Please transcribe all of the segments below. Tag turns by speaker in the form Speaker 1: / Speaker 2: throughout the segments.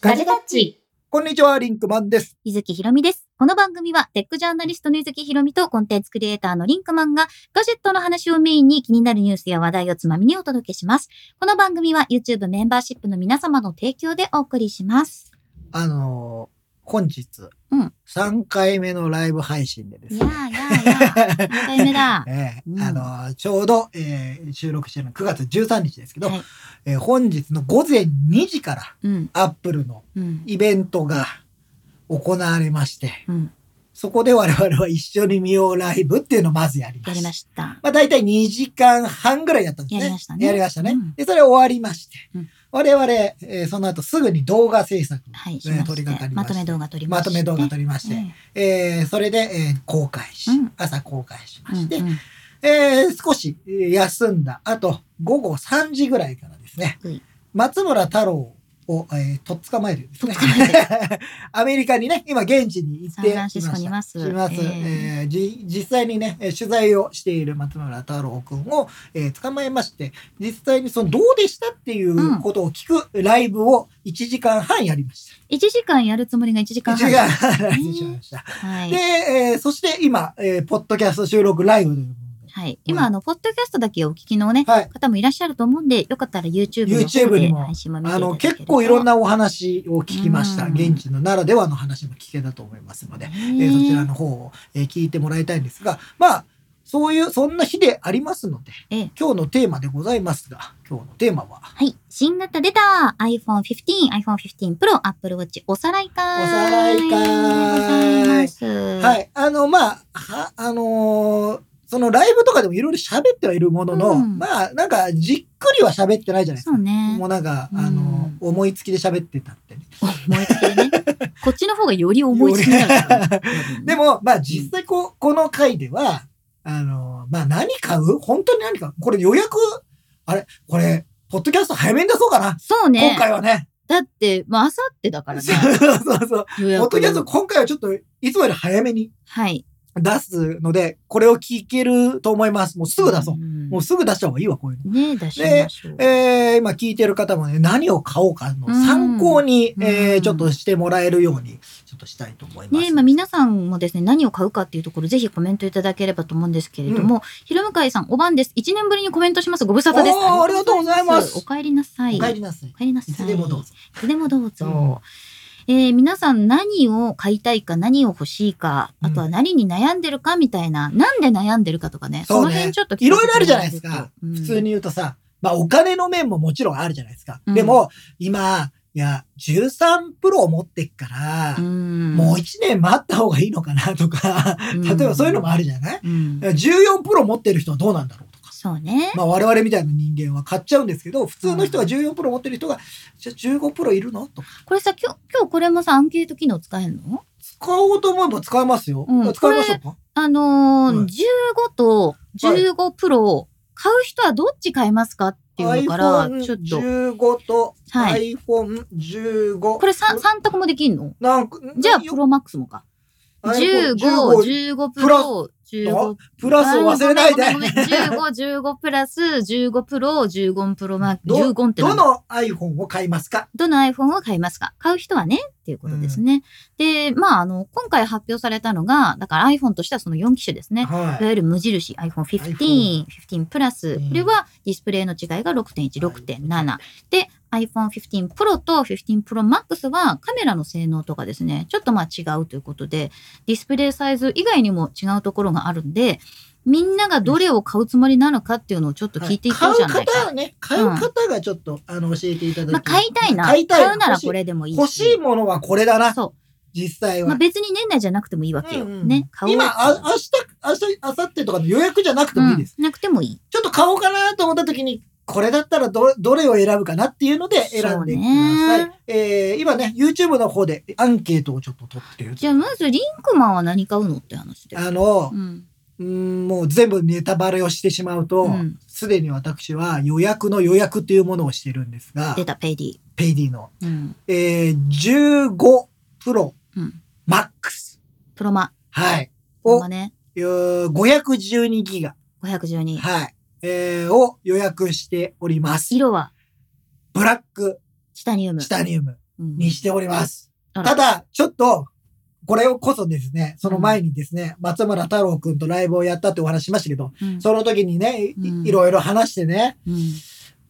Speaker 1: ガジェタッチ。
Speaker 2: こんにちは、リンクマンです。
Speaker 3: ゆずきひろみです。この番組は、テックジャーナリストのゆずきひろみとコンテンツクリエイターのリンクマンが、ガジェットの話をメインに気になるニュースや話題をつまみにお届けします。この番組は、YouTube メンバーシップの皆様の提供でお送りします。
Speaker 2: あのー本日、
Speaker 3: うん
Speaker 2: 3回目のライブ配信でです
Speaker 3: い
Speaker 2: ね。
Speaker 3: や。ーいやーいやー、3回目だ
Speaker 2: ええ
Speaker 3: うん
Speaker 2: あのーちょうど、えー収録してるの9月13日ですけど、
Speaker 3: はい
Speaker 2: えー本日の午前2時から
Speaker 3: うん、
Speaker 2: アップルの
Speaker 3: うん、
Speaker 2: イベントが行われまして、
Speaker 3: うん。
Speaker 2: そこで我々は一緒に見ようライブっていうのをまずやりました。
Speaker 3: やりました。
Speaker 2: まあ、大体2時間半ぐらいやったんですね。
Speaker 3: やりましたね
Speaker 2: やりましたね
Speaker 3: うん
Speaker 2: で、それ終わりまして、
Speaker 3: うん
Speaker 2: 我々、えーその後すぐに動画制作の
Speaker 3: はい、し
Speaker 2: ね
Speaker 3: ま
Speaker 2: 撮り
Speaker 3: し
Speaker 2: 掛か
Speaker 3: て。
Speaker 2: りまし
Speaker 3: ま
Speaker 2: て
Speaker 3: とめ動画撮りま
Speaker 2: ま
Speaker 3: した。
Speaker 2: とめ動画撮りまして、えーそれで、えー公開し、
Speaker 3: うん
Speaker 2: 朝公開しま
Speaker 3: ええ
Speaker 2: して、
Speaker 3: うんうん
Speaker 2: えー少しえー休んだ後、午後3時ぐらいからですね、
Speaker 3: はい
Speaker 2: 松村太郎を、えーとっ捕まえるですね。 アメリカにね、今現地に行って
Speaker 3: サンフランシスコにいます
Speaker 2: います
Speaker 3: えー
Speaker 2: えーじ実際にね、えー取材をしている松村太郎くんを、えー捕まえまして、実際にそのどうでしたっていうことを聞くライブを1時間半やりました。
Speaker 3: 1時間やるつもりが1時間
Speaker 2: 1時
Speaker 3: 半。
Speaker 2: 間半やりました。
Speaker 3: は
Speaker 2: で、
Speaker 3: い。
Speaker 2: えーそして今、えーポッドキャスト収録ライブということで
Speaker 3: はい。今、あの、ポッドキャストだけお聞きのね、
Speaker 2: はい。
Speaker 3: 方もいらっしゃると思うんで、よかったら YouTube の
Speaker 2: YouTube
Speaker 3: 方
Speaker 2: に
Speaker 3: で
Speaker 2: も
Speaker 3: 配信も見てい
Speaker 2: あ
Speaker 3: ただ
Speaker 2: の
Speaker 3: けると
Speaker 2: 結構いろん、なお話を聞きました。
Speaker 3: うん
Speaker 2: 現地のならではの話も聞けたと思いますので、えーそちらの方を、えー聞いてもらいたいんですが、まあ、そういう、そんな日でありますので、
Speaker 3: ええ
Speaker 2: 今日のテーマでございますが、今日のテーマは、
Speaker 3: はい。新型出た iPhone 15、iPhone 15 Pro、Apple Watch おさらい会。
Speaker 2: おさらい会
Speaker 3: でございます。。
Speaker 2: はいい、あの、まあ、はあのーそのライブとかでもいろいろ喋ってはいるものの、
Speaker 3: うん
Speaker 2: まあ、なんか、じっくりは喋ってないじゃないです
Speaker 3: そ
Speaker 2: か。
Speaker 3: うね
Speaker 2: もう。なんか、あのー思いつきで喋ってたってね、
Speaker 3: 思いつきでね。 こっちの方がより思いつきになるからね。
Speaker 2: でも、まあ実際こう、この回では、あの、まあ何買う本当に何買うこれ予約、あれこれ、ポッドキャスト早めに出そうかな、
Speaker 3: そうね
Speaker 2: 今。回はね。
Speaker 3: だって、まあ、あさってだからね
Speaker 2: そ。うそうそう。
Speaker 3: 予
Speaker 2: ポッ
Speaker 3: 約
Speaker 2: ドキャスト今回はちょっと、いつもより早めに
Speaker 3: はい。
Speaker 2: 出すので、これを聞けると思います。もうすぐ出そう。
Speaker 3: ん
Speaker 2: もうすぐ出した方がいいわ、こういうの。
Speaker 3: ね、出しましょう。
Speaker 2: えー、今聞いてる方もね、何を買おうかの参考に、
Speaker 3: うん
Speaker 2: え
Speaker 3: う
Speaker 2: ー、
Speaker 3: ん
Speaker 2: ちょっとしてもらえるように、ちょっとしたいと思います。
Speaker 3: ねまあ、皆さんもですね、何を買うかっていうところ、ぜひコメントいただければと思うんですけれども、ひろむかいさん、お晩です。1年ぶりにコメントします。ご無沙汰です。
Speaker 2: おーありがとうございます
Speaker 3: お帰りなさい。
Speaker 2: お帰りなさい。
Speaker 3: お帰りなさ
Speaker 2: い
Speaker 3: い。
Speaker 2: つでもどうぞ。
Speaker 3: いつでもどうぞ。
Speaker 2: そう
Speaker 3: えー皆さん何を買いたいか、何を欲しいか、あとは何に悩んでるかみたいな、なんで悩んでるかとかね、
Speaker 2: そうね
Speaker 3: の辺ちょっと
Speaker 2: いろいろあるじゃないですか。
Speaker 3: うん
Speaker 2: 普通に言うとさ、まあお金の面ももちろんあるじゃないですか。
Speaker 3: うん
Speaker 2: でも、今、いや、13プロを持ってっから、
Speaker 3: うん
Speaker 2: もう1年待った方がいいのかなとか、
Speaker 3: うん
Speaker 2: 例えばそういうのもあるじゃない、
Speaker 3: うん、
Speaker 2: ?14 プロ持ってる人はどうなんだろうとか。
Speaker 3: そうね。
Speaker 2: まあ我々みたいな人間は買っちゃうんですけど、普通の人は14プロ持ってる人が、じゃあ15プロいるのとか。
Speaker 3: これさ、今日、今日これもさ、アンケート機能使えるの
Speaker 2: 使おうと思えば使えますよ。
Speaker 3: うん
Speaker 2: 使いましょうか
Speaker 3: あのー
Speaker 2: はい
Speaker 3: 15と15プロを買う人はどっち買いますかっていうのから、ちょっと。
Speaker 2: iPhone15 と
Speaker 3: は
Speaker 2: iPhone15。
Speaker 3: これ 3, 三択もできんの
Speaker 2: なんか
Speaker 3: じゃあ、プロマックスもか。15、15プロ、15
Speaker 2: プラスを忘れないで。
Speaker 3: ごめんごめんごめん15、15プラス、15プロ、15プロマック、
Speaker 2: ど
Speaker 3: 15って
Speaker 2: ど
Speaker 3: なんだ
Speaker 2: の iPhone を買いますか
Speaker 3: どの iPhone を買いますか買う人はね、っていうことですね。で、まあ、あの、今回発表されたのが、だから iPhone としてはその4機種ですね。いわ
Speaker 2: は
Speaker 3: ゆる無印 iPhone15、15プラス、
Speaker 2: うん
Speaker 3: これはディスプレイの違いが6.1、6.7。で、iPhone15 Pro と15 Pro Max はカメラの性能とかですね、ちょっとまあ違うということで、ディスプレイサイズ以外にも違うところがあるんで、みんながどれを買うつもりなのかっていうのをちょっと聞いていこうじゃないか。
Speaker 2: 買う方はね、買う方がちょっと、あの、教えていただき
Speaker 3: まあ、買いたいな。
Speaker 2: 買いたい
Speaker 3: 買うならこ
Speaker 2: れ。
Speaker 3: れでもいいし。
Speaker 2: 欲しいものはこれだな、
Speaker 3: そ
Speaker 2: 実際
Speaker 3: う。まあ、
Speaker 2: は。
Speaker 3: 別に年内じゃなくてもいいわけよ。
Speaker 2: うんうん
Speaker 3: ね。買おう。
Speaker 2: 今、あ明日、明日、明後日とかの予約じゃなくてもいいです。
Speaker 3: うん、なくてもいい。
Speaker 2: ちょっと買おうかなと思った時に、これだったらど、どれを選ぶかなっていうので選んでくださ
Speaker 3: そう
Speaker 2: い。えー、今ね、YouTube の方でアンケートをちょっと取ってる。
Speaker 3: じゃあ、まずリンクマンは何買うのって話で。
Speaker 2: あの、
Speaker 3: うん。
Speaker 2: うーんもう全部ネタバレをしてしまうと
Speaker 3: うん、
Speaker 2: す、で、に私は予約の予約というものをしてるんですが
Speaker 3: 出、た、ペイディ。
Speaker 2: ペイディの、
Speaker 3: うん。
Speaker 2: えー、15プロ
Speaker 3: うん。
Speaker 2: マックス。
Speaker 3: プロマ。
Speaker 2: はい。
Speaker 3: プロ
Speaker 2: を
Speaker 3: マ、ね。
Speaker 2: えー512ギガ。
Speaker 3: 512。
Speaker 2: はい。えーを予約しております。
Speaker 3: 色は
Speaker 2: ブラック
Speaker 3: チタニウム。
Speaker 2: チタニウム。
Speaker 3: うん
Speaker 2: にしております。
Speaker 3: あら
Speaker 2: ただ、ちょっと、これをこそですね、その前にですね、松村太郎くんとライブをやったってお話しましたけど、
Speaker 3: うん
Speaker 2: その時にね、い
Speaker 3: うん
Speaker 2: いろいろ話してね、
Speaker 3: うん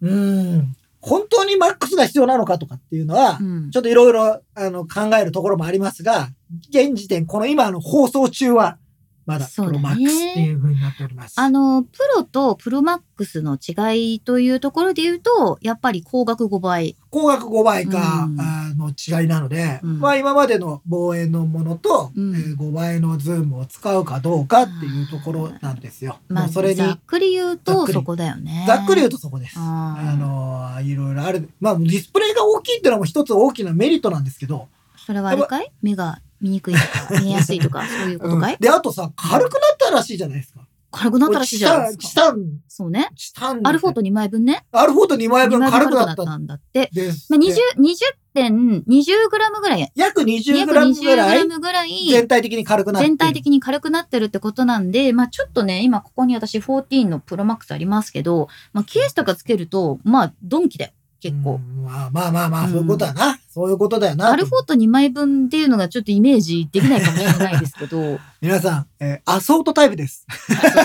Speaker 2: うーん、本当にマックスが必要なのかとかっていうのは
Speaker 3: う、ん
Speaker 2: ちょっといろいろあの考えるところもありますが、現時点、この今の放送中は、まだ
Speaker 3: そう
Speaker 2: プ
Speaker 3: だね
Speaker 2: ロマックスっていう風になっております。
Speaker 3: あの、プロとプロマックスの違いというところで言うと、やっぱり高額5倍。
Speaker 2: 高額5倍か、
Speaker 3: うん
Speaker 2: あの違いなので、
Speaker 3: うん
Speaker 2: まあ今までの望遠のものと、
Speaker 3: うん
Speaker 2: えー5倍のズームを使うかどうかっていうところなんですよ。
Speaker 3: ま
Speaker 2: も
Speaker 3: あ、
Speaker 2: うそれに、
Speaker 3: ざっくり言う
Speaker 2: ざっ
Speaker 3: と
Speaker 2: くり
Speaker 3: そこだよね。
Speaker 2: ざっくり言う
Speaker 3: と。
Speaker 2: とそこです。
Speaker 3: あー
Speaker 2: あのーいろいろある。まあディスプレイが大きいっていうのも一つ大きなメリットなんですけど、
Speaker 3: それはあれかい目が見にくい とか、見えやすいとか、そういうことかい、
Speaker 2: うんで、あとさ、軽くなったらしいじゃないですか。
Speaker 3: 軽くなったらしいじゃないで
Speaker 2: チ
Speaker 3: すか。
Speaker 2: タン、
Speaker 3: そうね。
Speaker 2: チタン、チタン。
Speaker 3: アルフォート2枚分ね。
Speaker 2: アルフォート2枚
Speaker 3: 2
Speaker 2: 分
Speaker 3: 枚分
Speaker 2: 軽く
Speaker 3: 軽く
Speaker 2: な
Speaker 3: な
Speaker 2: っ
Speaker 3: った
Speaker 2: ん
Speaker 3: たんだって。
Speaker 2: です。
Speaker 3: まあ、20、20点、20グラムぐらい。
Speaker 2: 約 20g
Speaker 3: 約
Speaker 2: ぐらい
Speaker 3: 20グラムぐらい。
Speaker 2: 全体的に軽くなってる
Speaker 3: 全体的に軽くなってるってことなんで、まあちょっとね、今ここに私14のプロマックスありますけど、まあケースとかつけると、まあドンキだよ、結
Speaker 2: う
Speaker 3: 構。
Speaker 2: んまあまあまあまあ、
Speaker 3: うん
Speaker 2: そういうことだな。そういうことだよな。
Speaker 3: アルフォート2枚分っていうのがちょっとイメージできないかもしれないです けど、
Speaker 2: 皆さん、えーアソートタイプです。
Speaker 3: そうそうそう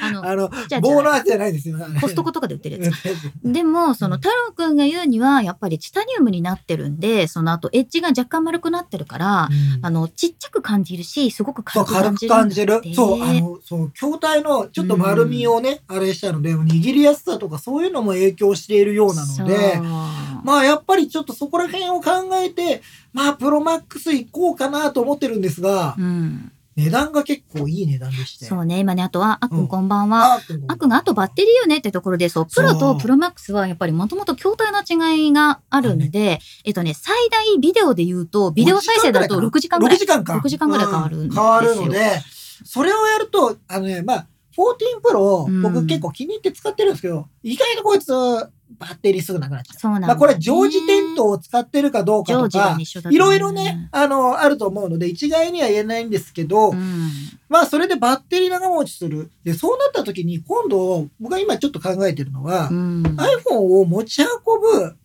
Speaker 3: あの、
Speaker 2: あの、
Speaker 3: じゃあ
Speaker 2: ボーナーじゃないですよ。
Speaker 3: コストコ
Speaker 2: っ
Speaker 3: とかで売ってるやつ。
Speaker 2: て
Speaker 3: でも、その
Speaker 2: うん
Speaker 3: 太郎くんが言うには、やっぱりチタニウムになってるんで、その後エッジが若干丸くなってるから、あの、ちっちゃく感じるし、すごく
Speaker 2: そう、
Speaker 3: 軽く
Speaker 2: 軽
Speaker 3: 感じ
Speaker 2: く
Speaker 3: るんだっ
Speaker 2: 感
Speaker 3: て。
Speaker 2: じる。そう、あの、そう、筐体のちょっと丸みをね、あれしたので、握りやすさとかそういうのも影響しているようなので
Speaker 3: そう、
Speaker 2: まあやっぱりちょっとそこら辺を考えて、まあプロマックス行こうかなと思ってるんですが
Speaker 3: う、ん。
Speaker 2: 値段が結構いい値段でして。
Speaker 3: そうね、今ね、あとは、あっく
Speaker 2: うん
Speaker 3: んこんばんは。
Speaker 2: あ
Speaker 3: あくんがあとバッテリーよねってところで、そう、プロ
Speaker 2: そ
Speaker 3: と
Speaker 2: う
Speaker 3: プロマックスはやっぱりもともと筐体の違いがあるんで、えっとね、最大ビデオで言うと、ビデオ再生だと6時間ぐらい
Speaker 2: 6。時間か。
Speaker 3: 6時間ぐらい変わるんですよ
Speaker 2: 変わるので、それをやると、あのね、まあ、14 Pro、
Speaker 3: う
Speaker 2: 僕
Speaker 3: ん
Speaker 2: 結構気に入って使ってるんですけど、意外とこいつ、バッテリーすぐなくなっちゃう。
Speaker 3: そうなんだ、ね。
Speaker 2: まあ、これ、常時点灯を使ってるかどうか
Speaker 3: 常
Speaker 2: と
Speaker 3: 時は
Speaker 2: か
Speaker 3: 一、緒だと
Speaker 2: い
Speaker 3: 思う
Speaker 2: ろいろね、。あの、あると思うので、一概には言えないんですけど、
Speaker 3: うん。
Speaker 2: まあ、それでバッテリー長持ちする。で、そうなった時に、今度、僕が今ちょっと考えてるのは、
Speaker 3: うん
Speaker 2: iPhone を持ち運ぶ、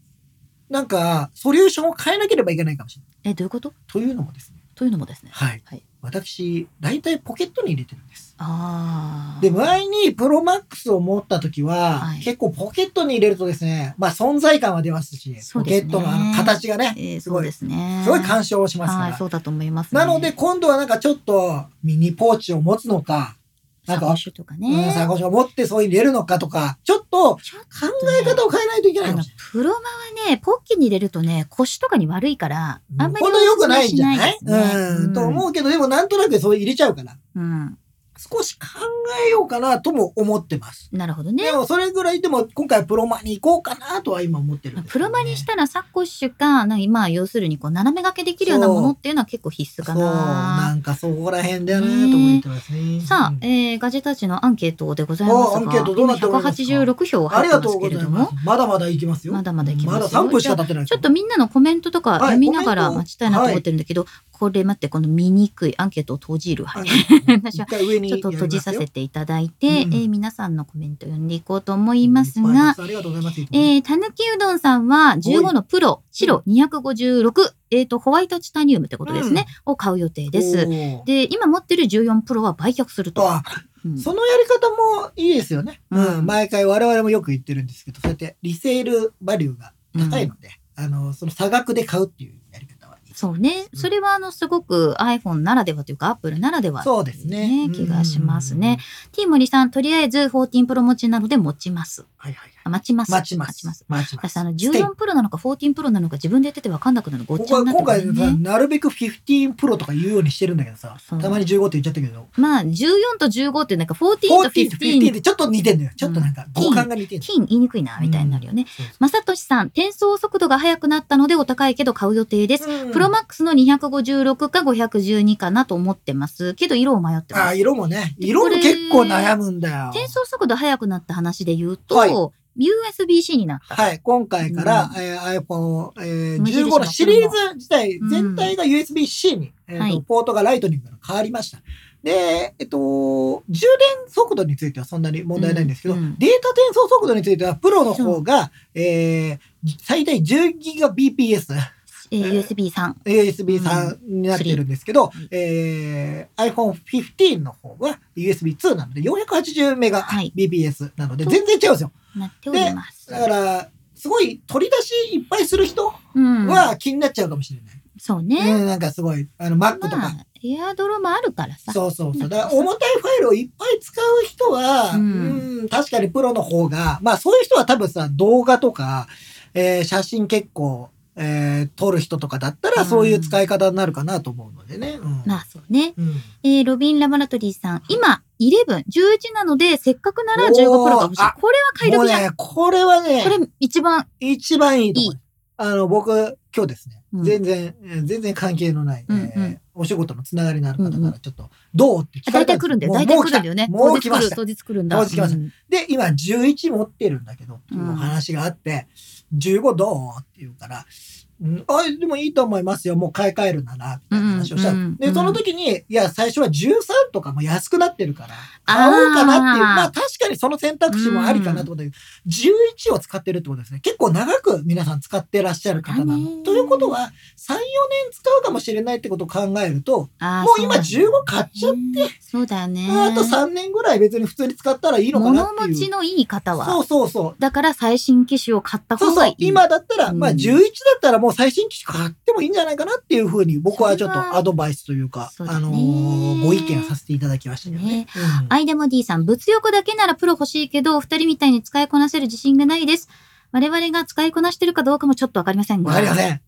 Speaker 2: なんか、ソリューションを変えなければいけないかもしれない。
Speaker 3: え、どういうこと
Speaker 2: というのもですね、
Speaker 3: というのもですね。
Speaker 2: はい。
Speaker 3: はい
Speaker 2: 私、大体ポケットに入れてるんです。
Speaker 3: ああ。
Speaker 2: で、前にプロマックスを持った時は、
Speaker 3: はい
Speaker 2: 結構ポケットに入れるとですね、まあ存在感は出ますし、
Speaker 3: そ
Speaker 2: ポ
Speaker 3: う
Speaker 2: ケ
Speaker 3: です
Speaker 2: ッ
Speaker 3: ね
Speaker 2: トのあの形がね、
Speaker 3: えー
Speaker 2: すご
Speaker 3: そう
Speaker 2: い
Speaker 3: ですね。
Speaker 2: すごい干渉をしますか
Speaker 3: はい、
Speaker 2: ら。
Speaker 3: そうだと思います、
Speaker 2: なので、今度はなんかちょっとミニポーチを持つのか、なん
Speaker 3: サ
Speaker 2: か
Speaker 3: ボッシュとか
Speaker 2: うん、サ
Speaker 3: ね。
Speaker 2: コッシュを持ってそう入れるのかとか、ちょっと
Speaker 3: ちょっ
Speaker 2: 考
Speaker 3: とね
Speaker 2: え方を変えないといけない
Speaker 3: あ
Speaker 2: かも
Speaker 3: の
Speaker 2: しれない。、
Speaker 3: プロマはね、ポッキーに入れるとね、腰とかに悪いから、あんまり
Speaker 2: こんな良くないんじゃない
Speaker 3: おすすめしですね
Speaker 2: うん、と思うけど、でもなんとなくそう入れちゃうから、
Speaker 3: うん。
Speaker 2: 少し考えようかなとも思ってます。
Speaker 3: なるほどね
Speaker 2: で。もそれぐらいでも今回プロマに行こうかなとは今思ってるんです
Speaker 3: プ
Speaker 2: よね、
Speaker 3: ロマにしたらサコッシュか、なんかまあ要するにこう斜め掛けできるようなものっていうのは結構必須か
Speaker 2: そうな
Speaker 3: な。
Speaker 2: んかそこら辺だなと思ってますね。
Speaker 3: さあ
Speaker 2: う、ん
Speaker 3: えー、ガジェタッチのアンケートでございますが、
Speaker 2: おアンケートどうなっておりますか
Speaker 3: 今186票
Speaker 2: あり
Speaker 3: 入って
Speaker 2: が
Speaker 3: ま
Speaker 2: とう
Speaker 3: す
Speaker 2: ご
Speaker 3: けれ
Speaker 2: ざい
Speaker 3: ど
Speaker 2: ま
Speaker 3: も
Speaker 2: す。、まだまだ行きますよ。
Speaker 3: まだまだいきますよ
Speaker 2: まだ3分しか経ってないです
Speaker 3: ちょ
Speaker 2: よ
Speaker 3: っとみんなのコメントとか
Speaker 2: はい
Speaker 3: 読みながら
Speaker 2: コメン
Speaker 3: 待ちたいなと思ってるんだけど、これ待って、この見にくいアンケートを閉じる。はい。 私
Speaker 2: 一
Speaker 3: は
Speaker 2: 回上に
Speaker 3: ちょっと閉じさせていただいて、
Speaker 2: うん
Speaker 3: えー皆さんのコメント読んでいこうと思
Speaker 2: て
Speaker 3: いますが、
Speaker 2: ありがとうございます。
Speaker 3: えーたぬきうどんさんは15のプロ、白256、えっ、と、ホワイトチタニウムってことですね、を買う予定です。
Speaker 2: おー。
Speaker 3: で、今持ってる14プロは売却すると。
Speaker 2: あ
Speaker 3: うん
Speaker 2: そのやり方もいいですよね、
Speaker 3: うん
Speaker 2: うん毎回我々もよく言ってるんですけど、そうやってリセールバリューが高いので、あの、その差額で買うっていうやり方はいい。
Speaker 3: そうね。それは、あの、すごく iPhone ならではというか、Apple ならでは。
Speaker 2: そうですね。
Speaker 3: 気がしますね。ティーモリさん、とりあえず14プロ持ちなので持ちます。
Speaker 2: はいはいはい。
Speaker 3: あ待ちます。
Speaker 2: 待ちます。
Speaker 3: 待ちます。
Speaker 2: 待ちます。
Speaker 3: 私、あの、
Speaker 2: ステイ
Speaker 3: 14プロなのか14プロなのか自分で言ってて分かんなくなるごっ
Speaker 2: 僕
Speaker 3: ちゃ
Speaker 2: は
Speaker 3: になって
Speaker 2: 今
Speaker 3: く
Speaker 2: 回
Speaker 3: る
Speaker 2: さ、
Speaker 3: ね。
Speaker 2: なるべく15プロとか言うようにしてるんだけどさ、
Speaker 3: そう
Speaker 2: たまに15って言っちゃったけど、
Speaker 3: まあ、14と15ってなんか14と
Speaker 2: 14と15
Speaker 3: 15
Speaker 2: っ、てちょっと似てんのよ。ちょっとなんか
Speaker 3: うん
Speaker 2: 語感が似てんの。
Speaker 3: ティーン言いにくいな、みたいになるよね。
Speaker 2: そうそう
Speaker 3: まさとしさん、転送速度が速くなったのでお高いけど買う予定です。
Speaker 2: うん
Speaker 3: プロマックスの256か512かなと思ってますけど、色を迷ってま
Speaker 2: あ、
Speaker 3: す。
Speaker 2: 色もね。色も結構悩むんだよ。
Speaker 3: 転送速度速くなった話で言うと、
Speaker 2: はい
Speaker 3: USB-C になった。
Speaker 2: はい、今回から、
Speaker 3: う
Speaker 2: えー iPhone、えー
Speaker 3: 無印
Speaker 2: 15
Speaker 3: の
Speaker 2: のシリーズ自体
Speaker 3: うん
Speaker 2: 全体が USB-C に、えーと
Speaker 3: はい
Speaker 2: ポートがライトニングに変わりました。で、えっと、充電速度についてはそんなに問題ないんですけど、
Speaker 3: うんうん
Speaker 2: データ転送速度については、プロの方が、えー最大 10GBps。
Speaker 3: えー USB3。
Speaker 2: USB3 になってるんですけど、
Speaker 3: うん
Speaker 2: えー iPhone15 の方は USB2 なので 480Mbps なので
Speaker 3: と
Speaker 2: 全然違うんですよ。
Speaker 3: なっております。
Speaker 2: だから、すごい取り出しいっぱいする人
Speaker 3: うん。
Speaker 2: は気になっちゃうかもしれない。
Speaker 3: そうね。
Speaker 2: うん、なんかすごい、あの Mac とか。
Speaker 3: まあ、エアドロもあるからさ。
Speaker 2: そうそうそう。だから重たいファイルをいっぱい使う人は、う
Speaker 3: う
Speaker 2: んん、確かにプロの方が、まあそういう人は多分さ、動画とか、えー写真結構、えー撮る人とかだった
Speaker 3: う
Speaker 2: ら
Speaker 3: ん
Speaker 2: そういう使い方になるかなと思うのでね。うん。
Speaker 3: まあそうね。
Speaker 2: うん
Speaker 3: えーロビンラボラトリーさん、今、11、11なので、せっかくなら15プロが欲しい
Speaker 2: おーあ。
Speaker 3: これは買い
Speaker 2: もう
Speaker 3: 時じゃん。
Speaker 2: ね、これはね
Speaker 3: こ、れ一番、
Speaker 2: 一番いいと思う。あの、僕、今日ですね、
Speaker 3: うん
Speaker 2: 全然、えー全然関係のない、
Speaker 3: うんうん
Speaker 2: えーお仕事のつながりのある方から、ちょっと、どうって聞か
Speaker 3: だ
Speaker 2: れ
Speaker 3: い
Speaker 2: たん
Speaker 3: たい
Speaker 2: です
Speaker 3: 来るんだよ。
Speaker 2: も
Speaker 3: だ
Speaker 2: う
Speaker 3: いたい
Speaker 2: もう来
Speaker 3: 来る
Speaker 2: た
Speaker 3: んだよね。
Speaker 2: も
Speaker 3: 当
Speaker 2: う
Speaker 3: 日
Speaker 2: 来
Speaker 3: 来
Speaker 2: まし
Speaker 3: る、
Speaker 2: た
Speaker 3: 当日来るんだ。
Speaker 2: 当日来ました
Speaker 3: うん
Speaker 2: で、今11持ってるんだけどっていうお話があって、15どうって言うから、うん、あ、でもいいと思いますよ。もう買い替えるなら、みたいな話をしたの。
Speaker 3: うんうんうん
Speaker 2: で、その時に、いや、最初は13とかも安くなってるから、買おうかなっていう。
Speaker 3: あー
Speaker 2: まあ確かにその選択肢もありかなってことで、11を使ってるってことですね。結構長く皆さん使ってらっしゃる方な
Speaker 3: そうだね
Speaker 2: の。ということは、3、4年使うかもしれないってことを考えると、
Speaker 3: あー
Speaker 2: もう今15買っちゃって、
Speaker 3: そうだよね。
Speaker 2: まああと3年ぐらい別に普通に使ったらいいのかなっ
Speaker 3: 物
Speaker 2: ていう。
Speaker 3: 持ちのいい方は。
Speaker 2: そうそうそう。
Speaker 3: だから最新機種を買った
Speaker 2: そう
Speaker 3: 方
Speaker 2: そ
Speaker 3: が
Speaker 2: う
Speaker 3: いい。
Speaker 2: 今だったら、
Speaker 3: うん
Speaker 2: まあ11だったらもう最新機種買ってもいいんじゃないかなっていうふうに僕はちょっ
Speaker 3: それは
Speaker 2: とアドバイスというか、
Speaker 3: そうだね
Speaker 2: あのーご意見させていただきましたけどね。
Speaker 3: ね
Speaker 2: うん
Speaker 3: アイデモ D さん、物欲だけならプロ欲しいけど、お二人みたいに使いこなせる自信がないです。我々が使いこなしてるかどうかもちょっとわかりませんが。
Speaker 2: わかりません。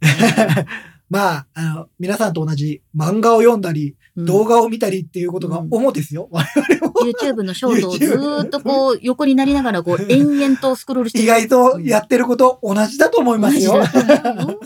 Speaker 2: まあ、あの、皆さんと同じ漫画を読んだり、
Speaker 3: うん
Speaker 2: 動画を見たりっていうことが
Speaker 3: うん
Speaker 2: 主ですよ。
Speaker 3: YouTube のショートをずーっとこう、横になりながら、こう、延々とスクロールして
Speaker 2: 意外とやってること同じだと思いますよ。
Speaker 3: マジだうん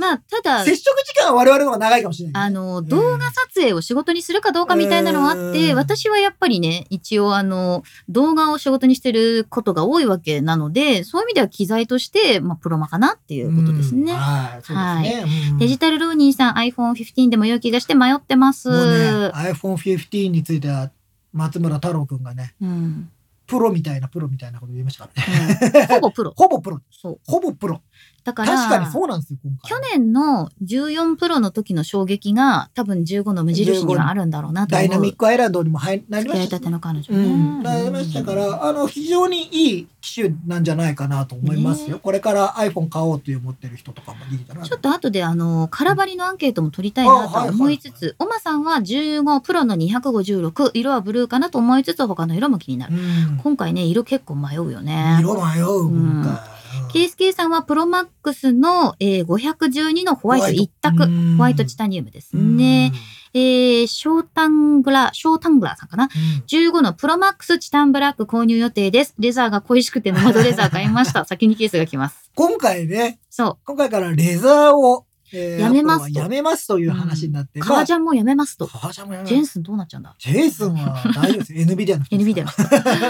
Speaker 3: まあ、た だ、
Speaker 2: 接触時間は我々の方が長いかもしれない。
Speaker 3: あの、動画撮影を仕事にするかどうかみたいなのはあって、
Speaker 2: うん
Speaker 3: 私はやっぱりね、一応あの、動画を仕事にしてることが多いわけなので、そういう意味では機材として、まあ、プロマかなっていうことですね
Speaker 2: うん。はい、そうですね。うん
Speaker 3: デジタルローニーさん iPhone15 でも良い気がして迷ってます。
Speaker 2: もうね、iPhone15 については、松村太郎くんがね、
Speaker 3: うん。
Speaker 2: プロみたいなプロみたいなこと言いましたからね。
Speaker 3: うんほぼプロ。
Speaker 2: ほぼプロ。
Speaker 3: そう。
Speaker 2: ほぼプロ。
Speaker 3: だから、
Speaker 2: 確かにそうなんですよ、今回。
Speaker 3: 去年の14プロの時の衝撃が多分15の無印にはあるんだろうなと
Speaker 2: ダ
Speaker 3: 思う。
Speaker 2: イナミックアイランドにも入なり
Speaker 3: 付
Speaker 2: ま
Speaker 3: き合
Speaker 2: し
Speaker 3: い
Speaker 2: た
Speaker 3: た
Speaker 2: し。
Speaker 3: ての彼女
Speaker 2: う
Speaker 3: ね。
Speaker 2: ん、なりましたか
Speaker 3: うん
Speaker 2: ら、あの、非常にいい機種なんじゃないかなと思いますよ。これから iPhone 買おうと思ってる人とかもいいだな。
Speaker 3: ちょっと後であの、空張りのアンケートも取りたいなとは思いつつ、オマさんは15プロの256、色はブルーかなと思いつつ他の色も気になる。
Speaker 2: うん、
Speaker 3: 今回ね、色結構迷うよね。
Speaker 2: 色迷う、
Speaker 3: うん
Speaker 2: 今回。うん
Speaker 3: KSK さんはプロマックスの、えー512のホワイト一択。ホ
Speaker 2: ホ
Speaker 3: ワイトチ
Speaker 2: タ
Speaker 3: タニウムですね。。えーショータングラ、ショータングラーさんかな。
Speaker 2: うん
Speaker 3: 15のプロマックスチタンブラック購入予定です。レザーが恋しくてノマドレザー買い ました。先にケースが来ます。
Speaker 2: 今回ね、
Speaker 3: そ
Speaker 2: 今回からレザーを、え
Speaker 3: やめますと
Speaker 2: Apple はやめますという話になって。
Speaker 3: う。革ジ
Speaker 2: ャ
Speaker 3: ャンもやめますと。
Speaker 2: 革ジャンもやめます
Speaker 3: ジェンスンどうなっちゃうんだ
Speaker 2: ジェイソンは大 丈夫です。NVIDIA の人です
Speaker 3: ?NVIDIA
Speaker 2: か
Speaker 3: の
Speaker 2: ら。
Speaker 3: 人。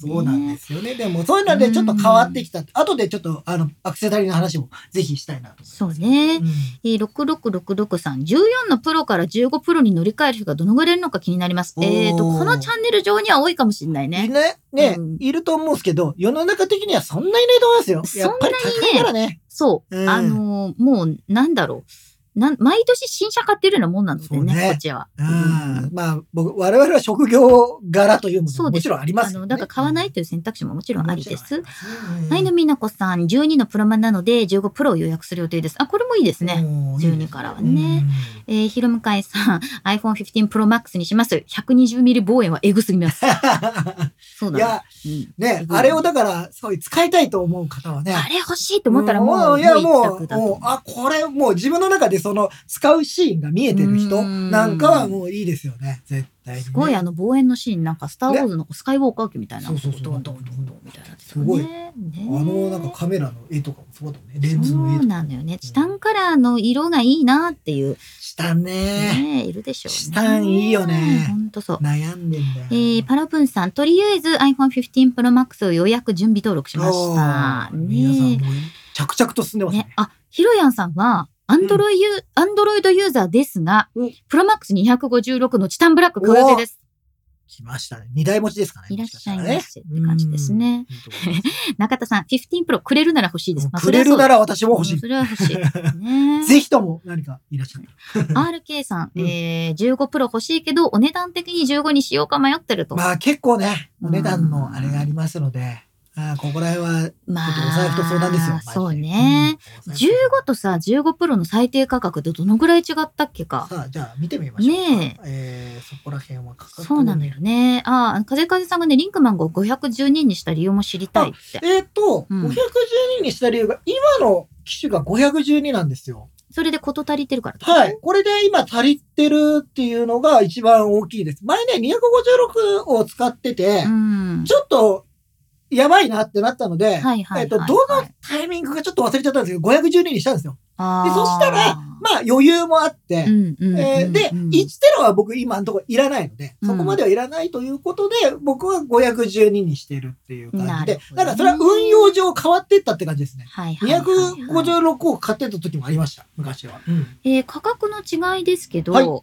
Speaker 2: そうなんですよね。でも、そういうのでちょっと変わってきた。後でちょっと、あの、アクセサリーの話もぜひしたいなと思います。
Speaker 3: そうね
Speaker 2: う。ん。
Speaker 3: えー、6666さん、14のプロから15プロに乗り換える人がどのぐらいいるのか気になります。
Speaker 2: おー
Speaker 3: えっ、と、このチャンネル上には多いかもしれないね
Speaker 2: い。ないね、
Speaker 3: うん
Speaker 2: いると思うんですけど、世の中的にはそんないないと思いますよ。やっぱり高いからね。
Speaker 3: そう、
Speaker 2: うん
Speaker 3: あのーもうなんだろうなん毎年新車買ってるようなもんなので
Speaker 2: そう
Speaker 3: ね
Speaker 2: ね
Speaker 3: こっちは。
Speaker 2: うん、まあ、僕、我々は職業柄というもの
Speaker 3: そう
Speaker 2: も
Speaker 3: で
Speaker 2: も
Speaker 3: す
Speaker 2: ちろんあります
Speaker 3: あ
Speaker 2: よね
Speaker 3: のだから買わないという選択肢ももちろんありです。。
Speaker 2: は
Speaker 3: はいのみなこさん12のプロマンなので15プロを予約する予定です。あこれもいいですね。12からはね。えー、ひろむかいさん iPhone15 Pro Max にします。120ミリ望遠はエグすぎ ます。そう
Speaker 2: うんい
Speaker 3: だ
Speaker 2: や、
Speaker 3: ね。うん
Speaker 2: ね、
Speaker 3: うん
Speaker 2: あれをだから、すごい使いたいと思う方はね。
Speaker 3: あれ欲しいと思ったらもう、
Speaker 2: んいやも
Speaker 3: 一
Speaker 2: う
Speaker 3: 択だと
Speaker 2: もうあこれもう自分の中でその使うシーンが見えてる
Speaker 3: う
Speaker 2: 人
Speaker 3: ん
Speaker 2: なんかはもういいですよね絶対にね、
Speaker 3: すごいあの望遠のシーンなんか「スター・ウォーズ」のスカイウォーカー家みたいな、
Speaker 2: そうそうそう
Speaker 3: ドンドンドンドンみたいな、ね、
Speaker 2: すごい
Speaker 3: ね
Speaker 2: あのなんかカメラの絵とかもそうだもんねレンズ
Speaker 3: そ
Speaker 2: の絵
Speaker 3: う
Speaker 2: とか
Speaker 3: なのよねチタンカラーの色がいいなっていう
Speaker 2: したね
Speaker 3: ねいるでしょうね
Speaker 2: チタンいいよね
Speaker 3: ほんとそう
Speaker 2: 悩んでんだよ、
Speaker 3: えー、パラプンさん、とりあえず iPhone15 Pro Max を予約準備登録しました。
Speaker 2: おー皆さん
Speaker 3: ね
Speaker 2: もう着々と進んでますね
Speaker 3: ねあ、ひろやんさんは、アンドロイユ、アンドロイドユーザーですが
Speaker 2: うん、
Speaker 3: プロマックス256のチタンブラック買う予定です。
Speaker 2: 来ましたね。二台持ちですかね。
Speaker 3: いらっしゃい
Speaker 2: も
Speaker 3: ま
Speaker 2: かた
Speaker 3: せっ
Speaker 2: ら
Speaker 3: て感じです。ね。
Speaker 2: うん本当です
Speaker 3: 中田さん、15プロくれるなら欲しい です。まあ
Speaker 2: くれるな
Speaker 3: ら
Speaker 2: ら私も欲しい。
Speaker 3: それは欲しい。ね
Speaker 2: ぜひとも何かいらっしゃったら
Speaker 3: RK さん、
Speaker 2: うん
Speaker 3: えー、15プロ欲しいけど、お値段的に15にしようか迷ってると。
Speaker 2: まあ結構ね、お値段のあれがありますので、あーここら辺は、ちょっ
Speaker 3: ま
Speaker 2: とお財布と相談ですよ。マジで
Speaker 3: そうね。。
Speaker 2: うん
Speaker 3: 15とさ、15プロの最低価格ってどのぐらい違ったっけか。
Speaker 2: さあ、じゃあ見てみましょうか。
Speaker 3: ね
Speaker 2: えーそこら辺はかか
Speaker 3: そうなのよ。ね。ああ、風風さんがね、リンクマンゴを512にした理由も知りたいって。
Speaker 2: えっ、と、
Speaker 3: うん
Speaker 2: 512にした理由が、今の機種が512なんですよ。
Speaker 3: それで事足りてるから。
Speaker 2: はい。。これで今足りてるっていうのが一番大きいです。前ね、256を使ってて、
Speaker 3: うん。
Speaker 2: ちょっと、やばいなってなったので、
Speaker 3: はいはいはいはい
Speaker 2: えっと、どのタイミングかちょっと忘れちゃったんですけど、512にしたんですよ。
Speaker 3: あ
Speaker 2: で
Speaker 3: ー
Speaker 2: そしたらまあ余裕もあって、
Speaker 3: うんうんうんうん
Speaker 2: えーで、1テラは僕今のところいらないので、
Speaker 3: うん
Speaker 2: そこまではいらないということで、僕は512にしてるっていう感じで、
Speaker 3: な
Speaker 2: だ
Speaker 3: る
Speaker 2: か
Speaker 3: ほどね
Speaker 2: らそれは運用上変わってったって感じですね。
Speaker 3: はいはいはいはい
Speaker 2: 256を買ってた時もありました、昔は。
Speaker 3: えー価格の違いですけど、
Speaker 2: はい
Speaker 3: iPhone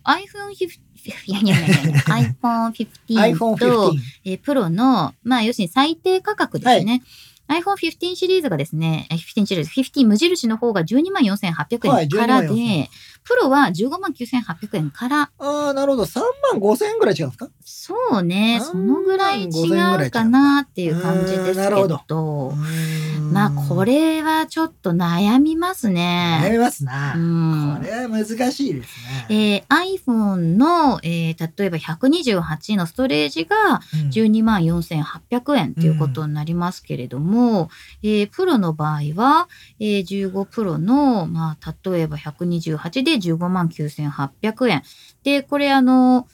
Speaker 3: 50、いやいやいやいや、iPhone 15
Speaker 2: iPhone
Speaker 3: と、
Speaker 2: 15。
Speaker 3: えー、プロの、まあ、要するに最低価格ですね。iPhone 15シリーズがですね、えー15シリーズ、15無印の方が12万4800
Speaker 2: はい
Speaker 3: 円から
Speaker 2: 12
Speaker 3: で、
Speaker 2: 万4800
Speaker 3: プロは15万9800円から、
Speaker 2: ああ、なるほど。3万5千円ぐらい違うんですか
Speaker 3: そうね、
Speaker 2: 3
Speaker 3: そのぐらい違
Speaker 2: 5000ぐらい違う
Speaker 3: うかなっていう感じです
Speaker 2: うーんな
Speaker 3: け
Speaker 2: るほど
Speaker 3: ど、まあ、こ
Speaker 2: れ。
Speaker 3: れはちょっと悩みます
Speaker 2: 悩
Speaker 3: ね。
Speaker 2: みます
Speaker 3: う
Speaker 2: な。
Speaker 3: ん
Speaker 2: これは難しいですね。
Speaker 3: えー iPhone の、えー例えば128のストレージが
Speaker 2: うん
Speaker 3: 12万4800円ということになりますけれども、えープロの場合は、えー15プロの、まあ、例えば128で15万9800円。で、これあの、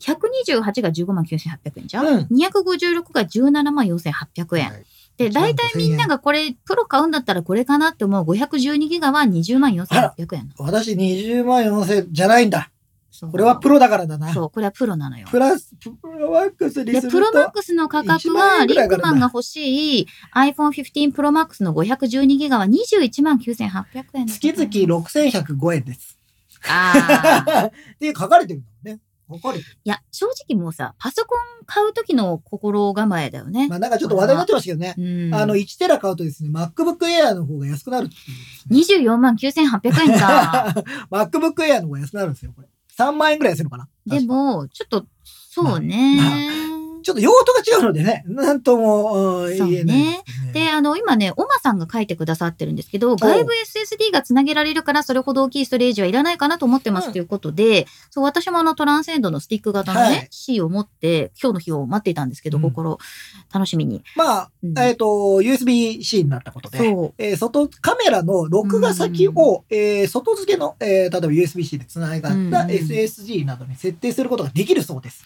Speaker 3: 128が15万9800円じゃん、
Speaker 2: うん
Speaker 3: ?256 が17万4800円。
Speaker 2: はい
Speaker 3: で、
Speaker 2: 1万
Speaker 3: 大体みんながこれ、プロ買うんだったらこれかなって思う512ギガは20万4800円。
Speaker 2: 私20万4千じゃないんだ。
Speaker 3: そう
Speaker 2: これはプロだからだな。
Speaker 3: そう、これはプロなのよ。
Speaker 2: プラス、プロワックスに
Speaker 3: です
Speaker 2: る
Speaker 3: プロマッ
Speaker 2: と、
Speaker 3: クスの価格
Speaker 2: 1万
Speaker 3: は、
Speaker 2: 円ぐ
Speaker 3: リ
Speaker 2: ら
Speaker 3: ン
Speaker 2: いか
Speaker 3: ク
Speaker 2: らな
Speaker 3: マンが欲しい iPhone15 Pro Max の512ギガは21万9800円です
Speaker 2: 月
Speaker 3: ね。
Speaker 2: 々6105円です。
Speaker 3: あー
Speaker 2: って書かれてるんだもんね。書かれてる。
Speaker 3: いや、正直もうさ、パソコン買う時の心構えだよね。
Speaker 2: まあなんかちょっと話題になってましたけどね。
Speaker 3: うん、
Speaker 2: あの、1テラ買うとですね、MacBook Air の方が安くなるっていうですね。
Speaker 3: 24万9800 円か。
Speaker 2: MacBook Air の方が安くなるんですよ、これ。3万円ぐらいするのかな。
Speaker 3: でも、ちょっと、そうね。
Speaker 2: まあちょっと用途が違うのでね、なんとも、うん、
Speaker 3: そうね
Speaker 2: 言えないすね
Speaker 3: で、あの、今ね、オマさんが書いてくださってるんですけど、外部 SSD がつなげられるから、それほど大きいストレージはいらないかなと思ってます
Speaker 2: うん
Speaker 3: ということで、そう、私もあの、トランセンドのスティック型のね、
Speaker 2: はい
Speaker 3: C を持って、今日の日を待っていたんですけど、
Speaker 2: うん
Speaker 3: 心、楽しみに。
Speaker 2: まあ、
Speaker 3: うん
Speaker 2: えっ、と、USB-C になったことで、
Speaker 3: そう。
Speaker 2: えー外、カメラの録画先を、えー外付けの、えー例えば USB-C で繋がった
Speaker 3: うんうん
Speaker 2: SSD などに設定することができるそうです。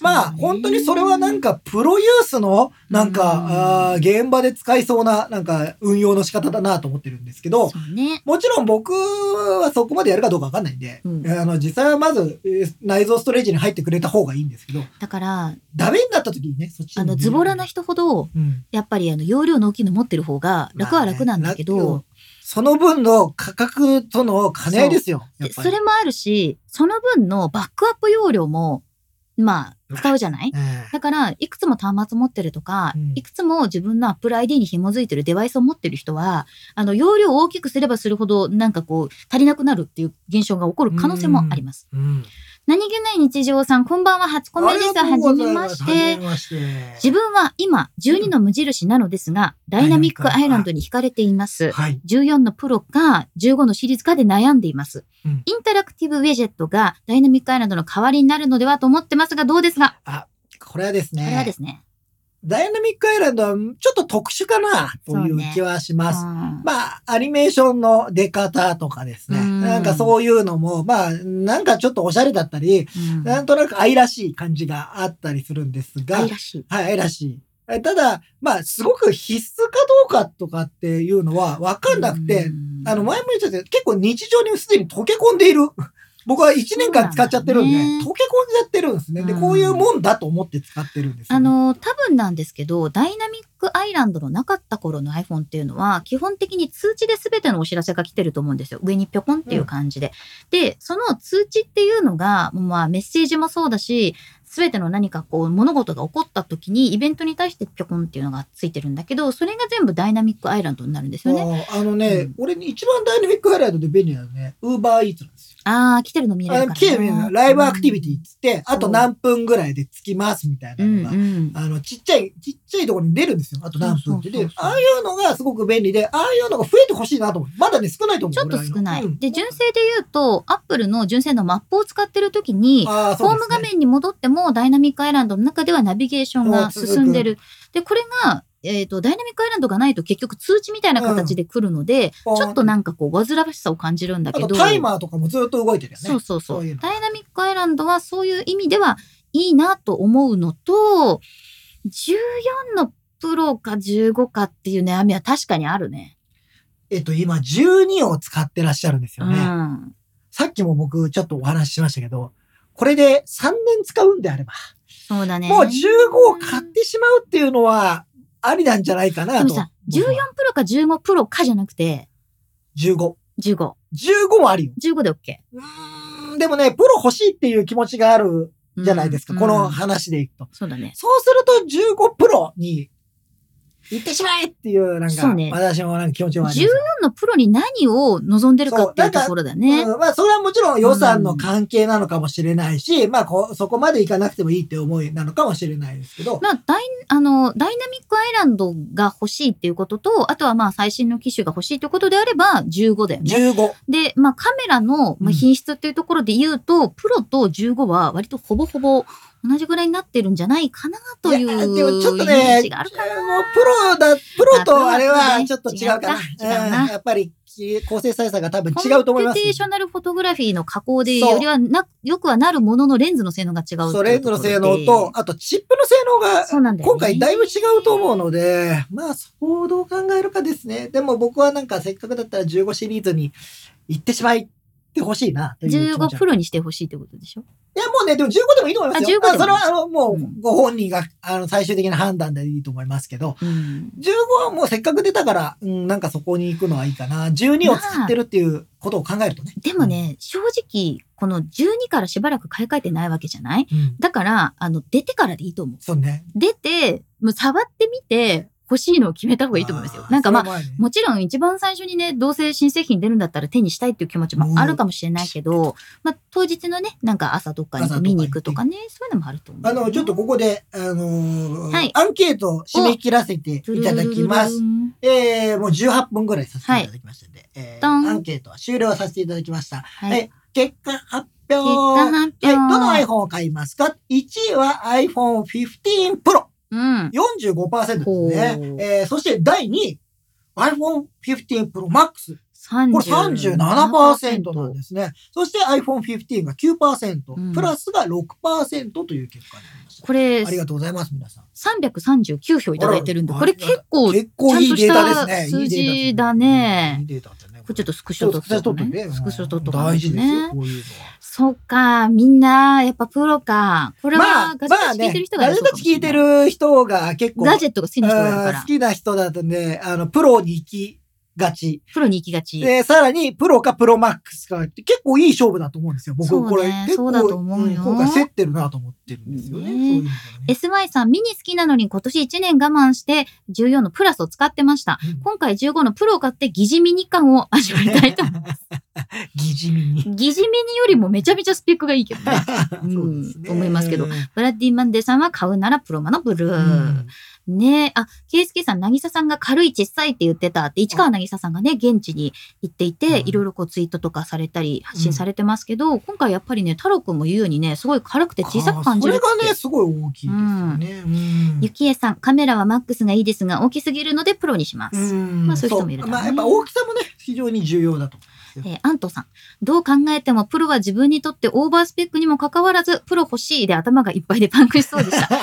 Speaker 2: まあ、本当にそれはなん
Speaker 3: か、
Speaker 2: か、プロユースの、なん
Speaker 3: うん
Speaker 2: か、あー現場で使いそうな、なんか、運用の仕方だなと思ってるんですけど
Speaker 3: そ、うね。
Speaker 2: もちろん僕はそこまでやるかどうかわかんないんで、
Speaker 3: うん
Speaker 2: あの、実際はまず、えー内蔵ストレージに入ってくれた方がいいんですけど、
Speaker 3: だから、
Speaker 2: ダメになった時にね、そっちに
Speaker 3: あの、ズボラな人ほど、
Speaker 2: うん、
Speaker 3: やっぱりあの、容量の大きいの持ってる方が、楽は楽なんだけど、
Speaker 2: まあね楽その分の価格との兼ね合いですよ。やっ
Speaker 3: で
Speaker 2: ぱ
Speaker 3: そ
Speaker 2: り
Speaker 3: れもあるし、その分のバックアップ容量も、まあ、使うじゃない
Speaker 2: ええ
Speaker 3: だから、いくつも端末持ってるとか、
Speaker 2: うん
Speaker 3: いくつも自分の Apple ID に紐づいてるデバイスを持ってる人は、あの、容量を大きくすればするほど、なんかこう、足りなくなるっていう現象が起こる可能性もあります。
Speaker 2: うん
Speaker 3: 何気ない日常さん、こんばんは、初コメです。
Speaker 2: あ
Speaker 3: は
Speaker 2: りがと
Speaker 3: じ
Speaker 2: うご
Speaker 3: め
Speaker 2: ざい
Speaker 3: ますして。
Speaker 2: はじめまして
Speaker 3: 自分は今、12の無印なのですが、ダイナミックアイランドに惹かれています。
Speaker 2: はい。
Speaker 3: 14のプロか15のシリーズかで悩んでいます。
Speaker 2: うん
Speaker 3: インタラクティブウェジェットがダイナミックアイランドの代わりになるのではと思ってますが、どうですが、
Speaker 2: これはですね。
Speaker 3: これはですね。
Speaker 2: ダイナミックアイランドはちょっと特殊かなという気はします。
Speaker 3: うん
Speaker 2: まあ、アニメーションの出方とかですね。
Speaker 3: うん
Speaker 2: なんかそういうのも、まあ、なんかちょっとおしゃれだったり、
Speaker 3: うん
Speaker 2: なんとなく愛らしい感じがあったりするんですが、
Speaker 3: 愛らしい。
Speaker 2: はい、愛らしい。えただ、まあ、すごく必須かどうかとかっていうのは分かんなくて、あの、前も言っちゃったけど、結構日常にすでに溶け込んでいる。 僕は1年間使っちゃってるんで、
Speaker 3: そうなん
Speaker 2: 溶
Speaker 3: だね
Speaker 2: け込んじゃってるんですね。で、
Speaker 3: うん
Speaker 2: こういうもんだと思って使ってるんですよ
Speaker 3: あ
Speaker 2: ね、
Speaker 3: の、多分なんですけど、ダイナミックアイランドのなかった頃の iPhone っていうのは、基本的に通知で全てのお知らせが来てると思うんですよ。上にぴょこんっていう感じで。で、その通知っていうのが、まあメッセージもそうだし、全ての何かこう物事が起こった時にイベントに対してピョコンっていうのがついてるんだけどそれが全部ダイナミックアイランドになるんですよね。
Speaker 2: あーあのね、
Speaker 3: うん
Speaker 2: 俺に一番ダイナミックハイライトで便利なのね、ウーバーイーツなんですよ。
Speaker 3: あー来てるの見える
Speaker 2: あ
Speaker 3: から、
Speaker 2: の、来てみるのライブアクティビティっつって、あと何分ぐらいで着きますみたいな
Speaker 3: う
Speaker 2: の
Speaker 3: ん
Speaker 2: が、
Speaker 3: うん
Speaker 2: あの、ちっちゃい、ちっちゃいところに出るんですよ。あと何分って。
Speaker 3: そうそうそう
Speaker 2: で、ああいうのがすごく便利で、ああいうのが増えてほしいなと思う。まだね、少ないと思う。
Speaker 3: ちょっと少ない。
Speaker 2: 俺はうん
Speaker 3: で、純正で言うと、アップルの純正のマップを使ってるときに、
Speaker 2: ああ、
Speaker 3: ホ
Speaker 2: そう
Speaker 3: ー
Speaker 2: で
Speaker 3: ム
Speaker 2: す
Speaker 3: 画
Speaker 2: ね。
Speaker 3: 面に戻ってもダイナミックアイランドの中ではナビゲーションが
Speaker 2: そう
Speaker 3: 進んでる。で、これが、えっ、と、ダイナミックアイランドがないと結局通知みたいな形で来るので、
Speaker 2: ち
Speaker 3: ちょっとなんかこう、煩わしさを感じるんだ
Speaker 2: あ
Speaker 3: け
Speaker 2: と
Speaker 3: ど。
Speaker 2: タイマーとかもずっと動いてるよね。
Speaker 3: そうそうそ
Speaker 2: そ
Speaker 3: う
Speaker 2: ういうの
Speaker 3: ダイナミックアイランドはそういう意味ではいいなと思うのと、14のプロか15かっていう悩みは確かにあるね。
Speaker 2: えっと、今、12を使ってらっしゃるんです
Speaker 3: う
Speaker 2: よね。
Speaker 3: ん。
Speaker 2: さっきも僕、ちょっとお話ししましたけど、これで3年使うんであれば、
Speaker 3: そうだね。
Speaker 2: もう15を買ってしまうっていうのは、ありなんじゃないかな
Speaker 3: で
Speaker 2: と。
Speaker 3: もさ、14プロか15プロかじゃなくて、
Speaker 2: 15。
Speaker 3: 15。
Speaker 2: 15もあるよ。
Speaker 3: 15で OK。
Speaker 2: うーん、でもね、プロ欲しいっていう気持ちがある
Speaker 3: うん
Speaker 2: じゃないですか。
Speaker 3: うん
Speaker 2: この話でいくと。
Speaker 3: そうだね。
Speaker 2: そうすると15プロに行ってしまえっていう、なん
Speaker 3: そ
Speaker 2: か、
Speaker 3: うね
Speaker 2: 私もなんか気持ちはあります。
Speaker 3: 14のプロに何を望んでるかっていうところだね。
Speaker 2: うん、まあ、それはもちろん予算の関係なのかもしれないし、まあこう、そこまでいかなくてもいいって思いなのかもしれないですけど、
Speaker 3: まあ、ダイあのダイナミックアイランドが欲しいっていうことと、あとはまあ最新の機種が欲しいということであれば15だよね。
Speaker 2: 15。
Speaker 3: で、まあカメラのま
Speaker 2: う
Speaker 3: あ
Speaker 2: ん
Speaker 3: 品質っていうところで言うと、プロと15は割とほぼほぼ同じぐらいになってるんじゃないかなというイ
Speaker 2: い
Speaker 3: メ
Speaker 2: やでもちょっと
Speaker 3: ー
Speaker 2: ね、
Speaker 3: ジがあるかな。
Speaker 2: もうプロだ、プロ
Speaker 3: あプロ
Speaker 2: と
Speaker 3: は
Speaker 2: あれは
Speaker 3: ね
Speaker 2: ちょっと違うかな。
Speaker 3: 違うか違うな
Speaker 2: うんやっぱりき構成再生が多分違うと思いま
Speaker 3: コンペテー
Speaker 2: す
Speaker 3: シ。ョナルフォトグラフィーの加工でよりはな、よくはなるもののレンズの性能が違う
Speaker 2: そう、レンズの性能
Speaker 3: っていうとことろ、
Speaker 2: あとチップの性能
Speaker 3: で、そ
Speaker 2: が、
Speaker 3: うなんだよね
Speaker 2: 今回だいぶ違うと思うので、まあ、そこをどう考えるかですね。でも僕はなんかせっかくだったら15シリーズに行ってしまいってほしいな、という気持ち
Speaker 3: 15
Speaker 2: は
Speaker 3: プロにしてほしいってことでしょ
Speaker 2: いや、もうね、でも15でもいいと思いますよ。
Speaker 3: あ15でもいい
Speaker 2: あそれは、あの、もう
Speaker 3: うん、
Speaker 2: ご本人が、あの、最終的な判断でいいと思いますけど、
Speaker 3: うん。
Speaker 2: 15はもうせっかく出たから、うん、なんかそこに行くのはいいかな。12を使ってるっていうことを考えるとね。
Speaker 3: でもね、正直、この12からしばらく買い替えてないわけじゃない
Speaker 2: うん。
Speaker 3: だから、あの、出てからでいいと思う。
Speaker 2: そうね。
Speaker 3: 出て、もう触ってみて、欲しいのを決めた方がいいと思いますよ。なんかまあ、
Speaker 2: あそれも
Speaker 3: もちろん一番最初にね、どうせ新製品出るんだったら手にしたいっていう気持ちもあるかもしれないけど、まあ当日のね、なんか朝どっかに見に行くとかね、そういうのもあると思う。
Speaker 2: あるね、あの、ちょっとここで、あのー
Speaker 3: はい
Speaker 2: アンケートを締め切らせていただきます。。えー、もう18分ぐらいさせていただきましたので、えー、
Speaker 3: ドン
Speaker 2: アンケートは終了させていただきました。
Speaker 3: はい。
Speaker 2: はい結果発表
Speaker 3: 結果発表。
Speaker 2: はい、どの iPhone を買いますか ?1 位は iPhone 15 Pro。
Speaker 3: うん。
Speaker 2: 45%
Speaker 3: ほう
Speaker 2: ですね。えー、そして第2位、iPhone 15 Pro Max。これ37%なんですね。そして iPhone 15が9%、
Speaker 3: うん
Speaker 2: プラスが6%という結果になりました。
Speaker 3: これ
Speaker 2: ありがとうございます、皆さん。
Speaker 3: 339票いただいてるんで、
Speaker 2: あ
Speaker 3: こ
Speaker 2: ら
Speaker 3: れ結構、こ
Speaker 2: 結構いいデータですね。
Speaker 3: ちゃんとした数字
Speaker 2: いいデータですね
Speaker 3: だね
Speaker 2: いいデータだね。
Speaker 3: れちょっとスクシ
Speaker 2: そ
Speaker 3: ョ
Speaker 2: う
Speaker 3: 撮
Speaker 2: ス
Speaker 3: っ
Speaker 2: クショ
Speaker 3: と
Speaker 2: 撮
Speaker 3: く
Speaker 2: って
Speaker 3: ね。
Speaker 2: ね。
Speaker 3: スクショ撮っとくね。
Speaker 2: 大事ですよ、こういうのは。
Speaker 3: そうか、みんな、やっぱプロか。これ
Speaker 2: ま
Speaker 3: は
Speaker 2: あ、
Speaker 3: ガジ
Speaker 2: ま
Speaker 3: ェ
Speaker 2: あ
Speaker 3: タッチ聞い
Speaker 2: ね
Speaker 3: てる人、がい
Speaker 2: ガ
Speaker 3: る
Speaker 2: ジェタ
Speaker 3: そうかもし
Speaker 2: 聞い
Speaker 3: れな
Speaker 2: て
Speaker 3: い
Speaker 2: る人が結構、
Speaker 3: ガジェットが好きな人がいるか
Speaker 2: うん
Speaker 3: ら
Speaker 2: 好、きな人だとね、あの、プロに行きがち。
Speaker 3: プロに行きがち。
Speaker 2: で、さらに、プロかプロマックスかって結構いい勝負だと思うんですよ。僕、
Speaker 3: そうね
Speaker 2: これ、結構、
Speaker 3: そうだと思うよ
Speaker 2: ん今回競ってるなと思ってるんですよね。
Speaker 3: ね
Speaker 2: そういうのがね
Speaker 3: SY さん、ミニ好きなのに今年1年我慢して14のプラスを使ってました。
Speaker 2: うん
Speaker 3: 今回15のプロを買って疑似ミニ感を味わい たいと思います。
Speaker 2: 疑似みに。
Speaker 3: 疑似ミニよりもめちゃめちゃスペックがいいけど ね。ん
Speaker 2: そうですね
Speaker 3: 思いますけど
Speaker 2: うん
Speaker 3: ブラッディ・マンデーさんは買うならプロマのブルー。ねえ、あ、ケイスケさん、渚さんが軽い小さいって言ってたって、市川渚さんがね、現地に行っていて、
Speaker 2: うん
Speaker 3: いろいろこうツイートとかされたり、発
Speaker 2: うん
Speaker 3: 信されてますけど、今回やっぱりね、太郎くんも言うようにね、すごい軽くて小さく感じるって。
Speaker 2: あーそれがね、すごい大きいですよね。うん
Speaker 3: ゆきえさん、カメラはマックスがいいですが、大きすぎるのでプロにします。
Speaker 2: うん
Speaker 3: まあそういう人もいるだ
Speaker 2: そう
Speaker 3: ろうね
Speaker 2: まあ、やっぱ大きさもね、非常に重要だと思うんですよ。
Speaker 3: えーアントさん。どう考えてもプロは自分にとってオーバースペックにもかかわらず、プロ欲しいで頭がいっぱいでパンクしそうで した。た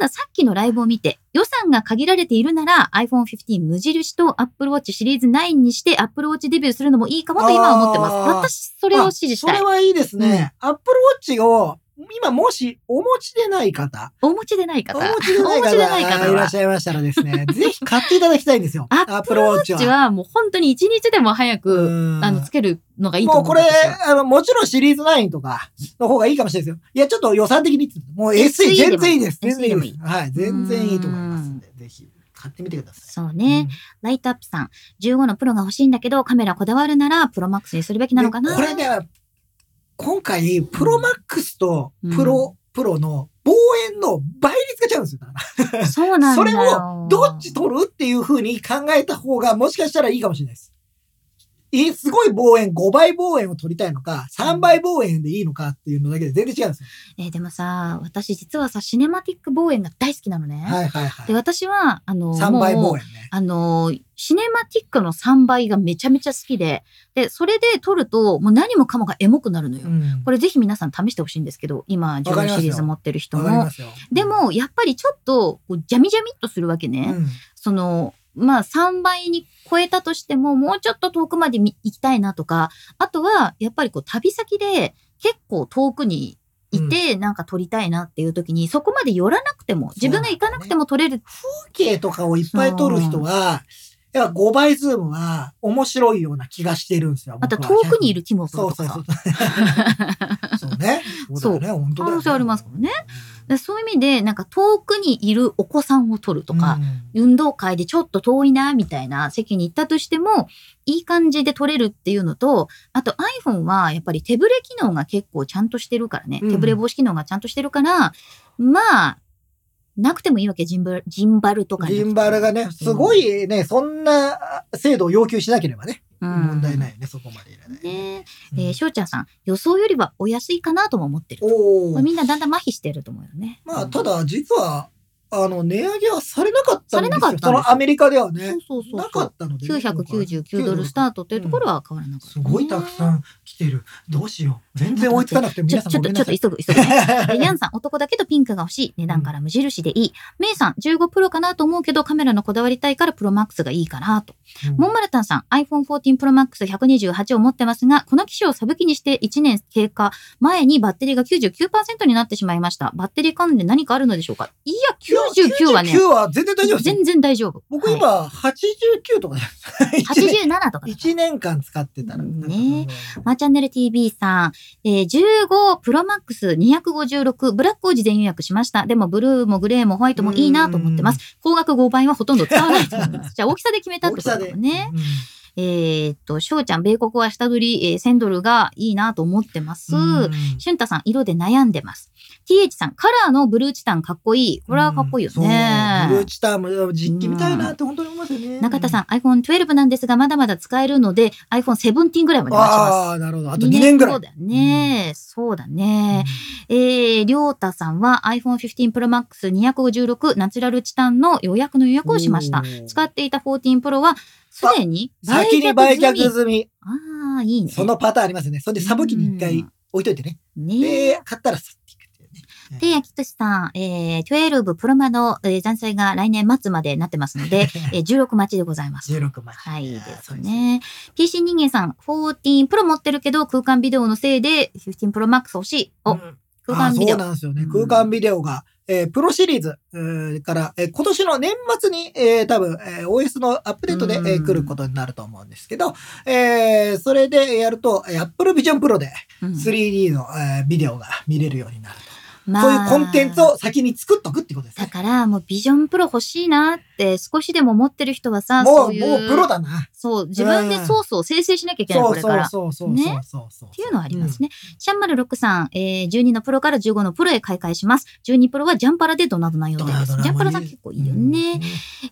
Speaker 3: ださっきのライブを見て、予算が限られているなら iPhone 15無印と Apple Watch シリーズ9にして Apple Watch デビューするのもいいかもと今は思ってます。
Speaker 2: あー
Speaker 3: 私、それを支持した
Speaker 2: あ
Speaker 3: い
Speaker 2: それ。はいいですね。アップルウォッチを、今もしお持ちでない方、
Speaker 3: お持ちでない
Speaker 2: お
Speaker 3: 方。
Speaker 2: 持ちでない
Speaker 3: お持
Speaker 2: 方
Speaker 3: ちでない方
Speaker 2: が
Speaker 3: はい
Speaker 2: らっしゃいましたらです ね、ぜひ買っていただきたいんですよ。
Speaker 3: ア
Speaker 2: アップルウォッチ
Speaker 3: うち
Speaker 2: は。
Speaker 3: はもう本当に一日でも早く、
Speaker 2: うん
Speaker 3: あの、つけるのがいいと
Speaker 2: もう
Speaker 3: 思
Speaker 2: こ
Speaker 3: う。
Speaker 2: れ
Speaker 3: 私は、
Speaker 2: あの、もちろんシリーズ9とかの方がいいかもしれないですよ。いや、ちょっと予算的にって言っても、もう SE
Speaker 3: SE
Speaker 2: 全然いいです。
Speaker 3: でも
Speaker 2: 全然いい
Speaker 3: SE
Speaker 2: です。はい、全然いいと思いますんで、ぜひ買ってみてください。
Speaker 3: そうね、ライトアップさん。15のプロが欲しいんだけど、カメラこだわるなら、プロマックスにするべきなのかな
Speaker 2: でこれね、今回、プロマックスとプロ、プロの望遠の倍率が違うんですよ。だから
Speaker 3: そうなんだよ。
Speaker 2: それをどっち取るっていう風に考えた方がもしかしたらいいかもしれないです。え、すごい望遠、5倍望遠を取りたいのか、3倍望遠でいいのかっていうのだけで全然違うんですよ。
Speaker 3: えーでもさ、私実はさ、シネマティック望遠が大好きなのね。
Speaker 2: はいはいは
Speaker 3: で、
Speaker 2: い。
Speaker 3: 私は、あの、
Speaker 2: 3倍望
Speaker 3: もう、
Speaker 2: 遠ね。
Speaker 3: あの、シネマティックの3倍がめちゃめちゃ好きで、で、それで撮ると、もう何もかもがエモくなるのよ。
Speaker 2: うん
Speaker 3: これぜひ皆さん試してほしいんですけど、今、
Speaker 2: わかり
Speaker 3: 10
Speaker 2: ますよ
Speaker 3: シリーズ持ってる人
Speaker 2: わかり
Speaker 3: も
Speaker 2: ま。すよ。
Speaker 3: でも、やっぱりちょっと、こうジャミジャミっとするわけ
Speaker 2: う
Speaker 3: ね。
Speaker 2: ん、
Speaker 3: その、まあ、3倍に超えたとしても、もうちょっと遠くまで見行きたいなとか、あとは、やっぱりこう、旅先で結構遠くにいて、なんか撮りたいなっていう時に、そこまで寄らなくても、自分が行かなくても撮れる。
Speaker 2: 風景とかをいっぱい撮る人は、やっぱ5倍ズームは面白いような気がしてるんですよ。
Speaker 3: また
Speaker 2: 僕は
Speaker 3: 遠くにいる木も
Speaker 2: そ
Speaker 3: そうう
Speaker 2: そ
Speaker 3: と
Speaker 2: う
Speaker 3: か
Speaker 2: そう
Speaker 3: さ。。
Speaker 2: そうね。そうだよね。本当だよね
Speaker 3: 可能性ありますからねでそういう意味で、なんか遠くにいるお子さんを撮るとか、
Speaker 2: うん
Speaker 3: 運動会でちょっと遠いな、みたいな席に行ったとしても、いい感じで撮れるっていうのと、あと iPhone はやっぱり手ブレ機能が結構ちゃんとしてるからね。
Speaker 2: うん
Speaker 3: 手ブレ防止機能がちゃんとしてるから、まあ、なくてもいいわけ、ジンバル、ジンバルとかなく
Speaker 2: ジ
Speaker 3: ても
Speaker 2: ンバルがね、すご、いね、そんな制度を要求しなければね、
Speaker 3: うん
Speaker 2: 問題ないよね、そこまでいらない。
Speaker 3: ね
Speaker 2: うん
Speaker 3: えー、しょうちゃんさん、予想よりはお安いかなとも思ってる。
Speaker 2: お
Speaker 3: こ
Speaker 2: お
Speaker 3: れ。みんなだんだん麻痺してると思うよね。
Speaker 2: まあ、
Speaker 3: うん
Speaker 2: た、だ、実は、あの、値上げはされなかったんですよ。
Speaker 3: されなかったんです
Speaker 2: そ
Speaker 3: よ
Speaker 2: のアメリカでは
Speaker 3: そ
Speaker 2: ね
Speaker 3: う。そうそう
Speaker 2: な
Speaker 3: そ
Speaker 2: か
Speaker 3: う。
Speaker 2: ったので。
Speaker 3: 999ドルスタートっていうところは変わらなかった、
Speaker 2: すごいたくさ
Speaker 3: ん。
Speaker 2: ん来てる。どうしよう。全然追いつかなくて、
Speaker 3: ちょ、
Speaker 2: 皆さん
Speaker 3: ちょ
Speaker 2: ご
Speaker 3: っ
Speaker 2: め
Speaker 3: と、
Speaker 2: ん
Speaker 3: ちょ
Speaker 2: なさ
Speaker 3: っと
Speaker 2: い。
Speaker 3: 急ぐ、急ぐね。で ヤンさん、男だけどピンクが欲しい。値段から無印でいい。メイさん、15プロかなと思うけど、カメラのこだわりたいからプロマックスがいいかなと。モンマルタンさん、iPhone 14 Pro Max 128を持ってますが、この機種をサブ機にして1年経過前にバッテリーが99%になってしまいました。バッテリー関連何かあるのでしょうかいや、99はね、
Speaker 2: 9は全然大丈夫ですよ。
Speaker 3: 全然大丈夫。
Speaker 2: 僕
Speaker 3: はい、
Speaker 2: 今、89とかです。一年
Speaker 3: 87とかだ
Speaker 2: 一年間使ってたら。
Speaker 3: ねマーチャンネル TV さん、えー、15プロマックス256ブラックを事前予約しました。でもブルーもグレーもホワイトもいいなと思ってます。高額5倍はほとんど使わないと思います。じゃあ大きさで決めたっ
Speaker 2: 大
Speaker 3: てこ
Speaker 2: き
Speaker 3: と
Speaker 2: さ
Speaker 3: だ
Speaker 2: で。
Speaker 3: もんね。
Speaker 2: うん
Speaker 3: えーっと、翔ちゃん、米国は下取り、えー1000ドルがいいなと思ってます。
Speaker 2: うん
Speaker 3: 俊太さん、色で悩んでます。TH さん、カラーのブルーチタンかっこいい。これはかっこいいよ
Speaker 2: うんそう
Speaker 3: ね。
Speaker 2: ブルーチターも実機みたいなって本当に思いますよね。
Speaker 3: 中田
Speaker 2: ん。
Speaker 3: さん、iPhone12 なんですが、まだまだ使えるので、iPhone17 ぐらいまで待ちます。
Speaker 2: ああ、なるほど。あと2年ぐらい
Speaker 3: そう。だよね。そうだね。えー、りょうたさんは iPhone15 Pro Max 256ナチュラルチタンの予約の予約をしました
Speaker 2: お。ー
Speaker 3: 使っていた14 Pro は、すでに売却済
Speaker 2: 先
Speaker 3: み。
Speaker 2: に売却済み。
Speaker 3: ああ、いいね。
Speaker 2: そのパターンありますよね。それで、サブ機に一回置いといてね。
Speaker 3: ねえ。
Speaker 2: で、買ったら去っていくっていうね。
Speaker 3: てやきとしさん、えー、12プロマの、えー、残債が来年末までなってます ので、えー、16待ちでございます。
Speaker 2: 16万。
Speaker 3: はい、です
Speaker 2: ね。
Speaker 3: ね。PC 人間さん、14プロ持ってるけど、空間ビデオのせいで、15プロマックス欲しい。
Speaker 2: う
Speaker 3: お、
Speaker 2: ん
Speaker 3: 空間ビデ
Speaker 2: あそう
Speaker 3: オ。
Speaker 2: なんですよね
Speaker 3: う。ん
Speaker 2: 空間ビデオが、えープロシリーズ、えーから、えー今年の年末に、えー多分、えー OS のアップデートで、えー
Speaker 3: うん
Speaker 2: 来ることになると思うんですけど、えーそれでやると、えー Apple Vision Pro で
Speaker 3: うん
Speaker 2: 3D の、えービデオが見れるようになると。
Speaker 3: まあ
Speaker 2: そういうコンテンツを先に作っとくってことです
Speaker 3: だ
Speaker 2: ね。
Speaker 3: から、もうビジョンプロ欲しいなって、少しでも持ってる人はさ、
Speaker 2: も、
Speaker 3: そううい
Speaker 2: もうプロ
Speaker 3: う、
Speaker 2: だな。
Speaker 3: そう、自分でソースを生成しなきゃいけない、
Speaker 2: そ
Speaker 3: こ
Speaker 2: う
Speaker 3: れ
Speaker 2: そ
Speaker 3: か
Speaker 2: う
Speaker 3: ら。
Speaker 2: そうそう
Speaker 3: ね
Speaker 2: そうそうそう。っ
Speaker 3: っていうのはありますね。シャンマル6さん、えー、12のプロから15のプロへ買い替えします。12プロはジャンパラでドナドナ予定です。ジャンパラさん結構いいよね。。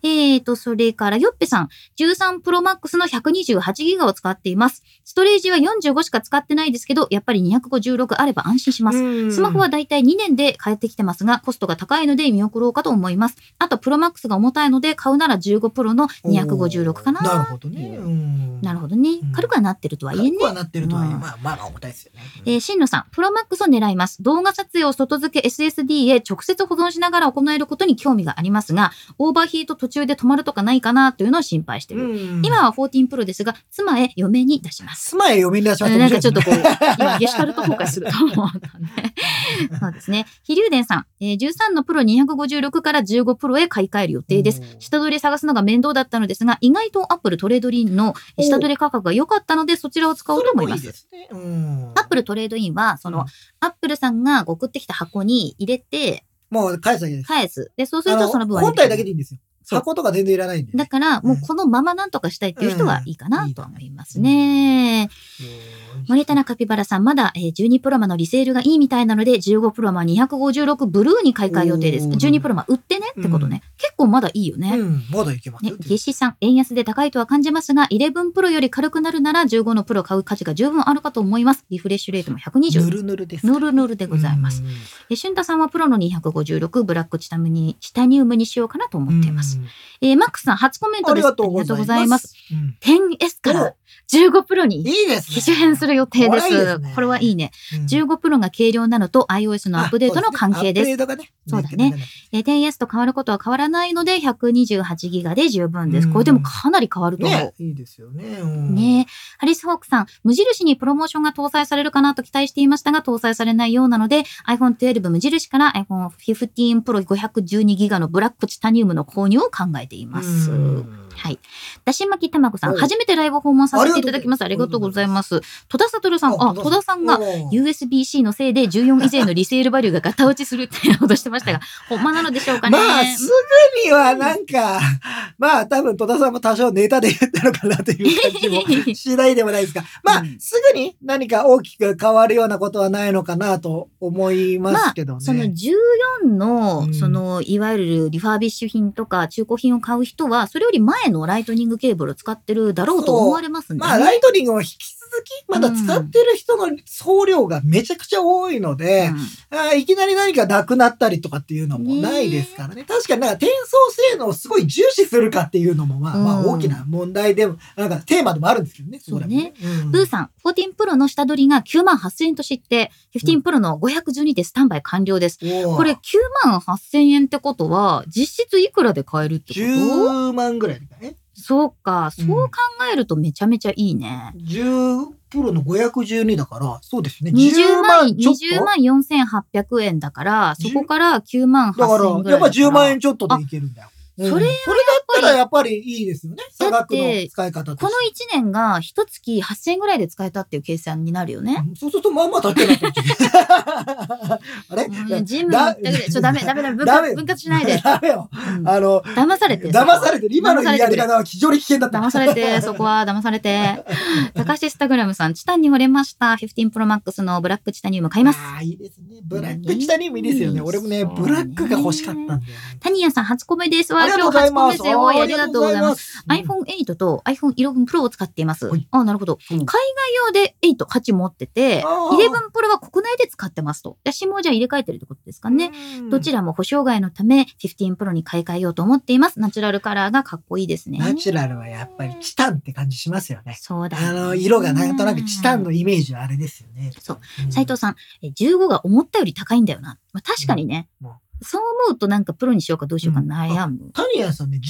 Speaker 3: えーと、それから、ヨッペさん、13 Pro Max の 128GB を使っています。ストレージは45しか使ってないですけど、やっぱり256あれば安心します。スマホはだいたい2年で変えてきてますが、コストが高いので見送ろうかと思います。あと、プロマックスが重たいので、買うなら15プロの256かな。
Speaker 2: なるほどね。
Speaker 3: い
Speaker 2: ね。
Speaker 3: う。
Speaker 2: うん
Speaker 3: なるほどね
Speaker 2: うん。
Speaker 3: 軽くはなってるとはいえね
Speaker 2: 軽く。はなってるとはいえ、
Speaker 3: うん
Speaker 2: まあまあまあ重たいですよね。
Speaker 3: えー、新野さん、プロマックスを狙います。動画撮影を外付け SSD へ直接保存しながら行えることに興味がありますが、オーバーヒート途中で止まるとかないかなというのを心配してる。
Speaker 2: うん
Speaker 3: 今は14プロですが、妻へ嫁に出します。
Speaker 2: 妻へ嫁に出しました。
Speaker 3: なんかちょっと
Speaker 2: 面
Speaker 3: こう、 今、ゲシュタルト崩壊すると思ったね。 そうですね。飛龍伝さん、えー13のプロ256から15プロへ買い替える予定
Speaker 2: 白い
Speaker 3: で。
Speaker 2: ですすね。
Speaker 3: 下取り探すのが面倒だったのですが、意外とアップルトレードインの下取り価格が良かったので、そちらを使おうと思います。
Speaker 2: それもいいですねうん
Speaker 3: アップルトレードインは、その、
Speaker 2: うん
Speaker 3: アップルさんが送ってきた箱に入れて、
Speaker 2: もう返すだけです。
Speaker 3: 返す。で、そうす
Speaker 2: あ
Speaker 3: ると
Speaker 2: の
Speaker 3: その分は
Speaker 2: 本体だけで
Speaker 3: で。
Speaker 2: いいんですよ。
Speaker 3: そう
Speaker 2: 箱とか全然いらないんで。
Speaker 3: だから、もうこのままなんとかしたいっていう人はいいか
Speaker 2: う
Speaker 3: なんとは思いますね。
Speaker 2: うん
Speaker 3: 森田。中カピバラさん、まだえー12プロマのリセールがいいみたいなので、15プロマ256ブルーに買い替え予定です。
Speaker 2: おー
Speaker 3: 12プロマ売ってねってことね。結構まだいいよね。
Speaker 2: うん、まだいけます
Speaker 3: ね
Speaker 2: よ。、
Speaker 3: ゲシさん、円安で高いとは感じますが、11プロより軽くなるなら15のプロ買う価値が十分あるかと思います。リフレッシュレートも
Speaker 2: ぬ
Speaker 3: 120。
Speaker 2: るぬるです。
Speaker 3: ヌルヌルでございます。
Speaker 2: うん。
Speaker 3: え、俊太さんはプロの256、ブラックチタムに、チタニウムにしようかなと思っています。
Speaker 2: うん。
Speaker 3: えーマックスさん、初コメント
Speaker 2: あ
Speaker 3: で
Speaker 2: り
Speaker 3: す。
Speaker 2: がとうござい
Speaker 3: ありがとうございま。
Speaker 2: ますす。うん
Speaker 3: 10S から15プロに
Speaker 2: いいですね。
Speaker 3: 機種変する予定です。
Speaker 2: これいいですね
Speaker 3: これはいいね。
Speaker 2: うん
Speaker 3: 15プロが軽量なのと iOS のアップデートの関係です。
Speaker 2: あそうですね
Speaker 3: そ
Speaker 2: ア
Speaker 3: う
Speaker 2: ッ
Speaker 3: だ
Speaker 2: プデートがね。
Speaker 3: ねえー 10S と変わることは変わらないので、128ギガで十分です。
Speaker 2: うん
Speaker 3: これでもかなり変わると思う。
Speaker 2: ね。いいですよね。うん
Speaker 3: ねえ。ハリス・ホークさん、無印にプロモーションが搭載されるかなと期待していましたが、搭載されないようなので、iPhone 12無印から iPhone 15 Pro 512ギガのブラックチタニウムの購入を考えています。
Speaker 2: うん
Speaker 3: はい。だし巻きたまこさん、
Speaker 2: お
Speaker 3: 初めてライブを訪問させていただきます。ありがとうございます。戸田悟さん、あ、戸田さんが、
Speaker 2: お
Speaker 3: USB-C のせいで14以前のリセールバリューがガタ落ちするってことしてました が、ほんまなのでしょうかね。
Speaker 2: まあ、すぐにはなん か、まあ、多分戸田さんも多少ネタで言ったのかなという感じもしないでもないですが、まあ、
Speaker 3: うん
Speaker 2: すぐに何か大きく変わるようなことはないのかなと思いますけどね。
Speaker 3: その14の、
Speaker 2: うん
Speaker 3: その、いわゆるリファービッシュ品とか中古品を買う人は、それより前のライトニングケーブルを使ってるだろうと思われますんで、ね。
Speaker 2: まあ、ライトニングを引き続き、まだ使ってる人の総量がめちゃくちゃ多いので、
Speaker 3: うん
Speaker 2: あーいきなり何かなくなったりとかっていうのもないですからね。確かになんか転送性能をすごい重視するかっていうのも、まあ、まあ
Speaker 3: うん
Speaker 2: 大きな問題でも、なんかテーマでもあるんですけどね。
Speaker 3: そうね
Speaker 2: れも。うん
Speaker 3: ブーさん、14プロの下取りが9万8000円と知って、15プロの512でスタンバイ完了です。
Speaker 2: おー
Speaker 3: これ9万8000円ってことは、実質いくらで買えるってこと
Speaker 2: 10万ぐらいだね。
Speaker 3: そうか、
Speaker 2: う
Speaker 3: そ
Speaker 2: ん
Speaker 3: う考えるとめちゃめちゃいいね。
Speaker 2: 10プロの512だから、そうですね。
Speaker 3: 20
Speaker 2: 10
Speaker 3: 万、
Speaker 2: 万ちょっ
Speaker 3: 20万4800円だから、そこから9万
Speaker 2: と。だか
Speaker 3: 8000円ぐ
Speaker 2: ら、やっ
Speaker 3: らいだか
Speaker 2: ぱ
Speaker 3: ら。
Speaker 2: 10万円ちょっとでいけるんだよ。
Speaker 3: あそれは
Speaker 2: だったらやっぱりいいですよね。差額の使い方として
Speaker 3: この1年が1月8000円ぐらいで使えたっていう計算になるよね。
Speaker 2: そうすると まあまあだけなっちゃうあれ
Speaker 3: うんジムに行ったぐらい。ち ょ、ダメ、ダメ、ダメ、分
Speaker 2: ダメ
Speaker 3: 割、分割しないで。
Speaker 2: ダメよ。
Speaker 3: うん
Speaker 2: あの、
Speaker 3: 騙されて。
Speaker 2: 騙されてる。今のやり方は非常に危険だった。
Speaker 3: 騙されて、そこは騙さ れて。高橋スタグラムさん、チタンに惚れました。15 Pro Max のブラックチタニウム買います。
Speaker 2: ああ、いいですね。ブラック下にもいいですよね。
Speaker 3: うん
Speaker 2: 俺もね、
Speaker 3: そうね
Speaker 2: ブラックが欲しかったんだよね。
Speaker 3: タニヤさん、初コメですわ。
Speaker 2: ありがとう
Speaker 3: 今
Speaker 2: ご
Speaker 3: 日
Speaker 2: ざい
Speaker 3: 初コ
Speaker 2: ま
Speaker 3: メ
Speaker 2: す。
Speaker 3: ですわ。ありがとうございます。
Speaker 2: す
Speaker 3: iPhone8 と iPhone11 Pro を使っています。
Speaker 2: はい
Speaker 3: あなるほど。
Speaker 2: うん
Speaker 3: 海外用で8、8持ってて、
Speaker 2: あー
Speaker 3: 11 Pro は国内で使ってますと。私もじゃあ入れ替えてるってことですかね。。どち
Speaker 2: ら
Speaker 3: らも保証外のため、15 Pro に買い替えようと思っています。ナチュラルカラーがかっこいいですね。
Speaker 2: ナチュラルはやっぱりチタンって感じしますよね。
Speaker 3: そうだ、
Speaker 2: あの、色がなんとなくチタンの
Speaker 3: うん
Speaker 2: イメージはあれですよね。。
Speaker 3: そうん斉藤さん、え15が思ったより高いんだよな。まあ、確かにね、
Speaker 2: うんうん
Speaker 3: そう思うとなんかプロにしようかどうしようか
Speaker 2: うん
Speaker 3: 悩む。
Speaker 2: タニヤさんね、15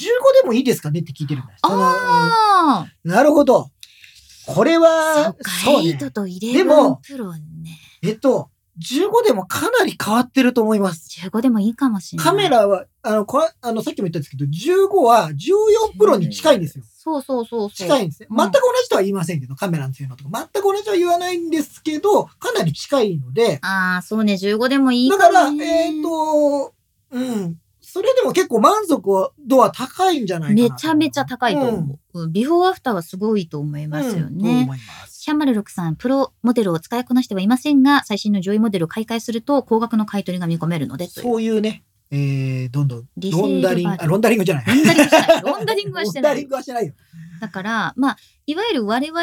Speaker 2: でもいいですかねって聞いてるんだよ。その
Speaker 3: ああ、
Speaker 2: なるほど。これ
Speaker 3: そう
Speaker 2: は、
Speaker 3: か、
Speaker 2: そうね。
Speaker 3: 8と
Speaker 2: で
Speaker 3: 11
Speaker 2: も
Speaker 3: プロね。
Speaker 2: えっと、15でもかなり変わってると思います。
Speaker 3: 15でもいいかもしれない。
Speaker 2: カメラは、あの、こあのさっきも言ったんですけど、15は14プロに近いんですよ。
Speaker 3: そうそうそうそう。
Speaker 2: 近いんですね。
Speaker 3: うん
Speaker 2: 全く同じとは言いませんけど、カメラの性能とか、全く同じとは言わないんですけど、かなり近いので、
Speaker 3: ああ、そうね、15でもいい
Speaker 2: だ
Speaker 3: か
Speaker 2: から、
Speaker 3: もね
Speaker 2: えっ、と、うん、それでも結構満足度は高いんじゃないかな
Speaker 3: めちゃめちゃ高いと思う。うんビフォーアフターはすごいと思い
Speaker 2: うん
Speaker 3: ますよ
Speaker 2: と
Speaker 3: ね。
Speaker 2: 思います。
Speaker 3: シャンマル6さん、プロモデルを使いこなしてはいませんが、最新の上位モデルを買い替えすると、高額の買い取りが見込めるのでという。
Speaker 2: そういうね、えー、どんどん、
Speaker 3: リセ
Speaker 2: ロンダ
Speaker 3: ール
Speaker 2: リング、
Speaker 3: バ
Speaker 2: あ
Speaker 3: ージョン。
Speaker 2: ロンダリングじゃない。
Speaker 3: ロンダリングしてない。 ロンダリングはし
Speaker 2: ロ
Speaker 3: て
Speaker 2: ン
Speaker 3: な
Speaker 2: ダリ
Speaker 3: い
Speaker 2: ン。グはしてないよ。
Speaker 3: だから、まあ、いわゆる我々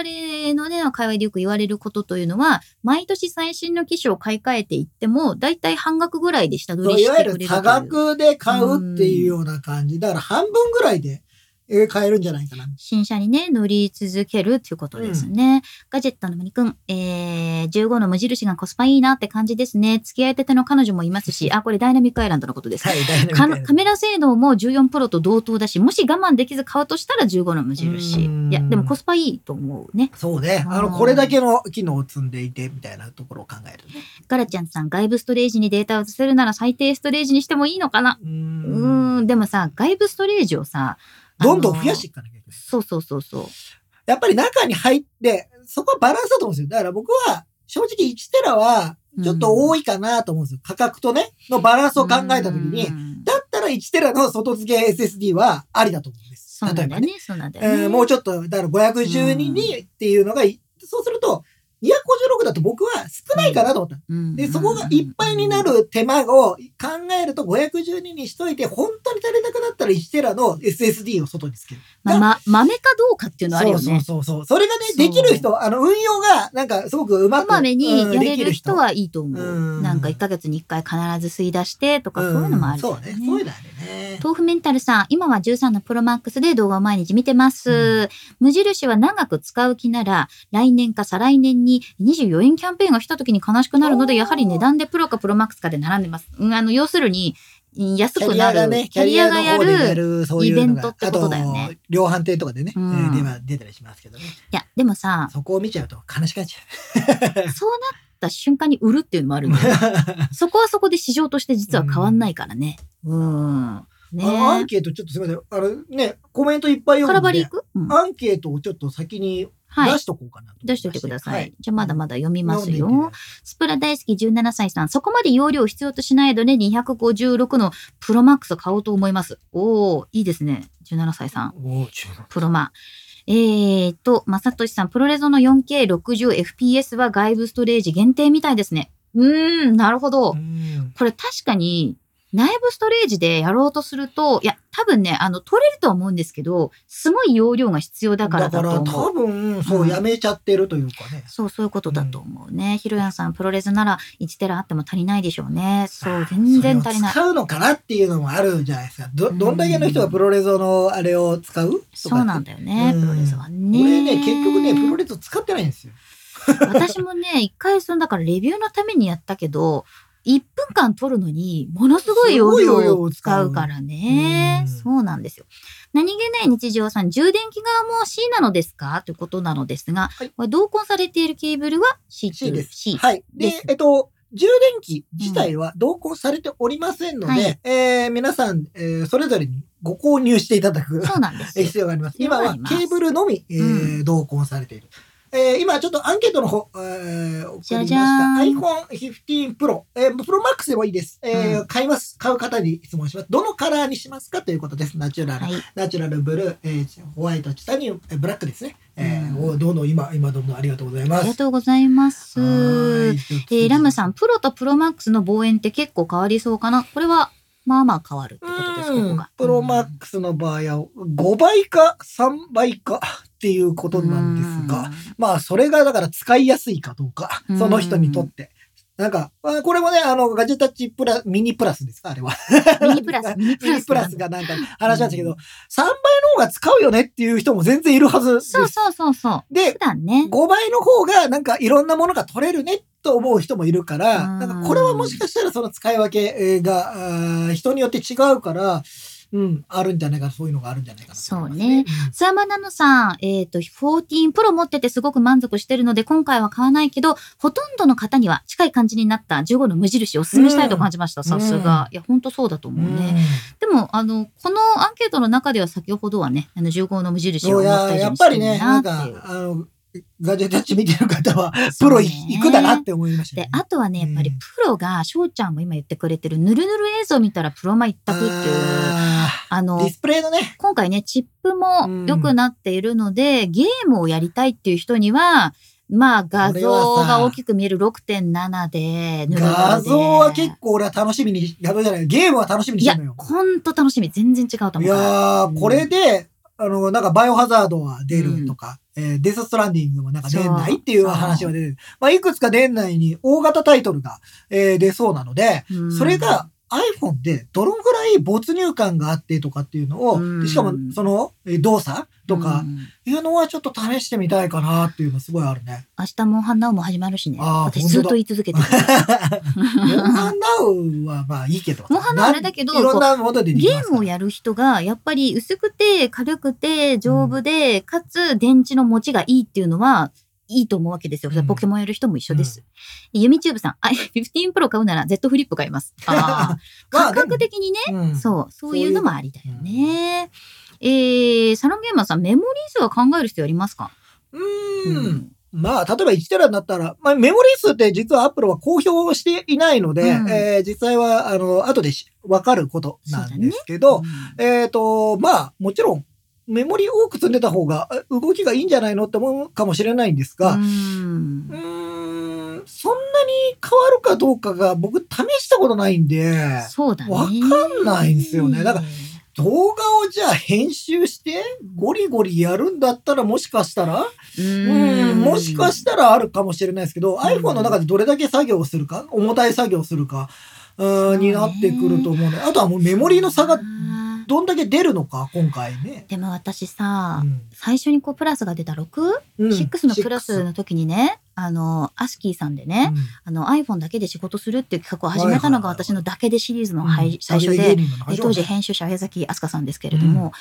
Speaker 3: のね、界隈でよく言われることというのは、毎年最新の機種を買い替えていっても、だいたい半額ぐらいで下取
Speaker 2: そう
Speaker 3: り
Speaker 2: い
Speaker 3: し
Speaker 2: わ
Speaker 3: て
Speaker 2: ゆ
Speaker 3: くれるとい
Speaker 2: る
Speaker 3: う。
Speaker 2: 差額で買うっていうような感じ。だから半分ぐらいでえー買えるんじゃないかな。
Speaker 3: 新車にね、乗り続けるということですね。ガジェットのマニ君、えー、15の無印がコスパいいなって感じですね。付き合いたての彼女もいま すし、あ、これダイナミックアイランドのことです。
Speaker 2: はい、ダイナミック
Speaker 3: か
Speaker 2: アイランド
Speaker 3: カメラ性能も14プロと同等だし、もし我慢できず買うとしたら15の無印
Speaker 2: う。ん
Speaker 3: いや、でもコスパいいと思うね。
Speaker 2: そうね。あの、
Speaker 3: あー
Speaker 2: これだけの機能を積んでいて、みたいなところを考えるね。
Speaker 3: ガラちゃんさん、外部ストレージにデータをせるなら最低ストレージにしてもいいのかな
Speaker 2: うー
Speaker 3: うー
Speaker 2: ん。
Speaker 3: ん、でもさ、外部ストレージをさ、あの
Speaker 2: どんどん増やしていかなきゃいけない。
Speaker 3: そうそうそうそう。
Speaker 2: やっぱり中に入って、そこはバランスだと思うんですよ。だから僕は、正直1テラは、ちょっと多いかなと思うんですよ。価格とね、のバランスを考えたときに
Speaker 3: う、ん
Speaker 2: だったら1テラの外付け SSD はありだと思うんです。
Speaker 3: そうなん
Speaker 2: 例
Speaker 3: だ
Speaker 2: え
Speaker 3: よ
Speaker 2: ばね
Speaker 3: ね、そうなんだよ
Speaker 2: え
Speaker 3: ね。
Speaker 2: ーもうちょっと、だから512にっていうのがい、そうすると、256だと僕は少ないかなと思った。
Speaker 3: うん
Speaker 2: で、そこがいっぱいになる手間を考えると512にしといて、本当に足りなくなったら1テラの SSD を外につける。
Speaker 3: まあ、ま豆かどうかっていうのはあるよね。
Speaker 2: そうそうそうそう。それがね
Speaker 3: そう、
Speaker 2: できる人、あの、運用が、なんか、すごくうま
Speaker 3: こ
Speaker 2: く。
Speaker 3: まめに
Speaker 2: うん
Speaker 3: や
Speaker 2: で
Speaker 3: れ
Speaker 2: き
Speaker 3: る人はいいと思う。
Speaker 2: うん
Speaker 3: なんか1ヶ月に1回必ず吸い出してとかそういうのもある
Speaker 2: うん
Speaker 3: よ
Speaker 2: そうね。そういうのあるね。
Speaker 3: 豆腐メンタルさん、今は13のプロマックスで動画を毎日見てま
Speaker 2: う
Speaker 3: す。無印は長く使う気なら、来年か再来年に24円キャンペーンが来た時に悲しくなるので、
Speaker 2: おー
Speaker 3: やはり値段でプロかプロマックスかで並んでます。うん、あの、要するに、うん安
Speaker 2: キャ
Speaker 3: く
Speaker 2: リ
Speaker 3: な
Speaker 2: アが
Speaker 3: る。
Speaker 2: ね、
Speaker 3: キャリアがや
Speaker 2: キャリアの方で
Speaker 3: る。
Speaker 2: る、そういうのが
Speaker 3: イベントってことだよね
Speaker 2: あと、量販店とかでね、
Speaker 3: うん
Speaker 2: えー電話出たりしますけどね。
Speaker 3: いや、でもさ、
Speaker 2: そこを見ちゃうと悲しくなっちゃ
Speaker 3: そうなった瞬間に売るっていうのもあるんだよ
Speaker 2: う。
Speaker 3: そこはそこで市場として実は変わんないからね。うん。
Speaker 2: あの、アン
Speaker 3: ね
Speaker 2: ケートちょっとすみません。あのね、コメントいっぱい
Speaker 3: え。カ
Speaker 2: 読
Speaker 3: ラ
Speaker 2: んで
Speaker 3: バリ行く、うん
Speaker 2: アンケートをちょっと先に出
Speaker 3: はい。
Speaker 2: しとこうかなと思ま
Speaker 3: 出しておいてください。
Speaker 2: はい
Speaker 3: じゃあまだまだ読みます
Speaker 2: 読んでみ
Speaker 3: よ
Speaker 2: て。
Speaker 3: スプラ大好き17歳さん、そこまで容量を必要としないので256のプロマックスを買おうと思います。おー、いいですね。17歳さん。
Speaker 2: おー中
Speaker 3: プロマ。えーと、まさとしさん、プロレゾの 4K60fps は外部ストレージ限定みたいですね。うーん、なるほど。
Speaker 2: 毒うん
Speaker 3: これ確かに内部ストレージでやろうとすると、いや、多分ね、あの、取れるとは思うんですけど、すごい容量が必要だから
Speaker 2: だ
Speaker 3: だ
Speaker 2: か
Speaker 3: と
Speaker 2: ら
Speaker 3: 思
Speaker 2: 多。
Speaker 3: う
Speaker 2: 分、そうう、
Speaker 3: ん
Speaker 2: やめちゃってるというかね。
Speaker 3: そう、そういうことだと思うね。ひろやんさん、プロレスなら1テラあっても足りないでしょうね。そう、全然足りない
Speaker 2: そ。れを使うのかなっていうのもあるじゃないですか。ど、どんだけの人がプロレゾのあれを使うとかって
Speaker 3: そうなんだよね、
Speaker 2: うん
Speaker 3: プロレスはね。
Speaker 2: 俺ね、結局ね、プロレゾ使ってないんですよ。
Speaker 3: 私もね、一回その、だからレビューのためにやったけど、1分間取るのに、ものすごい容量を使うからね。
Speaker 2: すご
Speaker 3: そうなんですよ。何気ない日常さん、充電器側も C なのですかということなのですが、
Speaker 2: はい
Speaker 3: これ同梱されているケーブルは C と
Speaker 2: C
Speaker 3: い
Speaker 2: で
Speaker 3: う
Speaker 2: す。
Speaker 3: C。
Speaker 2: はい。で
Speaker 3: です、
Speaker 2: えっと、充電器自体は同行されておりませんので、
Speaker 3: はい
Speaker 2: えー皆さん、えーそれぞれにご購入していただく
Speaker 3: そうなんですよ。
Speaker 2: 必要があります。今は
Speaker 3: 必要があります
Speaker 2: ケーブルのみ、えー
Speaker 3: う
Speaker 2: 同梱されている。えー今ちょっとアンケートの方、えー、送りまし
Speaker 3: じ
Speaker 2: た
Speaker 3: ゃじゃーん
Speaker 2: iPhone15 Pro、えー、プロマックスでもいいです、えー買います。買う方に質問します。どのカラーにしますかということです。ナチュラル、
Speaker 3: はい。
Speaker 2: ナチュラルブルー、えーホワイト、チタニウム、えーブラックですね。えー
Speaker 3: うん
Speaker 2: おどんどん今、今どんどんありがとうござい
Speaker 3: あ
Speaker 2: ま
Speaker 3: りが
Speaker 2: す。
Speaker 3: とうございます。
Speaker 2: はい
Speaker 3: えーラムさん、プロとプロマックスの望遠って結構変わりそうかなこれは、まあまあ変わるってことです、こ
Speaker 2: う
Speaker 3: こ
Speaker 2: ん
Speaker 3: が。
Speaker 2: プロマックスの場合は5倍か3倍かっていうことなんですが、
Speaker 3: うん。
Speaker 2: まあそれがだから使いやすいかどうか
Speaker 3: う、ん
Speaker 2: その人にとって。なんか、あこれもね、あの、ガジェタッチプラ、ミニプラスですかあれ は。
Speaker 3: ミニプラス、ミニプ
Speaker 2: ミ
Speaker 3: ラ
Speaker 2: ニ
Speaker 3: ス。
Speaker 2: プラスがなんか話しましたけど、3倍の方が使うよねっていう人も全然いるはずです。
Speaker 3: そうそうそうそう。
Speaker 2: で
Speaker 3: 普、段ね。
Speaker 2: 5倍の方がなんかいろんなものが取れるねと思う人もいるから、
Speaker 3: うん
Speaker 2: なんかこれはもしかしたらその使い分けえーがあー人によって違うから、うん、あるんじゃないか、そういうのがあるんじゃないかなと思います、
Speaker 3: スワマナノさん、えっ、と、14プロ持っててすごく満足してるので、今回は買わないけど、ほとんどの方には近い感じになった15の無印をお勧めしたいと感じました。さすが。いや、ほんとそうだと
Speaker 2: うん。
Speaker 3: 思う
Speaker 2: う
Speaker 3: ね。
Speaker 2: ん
Speaker 3: でも、あの、このアンケートの中では先ほどはね、あの15の無印
Speaker 2: そう
Speaker 3: を思っ
Speaker 2: や
Speaker 3: た以
Speaker 2: や
Speaker 3: 上
Speaker 2: っ
Speaker 3: に
Speaker 2: ぱ
Speaker 3: して
Speaker 2: りね、
Speaker 3: る
Speaker 2: な
Speaker 3: なんってい
Speaker 2: か
Speaker 3: う。、
Speaker 2: あの、ガジェタッチ見てる方は、プロい
Speaker 3: そうね
Speaker 2: 行くだなって思いましたよ
Speaker 3: で
Speaker 2: ね。、
Speaker 3: あとはね、やっぱり
Speaker 2: うん
Speaker 3: プロが、翔ちゃんも今言ってくれてる、ぬるぬる映像見たらプロマ一択っていう、あ
Speaker 2: あーデ
Speaker 3: の
Speaker 2: ィ、スプレイのね、
Speaker 3: 今回ね、チップも良くなっているので、ゲームをやりたいっていう人には、まあ画
Speaker 2: こ
Speaker 3: 像
Speaker 2: れは
Speaker 3: が
Speaker 2: さ
Speaker 3: 大きく見える6.7で、ぬるぬるで
Speaker 2: 画像は結構俺は楽しみに、画像じゃない、ゲームは楽しみにし
Speaker 3: い
Speaker 2: て
Speaker 3: や
Speaker 2: るのよ、。
Speaker 3: ほんと楽しみ。全然違うと
Speaker 2: い
Speaker 3: 思うから。
Speaker 2: や
Speaker 3: うん
Speaker 2: ー、これで、あの、なんかバイオハザードは出るとか、えーデスストランディングもなんか出ないっていう
Speaker 3: そう
Speaker 2: 話は出てる。まあ、いくつか年内に大型タイトルが、えー出そうなので、
Speaker 3: うん
Speaker 2: それが、 iPhone ってどのぐらい没入感があってとかっていうのを、
Speaker 3: うん
Speaker 2: でしかもそのえ動作とか
Speaker 3: うん
Speaker 2: いうのはちょっと試してみたいかなっていうのすごいある ね。
Speaker 3: 明日もハンナウも始まるしね。
Speaker 2: あー
Speaker 3: 私
Speaker 2: 本
Speaker 3: ず
Speaker 2: 当
Speaker 3: っ
Speaker 2: だ
Speaker 3: と言い続けてる。
Speaker 2: モンハンナウはまあいいけど。
Speaker 3: モンハンナウあれだけど
Speaker 2: ないろんなものででき
Speaker 3: ゲ
Speaker 2: ます
Speaker 3: ームをやる人が、やっぱり薄くて、軽くて、丈夫で、かつ電池の持ちがいいっていうのは、いいと思うわけですよ。
Speaker 2: うん
Speaker 3: ポケモンやる人も一緒です。ユミチューブさん、あ、15 Pro 買うなら Z フリップ買います。あ ー
Speaker 2: まあ
Speaker 3: 価格的にね、
Speaker 2: ら、うん
Speaker 3: そう、そういうのもありだよね。えー、サロンゲーマーさん、メモリー数は考える必要ありますか、
Speaker 2: うーん。まあ、例えば1テラになったら、まあ、メモリ数って実はアップルは公表していないので、
Speaker 3: うん
Speaker 2: えー実際は、あの、後でしわかることなんですけど、
Speaker 3: うん
Speaker 2: えっ、と、まあ、もちろん、メモリ多く積んでた方がえ動きがいいんじゃないのって思うかもしれないんです
Speaker 3: う
Speaker 2: が、
Speaker 3: ん
Speaker 2: うーん、そんなに変わるかどうかが僕試したことないんで、
Speaker 3: そうだね。
Speaker 2: わかんないんですよねだから動画をじゃあ編集してゴリゴリやるんだったらもしかしたら
Speaker 3: う
Speaker 2: うん、もしかしたらあるかもしれないですけど、
Speaker 3: ん
Speaker 2: iPhone の中でどれだけ作業をするか、重たい作業をするか、う、
Speaker 3: うんね
Speaker 2: になってくると思うので、あとはもうメモリーの差がどんだけ出るのか、今回ね。
Speaker 3: でも私さ、
Speaker 2: うん
Speaker 3: 最初にこうプラスが出た 6?6、
Speaker 2: うん
Speaker 3: 6のプラスの時にね、あの、アスキーさんでね、あの iPhone だけで仕事するっていう企画を始めたのが
Speaker 2: はいはいはい
Speaker 3: 私のだけでシリーズ
Speaker 2: う
Speaker 3: の
Speaker 2: ん
Speaker 3: 配最初
Speaker 2: サゲー、
Speaker 3: で
Speaker 2: ニングの
Speaker 3: え
Speaker 2: 話
Speaker 3: 当時編集者、矢崎飛鳥さんですけれども、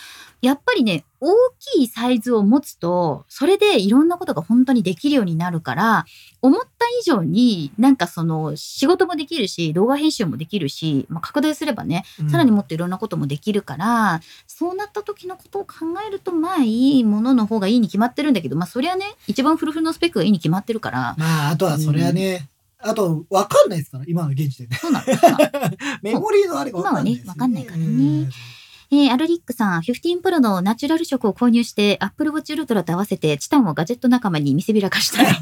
Speaker 3: やっぱりね、大きいサイズを持つと、それでいろんなことが本当にできるようになるから、思った以上になんかその仕事もできるし、動画編集もできるし、まあ、拡大すればね、さらにもっといろんなこともできるから、そうなった時のことを考えると、まあいいものの方がいいに決まってるんだけど、まあそりゃね、一番フルフルのスペックがいいに決まってるから、
Speaker 2: まあ、あとはそれはね、あと、わかんないですから、今の現時点で。
Speaker 3: そうなの そうなの
Speaker 2: メモリーのあれがわかんない、
Speaker 3: 今はねわかんないからね
Speaker 2: うん
Speaker 3: えー、アルリックさん、15プロのナチュラル色を購入して、Apple Watch Ultra と合わせて、チタンをガジェット仲間に見せびらかした い。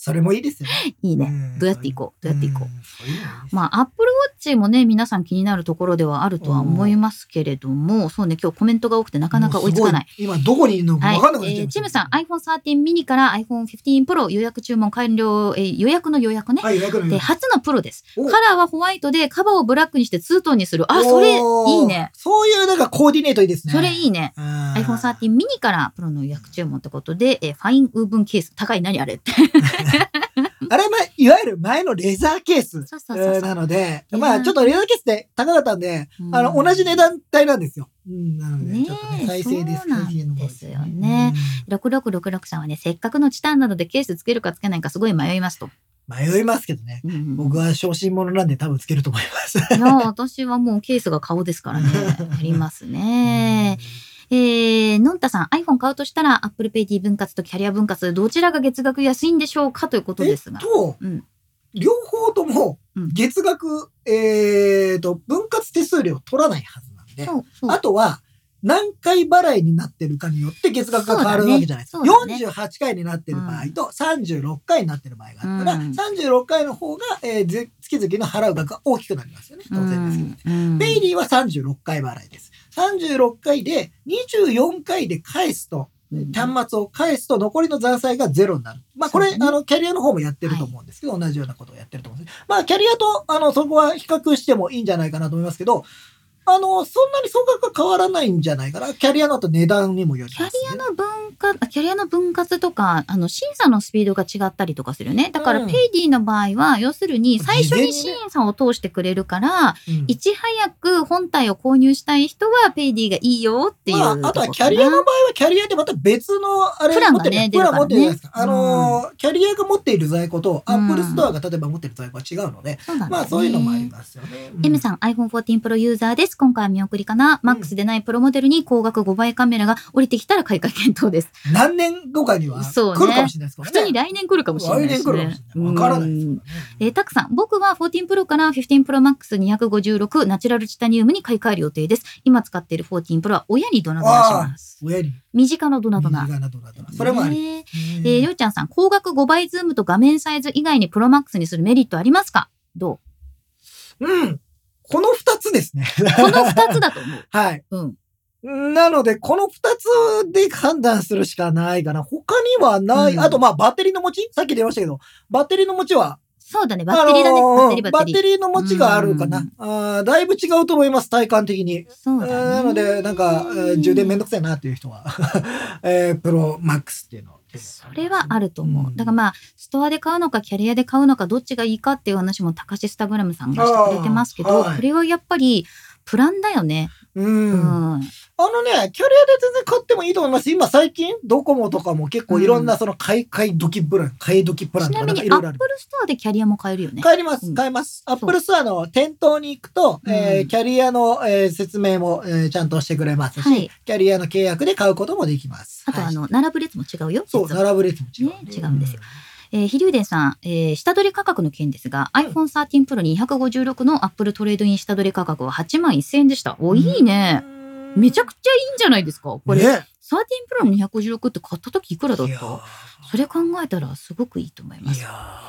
Speaker 2: それもいいですよね。
Speaker 3: いい ね。
Speaker 2: ん
Speaker 3: どうやっていこうどうやっていこう。
Speaker 2: んそういうのもいいです
Speaker 3: まあ、アップルウォッチもね、皆さん気になるところではあるとは思いますけれども、そうね、今日コメントが多くてなかなか追いつかな
Speaker 2: も
Speaker 3: い。。
Speaker 2: うすご今どこにいるのか
Speaker 3: はい
Speaker 2: わかんなくなっちゃいまし、
Speaker 3: えーチムさん、iPhone 13 mini から iPhone 15 Pro 予約注文完了、えー予約の予約ね。
Speaker 2: はい、楽な
Speaker 3: で、初のプロです。カ
Speaker 2: お
Speaker 3: ラーはホワイトで、カバーをブラックにしてツートンにする。あ、それ、い
Speaker 2: おー
Speaker 3: いね。。
Speaker 2: そういうなんかコーディネートいいですね。
Speaker 3: それいいね。
Speaker 2: うん。iPhone
Speaker 3: iPhone 13 mini からプロの予約注文ってことで、えーファインウーブンケース。高い何あれって。
Speaker 2: あれは、いわゆる前のレザーケース。
Speaker 3: そ
Speaker 2: え
Speaker 3: うそうそう
Speaker 2: ー
Speaker 3: そう
Speaker 2: なので、
Speaker 3: いやー
Speaker 2: まあちょっとレザーケースって高かったんで、あの、
Speaker 3: うん
Speaker 2: 同じ値段帯なんですよ。うん、なので、
Speaker 3: ねえ
Speaker 2: ちょっとね、再生です。
Speaker 3: そうなん
Speaker 2: 再生の方
Speaker 3: ですよね。6666さんはね、せっかくのチタンなのでケースつけるかつけないかすごい迷いますと。
Speaker 2: うん迷いますけどね。
Speaker 3: うん
Speaker 2: 僕は小心者なんで多分つけると思います。
Speaker 3: いや、私はもうケースが顔です からね。あります ね。えー、のんたさん、iPhone 買うとしたら、Apple Pay D 分割とキャリア分割、どちらが月額安いんでしょうかということですが。
Speaker 2: と、
Speaker 3: うん
Speaker 2: 両方とも
Speaker 3: うん
Speaker 2: 月額、えっと、分割手数料取らないはずなんで、
Speaker 3: そう、そう。
Speaker 2: あとは、何回払いになってるかによって月額が変わるわけじゃないですか。
Speaker 3: そうだね
Speaker 2: 48回になってる場合と36回になってる場合があったら、
Speaker 3: うん
Speaker 2: 36回の方が、えーぜ月々の払う額が大きくなりますよね。当然ですけど。
Speaker 3: うん
Speaker 2: ペイリーは36回払いです。36回で24回で返すと、
Speaker 3: うん
Speaker 2: 端末を返すと残りの残債がゼロになる。まあこれ、
Speaker 3: そう
Speaker 2: あ
Speaker 3: ね
Speaker 2: の、キャリアの方もやってると思うんですけど、同じようなことをやってると思うんですけどまあキャリアと、あの、そこは比較してもいいんじゃないかなと思いますけど、あの、そんなに総額が変わらないんじゃないかな。キャリアのと値段にもより
Speaker 3: キャ
Speaker 2: ます、ね。
Speaker 3: リアの分割、あキャリアの分割とか、あの、審査のスピードが違ったりとかするよね。だから、
Speaker 2: うん
Speaker 3: ペイディの場合は、要するに、最初に
Speaker 2: 事前にね
Speaker 3: 審査を通してくれるから、
Speaker 2: うん
Speaker 3: いち早く本体を購入したい人は、ペイディがいいよっていうとこかな、
Speaker 2: まあ、あとはキャリアの場合はキャリアでまた別のあれ
Speaker 3: プランが
Speaker 2: 持っ
Speaker 3: ね
Speaker 2: てるプラン持ってるじゃないですか。
Speaker 3: 出
Speaker 2: あ
Speaker 3: るからね
Speaker 2: のー、キャリアが持っている在庫と、アップル
Speaker 3: うん
Speaker 2: ストアが例えば持っている在庫は違うので、
Speaker 3: そうなんだよ
Speaker 2: ま
Speaker 3: ね
Speaker 2: あそういうのもありますよね。うん
Speaker 3: M さん iPhone 14 Pro ユーザーです。今回は見送りかな。MAX でないプロモデルに高額5倍カメラが降りてきたら買い替え検討です。
Speaker 2: 何年後かには
Speaker 3: そうね
Speaker 2: 来るかもしれないですからね。
Speaker 3: 普通に来年来るかもしれないです
Speaker 2: 来年来るかも
Speaker 3: ね
Speaker 2: し。れない。わからないです
Speaker 3: う
Speaker 2: か
Speaker 3: んえー、たくさん、僕は14 Pro から15 Pro Max 256ナチュラルチタニウムに買い替える予定です。今使っている14 Pro は親にドナドナします。
Speaker 2: らね。上に。
Speaker 3: 身近なドナド
Speaker 2: 右
Speaker 3: ナ。
Speaker 2: 側などなどなそれもあり。
Speaker 3: ね
Speaker 2: うん
Speaker 3: えー、りょうちゃんさん、高額5倍ズームと画面サイズ以外に Pro Max にするメリットありますかど
Speaker 2: うん。この二つですね。
Speaker 3: うこの2つだと思う。
Speaker 2: はい。
Speaker 3: うん。
Speaker 2: なので、この二つで判断するしかないかな。他にはない。
Speaker 3: うん
Speaker 2: あと、まあ、バッテリーの持ちさっき出ましたけど、バッテリーの持ちは、
Speaker 3: そうだね、バッテリーだね。
Speaker 2: あの
Speaker 3: バッテリー、
Speaker 2: バ
Speaker 3: バッ
Speaker 2: ッ
Speaker 3: テリ
Speaker 2: テ
Speaker 3: ー。
Speaker 2: リーの持ちがあるか
Speaker 3: う。
Speaker 2: なんあーだいぶ違うと思います、体感的に。
Speaker 3: そうだね。
Speaker 2: なので、なんか、えー充電めんどくさいなっていう人は、 えープロマックスっていうのを。
Speaker 3: それはあると思
Speaker 2: う
Speaker 3: う。
Speaker 2: ん
Speaker 3: だからまあ、ストアで買うのか、キャリアで買うのか、どっちがいいかっていう話も、高橋スタグラムさんがしてくれてますけど、
Speaker 2: あーはい
Speaker 3: これはやっぱり、プランだよね。
Speaker 2: うん。あ
Speaker 3: う
Speaker 2: の
Speaker 3: ん。
Speaker 2: ね、キャリアで全然買ってもいいと思います。今最近、ドコモとかも結構いろんなその買い、買い時プラン、買い時プラン
Speaker 3: ち
Speaker 2: と
Speaker 3: な
Speaker 2: か
Speaker 3: み
Speaker 2: なん
Speaker 3: に
Speaker 2: かい、ろ
Speaker 3: ア
Speaker 2: いろあ
Speaker 3: ッ
Speaker 2: る
Speaker 3: プ。ルストアでキャリアも買えるよね。
Speaker 2: 買えま
Speaker 3: う
Speaker 2: す、
Speaker 3: ん
Speaker 2: 買えます。ア
Speaker 3: う
Speaker 2: ップルストアの店頭に行くと、え
Speaker 3: う
Speaker 2: ー
Speaker 3: ん
Speaker 2: キャリアの、えー説明も、えーちゃんとしてくれますし、
Speaker 3: はい。
Speaker 2: キャリアの契約で買うこともできます。
Speaker 3: あと、
Speaker 2: はい
Speaker 3: あの、並ぶ列も違うよ。
Speaker 2: そう、
Speaker 3: 実は
Speaker 2: 並ぶ率も違う、
Speaker 3: ね違うんですよ。えー、飛龍伝さん、えー下取り価格の件ですが、
Speaker 2: い
Speaker 3: iPhone 13 Pro に256の Apple トレードイン下取り価格は8万1000円でした。お、
Speaker 2: うん
Speaker 3: いいね。めちゃくちゃいいんじゃないですかこれ、
Speaker 2: ね
Speaker 3: 13 Pro の256って買った時いくらだっ
Speaker 2: いや
Speaker 3: たそれ考えたらすごくいいと思いま
Speaker 2: ーい
Speaker 3: す。
Speaker 2: やー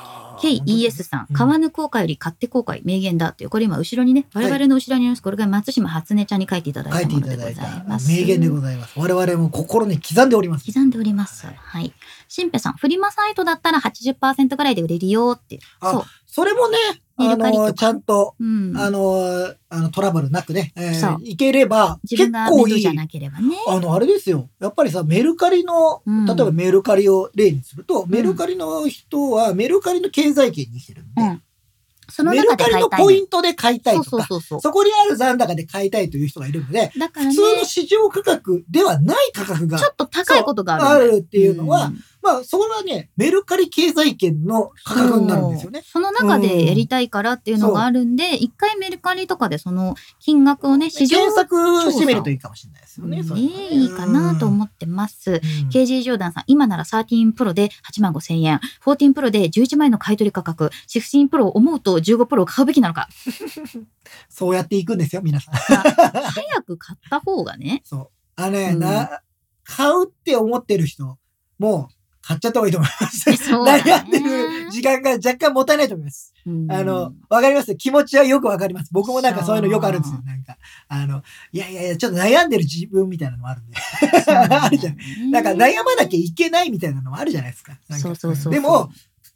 Speaker 3: KES さん、
Speaker 2: うん
Speaker 3: 買わぬ後悔より買って後悔、名言だっていう、これ今後ろにね、我々の後ろにあります。これが松島初音ちゃんに書いていただい
Speaker 2: 書
Speaker 3: た
Speaker 2: いて
Speaker 3: も
Speaker 2: い
Speaker 3: ので
Speaker 2: た
Speaker 3: ござ
Speaker 2: だ
Speaker 3: い
Speaker 2: いた
Speaker 3: ます。
Speaker 2: 名言でございます。我々も心に刻んでおります。
Speaker 3: 刻んでおります。
Speaker 2: はい
Speaker 3: はい。シンペさん、フリマサイトだったら80%ぐらいで売れるよって。
Speaker 2: あ
Speaker 3: そう。
Speaker 2: それもね、
Speaker 3: メル
Speaker 2: あ
Speaker 3: カリとか
Speaker 2: の、ちゃんと、
Speaker 3: うん。
Speaker 2: あの、あのトラブルなくね、え
Speaker 3: そう
Speaker 2: ー、いければ、
Speaker 3: 自
Speaker 2: 結
Speaker 3: 分がメ
Speaker 2: 構
Speaker 3: イド
Speaker 2: い
Speaker 3: じゃ
Speaker 2: い。
Speaker 3: なければね。
Speaker 2: あの、あれですよ。やっぱりさ、メルカリの、
Speaker 3: うん
Speaker 2: 例えばメルカリを例にすると、メルカリの人はメルカリの経済圏に生きてるんで、
Speaker 3: うんその
Speaker 2: メ
Speaker 3: 中
Speaker 2: ルカリ
Speaker 3: で買い
Speaker 2: の
Speaker 3: たい
Speaker 2: ポイ
Speaker 3: ね。
Speaker 2: ントで買いたい
Speaker 3: そ
Speaker 2: と
Speaker 3: うそう
Speaker 2: か、
Speaker 3: そうそう。
Speaker 2: そこにある残高で買いたいという人がいるので、
Speaker 3: だから
Speaker 2: 普
Speaker 3: ね、ち
Speaker 2: 通の
Speaker 3: ょ
Speaker 2: 市場価格ではない価格が
Speaker 3: っと高いことがあ
Speaker 2: あ
Speaker 3: るんだ
Speaker 2: る
Speaker 3: よ。
Speaker 2: っていうのは、
Speaker 3: ん、
Speaker 2: まあ、それはね、メルカリ経済圏の価格になるんですよね。
Speaker 3: そうその中でやりたいからっていうのがあるんで、一回メルカリとかでその金額をね、市場
Speaker 2: 検索してみるといいかもしれないですよね。
Speaker 3: ね
Speaker 2: そ、れはね
Speaker 3: いいかなと思ってます。KG ジョーダンさん、今なら13プロで8万5千円、14プロで11万円の買い取り価格、16プロを思うと15プロを買うべきなのか。
Speaker 2: そうやっていくんですよ、皆 さん。
Speaker 3: 早く買った方がね、
Speaker 2: そう。あのね、
Speaker 3: うん
Speaker 2: な、買うって思ってる人、もう、買っちゃった方がいいと思います。
Speaker 3: そうだね
Speaker 2: 悩んでる時間が若干もったいないと思います。
Speaker 3: うん
Speaker 2: あの、わかります気持ちはよくわかります。僕もなんかそういうのよくあるんですよ。なんか、あの、いやいやいや、ちょっと悩んでる自分みたいなのもあるんで。
Speaker 3: そうなんだよね
Speaker 2: あるじゃなんか悩まなきゃいけないみたいなのもあるじゃないですか。なんか
Speaker 3: そうそうそうそう
Speaker 2: でも、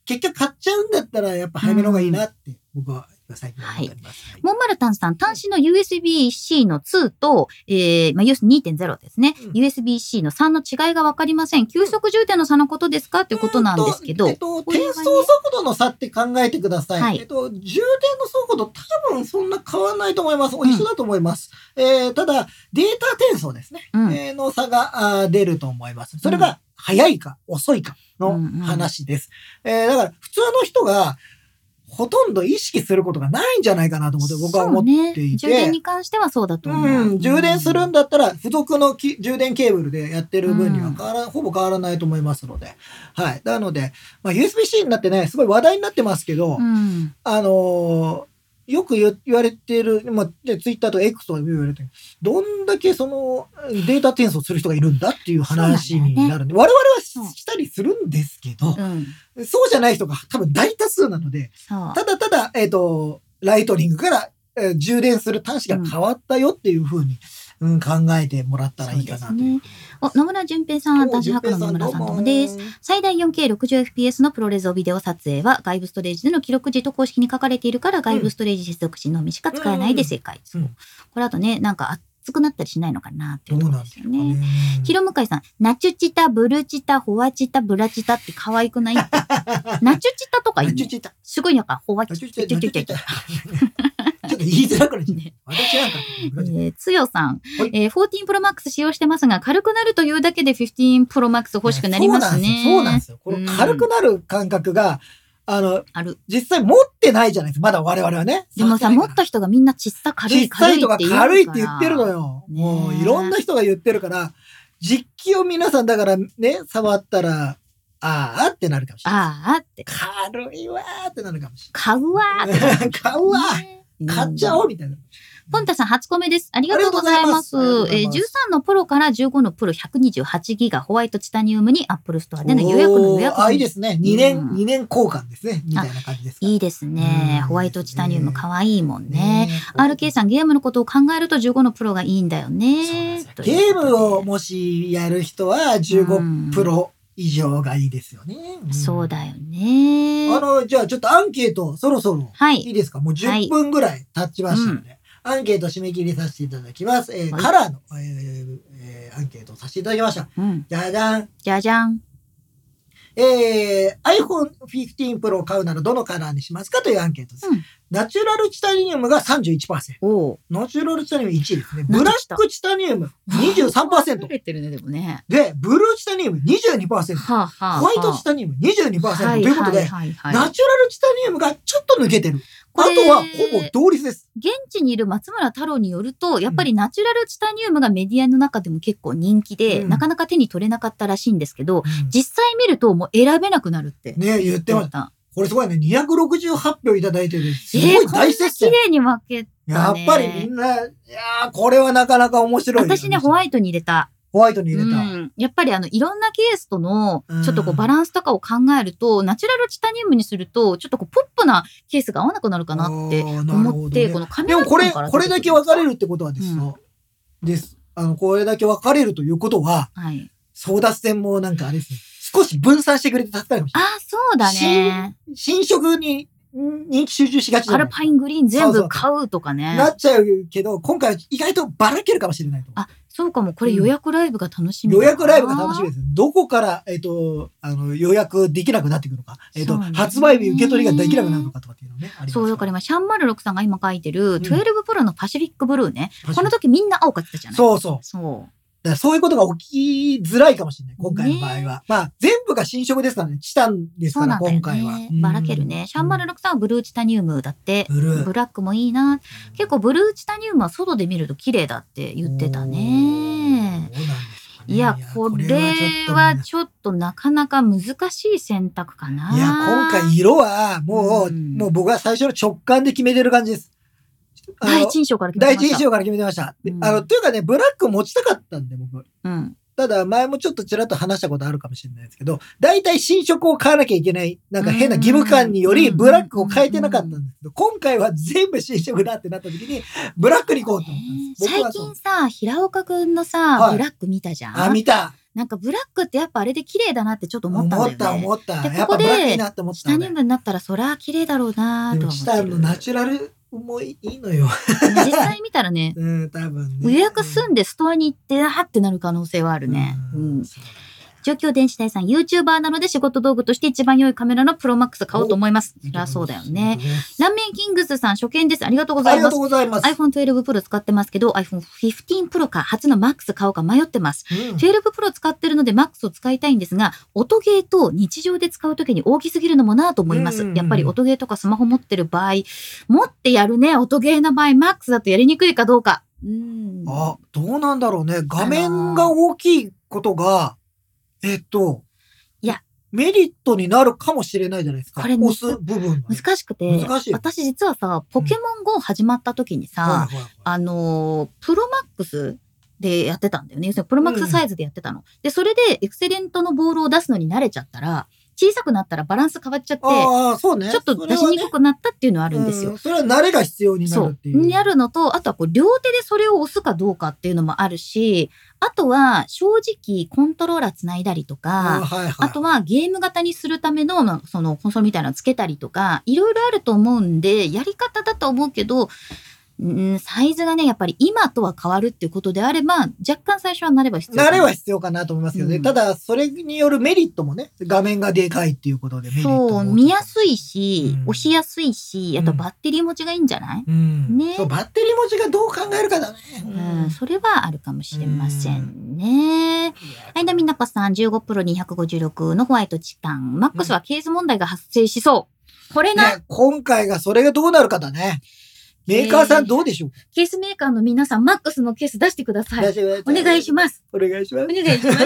Speaker 2: 結局買っちゃうんだったら、やっぱ早めの方がいいなって、僕は最近思ってます。はい
Speaker 3: モンマルタンさん、端子の USB-C の2と、えー、まあ、要するに2.0ですね。
Speaker 2: うん
Speaker 3: USB-C の3の違いが分かりません。急速充電の差のことですかということなんですけど
Speaker 2: えっ、と、
Speaker 3: これはね
Speaker 2: 転送速度の差って考えてください。
Speaker 3: はい
Speaker 2: えっと、充電の速度、多分そんな変わらないと思います。
Speaker 3: ん
Speaker 2: 一緒だと思います。えーただ、データ転送ですね。
Speaker 3: うん
Speaker 2: えーの差があー出ると思います。それが、早いか遅いかの話です。えーだから、普通の人が、ほとんど意識することがないんじゃないかなと思って、僕は思って
Speaker 3: そう
Speaker 2: い
Speaker 3: ね。
Speaker 2: て
Speaker 3: 充電に関してはそうだと思う。
Speaker 2: うん、充電するんだったら、付属のき充電ケーブルでやってる分に
Speaker 3: う
Speaker 2: は
Speaker 3: ん
Speaker 2: 変わら、ほぼ変わらないと思いますので。はい。なので、まあ、USB-C になってね、すごい話題になってますけど、
Speaker 3: うん。
Speaker 2: あのーよく言言われてる、まあ、で、ツイッターと X とかでも言われてる、どんだけそのデータ転送する人がいるんだっていう話になるんで、我々はし
Speaker 3: うん
Speaker 2: したりするんですけど
Speaker 3: う、ん。
Speaker 2: そうじゃない人が多分大多数なので、
Speaker 3: そう。
Speaker 2: ただただ、えっ、と、ライトニングから、えー充電する端子が変わったよっていうふうに、うん考えてもらったらいいかなという。
Speaker 3: お、野村淳平さん、端子博の野村さんともです。
Speaker 2: す。
Speaker 3: 最大 4K60fps のプロレゾビデオ撮影は外部ストレージでの記録時と公式に書かれているから外部ストレージ接続時のみしか使えないで正解。
Speaker 2: うんうん
Speaker 3: そうこれあとね、なんか熱くなったりしないのかなってい
Speaker 2: ど
Speaker 3: う
Speaker 2: う
Speaker 3: と
Speaker 2: なん
Speaker 3: ころで
Speaker 2: ですす
Speaker 3: よ
Speaker 2: か
Speaker 3: ね。
Speaker 2: ね。
Speaker 3: ヒロムカイさん、ナチュチタ、ブルチタ、ホワチタ、ブラチタって可愛くないナチュチタとかいい
Speaker 2: あちょ
Speaker 3: ね
Speaker 2: ちょちょ
Speaker 3: すごいなんか、ホワ
Speaker 2: あ
Speaker 3: チ
Speaker 2: ちょ
Speaker 3: タ。
Speaker 2: ちょちょちょちょちょち
Speaker 3: え
Speaker 2: ょっと言いづらくなっちゃ
Speaker 3: ね
Speaker 2: う。私なんか、
Speaker 3: ーつよさん
Speaker 2: はい、
Speaker 3: えー、14 Pro Max 使用してますが、軽くなるというだけで15 Pro Max 欲しくなりますね。
Speaker 2: そうなんですよ。そうなんですよこの軽くなる感覚が、あの、
Speaker 3: ある。
Speaker 2: 実際持ってないじゃないですか。まだ我々はね。
Speaker 3: でもさ、持った人がみんな小さ軽い
Speaker 2: 小さ
Speaker 3: 軽
Speaker 2: い
Speaker 3: い
Speaker 2: と
Speaker 3: っ
Speaker 2: か
Speaker 3: て言う
Speaker 2: 軽いって言ってるの
Speaker 3: よ。
Speaker 2: よ。
Speaker 3: ねえ
Speaker 2: もういろんな人が言ってるから、実機を皆さんだからね、触ったら、あーあってなるかもしれない。
Speaker 3: ああって。
Speaker 2: 軽いわーってなるかもし
Speaker 3: 買うわー
Speaker 2: れ
Speaker 3: って。
Speaker 2: ない。買うわー 買っちゃお
Speaker 3: う。
Speaker 2: うんみたいな。
Speaker 3: ポンタさん、初コメです。ありがとうございます。
Speaker 2: ありがとうござ
Speaker 3: え
Speaker 2: い
Speaker 3: ー
Speaker 2: ます
Speaker 3: 13のプロから15のプロ128ギガホワイトチタニウムに Apple ストアでの予約の予約
Speaker 2: おーあ、いいですね。2
Speaker 3: う
Speaker 2: 年、
Speaker 3: ん
Speaker 2: 二年交換ですね。みたいな感じですか。
Speaker 3: いいですね。
Speaker 2: うん
Speaker 3: ホワイトチタニウム可愛いもんね。
Speaker 2: ね
Speaker 3: RK さん、ゲームのことを考えると15のプロがいいんだよね。
Speaker 2: ゲームを
Speaker 3: も
Speaker 2: もしやる人は15プロ異常がいいですよね。ん
Speaker 3: そうだよね。
Speaker 2: あの、じゃあちょっとアンケート、そろそろ、
Speaker 3: はい
Speaker 2: いですかもう
Speaker 3: はい
Speaker 2: 10分ぐらい経ちましたので、アンケート締め切りさせていただきます。えー
Speaker 3: はい
Speaker 2: カラーの、えーえーアンケートをさせていただきました。
Speaker 3: うん。
Speaker 2: じゃじゃん。
Speaker 3: じゃじゃん。
Speaker 2: えー、iPhone15 Pro を買うならどのカラーにしますかというアンケートです。
Speaker 3: うん
Speaker 2: ナチュラルチタニウムが31%。
Speaker 3: おお。
Speaker 2: ナチュラルチタニウム1位ですね。
Speaker 3: なん
Speaker 2: ブ
Speaker 3: か
Speaker 2: ラ
Speaker 3: 来た
Speaker 2: ックチタニウム
Speaker 3: 慣
Speaker 2: 23%。
Speaker 3: れてるね、でもね。
Speaker 2: で、ブルーチタニウム22%。
Speaker 3: はあ、はあ。
Speaker 2: ホワイトチ
Speaker 3: タ
Speaker 2: タニウム22%ということで、
Speaker 3: はいはいはいは
Speaker 2: ナ
Speaker 3: い、
Speaker 2: チュラルチタニウムがちょっと抜けてる。あ
Speaker 3: これ
Speaker 2: とはほぼ同率です。
Speaker 3: 現地にいる松村太郎によると、やっぱりナチュラルチタニウムがメディアの中でも結構人気で、
Speaker 2: うん
Speaker 3: なかなか手に取れなかったらしいんですけど、実際見るともう選べなくなるって。
Speaker 2: ね言ってました。
Speaker 3: た。
Speaker 2: これすごいね。268票いただいてる。す
Speaker 3: え
Speaker 2: ごい
Speaker 3: ー、こんな
Speaker 2: 大接
Speaker 3: 綺
Speaker 2: 戦。
Speaker 3: 麗に分け
Speaker 2: や
Speaker 3: た
Speaker 2: っ
Speaker 3: ね。
Speaker 2: ぱりみんな、いやー、これはなかなか面白い。
Speaker 3: 私ね、ホワイトに入れた。
Speaker 2: ホワイトに入れた。
Speaker 3: うん、やっぱりあのいろんなケースとの
Speaker 2: うん
Speaker 3: ちょっとこうバランスとかを考えると、ナチュラルチタニウムにするとちょっとこうポップなケースが合わなくなるかなって
Speaker 2: あーなるほ
Speaker 3: 思っ
Speaker 2: どね
Speaker 3: て、このカメ
Speaker 2: で
Speaker 3: ラ
Speaker 2: もこれ、
Speaker 3: から
Speaker 2: これだけ分かれ
Speaker 3: る、
Speaker 2: るってことはですよ。です。あの、これだけ分かれるということは、
Speaker 3: はい、
Speaker 2: 争奪戦もなんかあれですね。少し分散してくれて助かるかもし
Speaker 3: あ
Speaker 2: れ
Speaker 3: ー
Speaker 2: ない。
Speaker 3: そうだね
Speaker 2: 新色にん人気集中しがちじ
Speaker 3: ア
Speaker 2: ゃな
Speaker 3: ル
Speaker 2: い
Speaker 3: パイングリーン全部買うとかね
Speaker 2: なっちゃうけど、今回は意外とばらけるかもしれないと。
Speaker 3: あそうかもこれ予約ライブが楽しみだ
Speaker 2: 予
Speaker 3: な
Speaker 2: 約ライブが楽しみです。どこから、えっ、と、あの、予約できなくなってくるのか、えっ、と、
Speaker 3: そうね
Speaker 2: 発売日受け取りができなくなるのかとかっていうのね、あります
Speaker 3: そうだから今シャンマル6さんが今書いてる
Speaker 2: ん
Speaker 3: 12プロのパシフィックブルーね、
Speaker 2: パシフィック
Speaker 3: この時みんな青買ってたじゃない
Speaker 2: そうそう。だ
Speaker 3: そう
Speaker 2: からそういうことが起きづらいかもしれない、今回の場合は。まあ、全部が新色ですからね、チタンです
Speaker 3: そう
Speaker 2: から、
Speaker 3: なんだよ
Speaker 2: 今回は
Speaker 3: ね。。ばらける
Speaker 2: う
Speaker 3: ね
Speaker 2: ん。
Speaker 3: シャンマル6さんはブルーチタニウムだって。
Speaker 2: ブルー
Speaker 3: ブラックもいいな。結構ブルーチタニウムは外で見ると綺麗だって言ってたね。
Speaker 2: そうなんですよね
Speaker 3: いや、これはちょっとなかなか難しい選択かな。
Speaker 2: いや、今回色は、もう、
Speaker 3: うん
Speaker 2: もう僕は最初の直感で決めてる感じです。あの
Speaker 3: 第一印象から決
Speaker 2: 第
Speaker 3: め
Speaker 2: 一
Speaker 3: まし
Speaker 2: 印
Speaker 3: た。
Speaker 2: 象から決めてました。で
Speaker 3: うん
Speaker 2: あの、というかね、ブラック持ちたかったんで、僕。
Speaker 3: うん。
Speaker 2: ただ、前もちょっとちらっと話したことあるかもしれないですけど、大体新色を買わなきゃいけない、なんか変な義務感により、
Speaker 3: うん
Speaker 2: ブラックを変えてなかったんですけど、今回は全部新色だってなった時に、ブラックに行こうと思ったんです。僕
Speaker 3: 最
Speaker 2: はそう
Speaker 3: 近さ、平岡くんのさ、
Speaker 2: はい
Speaker 3: ブラック見たじゃ
Speaker 2: あ、
Speaker 3: ん
Speaker 2: 見た。
Speaker 3: なんかブラックってやっぱあれで綺麗だなってちょっと思
Speaker 2: 思
Speaker 3: っ
Speaker 2: った
Speaker 3: んだよね。
Speaker 2: た、思った。
Speaker 3: で
Speaker 2: やっ
Speaker 3: こ
Speaker 2: ぱ
Speaker 3: こ
Speaker 2: ブ
Speaker 3: で
Speaker 2: ラックいいなって思っ
Speaker 3: チ
Speaker 2: たの
Speaker 3: タニウ
Speaker 2: ね。
Speaker 3: ムになったらそりゃ綺麗だろうな
Speaker 2: で
Speaker 3: と
Speaker 2: も
Speaker 3: は思っ
Speaker 2: チ
Speaker 3: て
Speaker 2: タン
Speaker 3: る
Speaker 2: のナチュラルもいいのよ。
Speaker 3: 実際見たらね、
Speaker 2: うん、多分ね。
Speaker 3: 予約済んでストアに行って、はってなる可能性はあるね。う
Speaker 2: うん
Speaker 3: ん。状況電子体さん、YouTuber なので仕事道具として一番良いカメラのプロマックス買おうと思います。そりゃそうだよね。。ランメンキングスさん、初見です。ありがとうござ
Speaker 2: あ
Speaker 3: い
Speaker 2: りが
Speaker 3: ま
Speaker 2: とう。
Speaker 3: す
Speaker 2: ございます。
Speaker 3: iPhone 12 Pro 使ってますけど、iPhone 15 Pro か、初の Max 買おうか迷ってます。
Speaker 2: うん
Speaker 3: 12 Pro 使ってるので Max を使いたいんですが、音ゲーと日常で使うときに大きすぎるのもなぁと思いま
Speaker 2: う
Speaker 3: す
Speaker 2: ん。
Speaker 3: やっぱり音ゲーとかスマホ持ってる場合、持ってやるね、音ゲーの場合、Max だとやりにくいかどうか。うん。
Speaker 2: あ、どうなんだろうね。画面が大きいことが、えっと、
Speaker 3: いや、
Speaker 2: メリットになるかもしれないじゃないですか。
Speaker 3: これ
Speaker 2: 押す部分がね。
Speaker 3: 難しくて、
Speaker 2: 難しい
Speaker 3: 私実はさ、ポケモン GO 始まった時にさ、
Speaker 2: はいはいはい
Speaker 3: あのープロマックスでやってたんだよね。要するにプロマックスサイズでやってたの。で、それでエクセレントのボールを出すのに慣れちゃったら、小さくなったらバランス変わっちゃって、
Speaker 2: ああ、そうね。
Speaker 3: ちょっと出しにくくなったっていうのはあ
Speaker 2: あ
Speaker 3: るんですよ。
Speaker 2: それは慣れが必要にな
Speaker 3: そ
Speaker 2: るっ
Speaker 3: う
Speaker 2: ていう。
Speaker 3: にあるのとあとはこう両手でそれを押すかどうかっていうのもあるしあとは正直コントローラーつないだりと
Speaker 2: あ
Speaker 3: か
Speaker 2: ー、はいはい。
Speaker 3: あとはゲーム型にするためのまあそのコンソールみたいなのつけたりとかいろいろあると思うんでやり方だと思うけどうんサイズがねやっぱり今とは変わるっていうことであれば若干最初は慣れば必要
Speaker 2: 慣れ
Speaker 3: は
Speaker 2: は必要かなと思いますけどね。
Speaker 3: うん
Speaker 2: ただ、それによるメリットもね、画面がでかいっていうことでメリットも
Speaker 3: そ
Speaker 2: 大
Speaker 3: う
Speaker 2: き
Speaker 3: 見やすいし、
Speaker 2: うん
Speaker 3: 押しやすいしあと
Speaker 2: うん
Speaker 3: バッテリー持ちがいいんじゃない、
Speaker 2: うん
Speaker 3: ね
Speaker 2: そう、バッテリー持ちがどう考えるかだね。う
Speaker 3: うん、それはあるかもしれませんね。はい、だみなこさん、15プロ256のホワイトチタン。マックスはケース問題が発生しそう。これが、
Speaker 2: ね、今回がそれがどうなるかだね。メーカーさんどうでしょうか、
Speaker 3: ケースメーカーの皆さん、マックスのケース出してください。お願いし
Speaker 2: ま
Speaker 3: ます。
Speaker 2: す。お願いします
Speaker 3: お。願いします。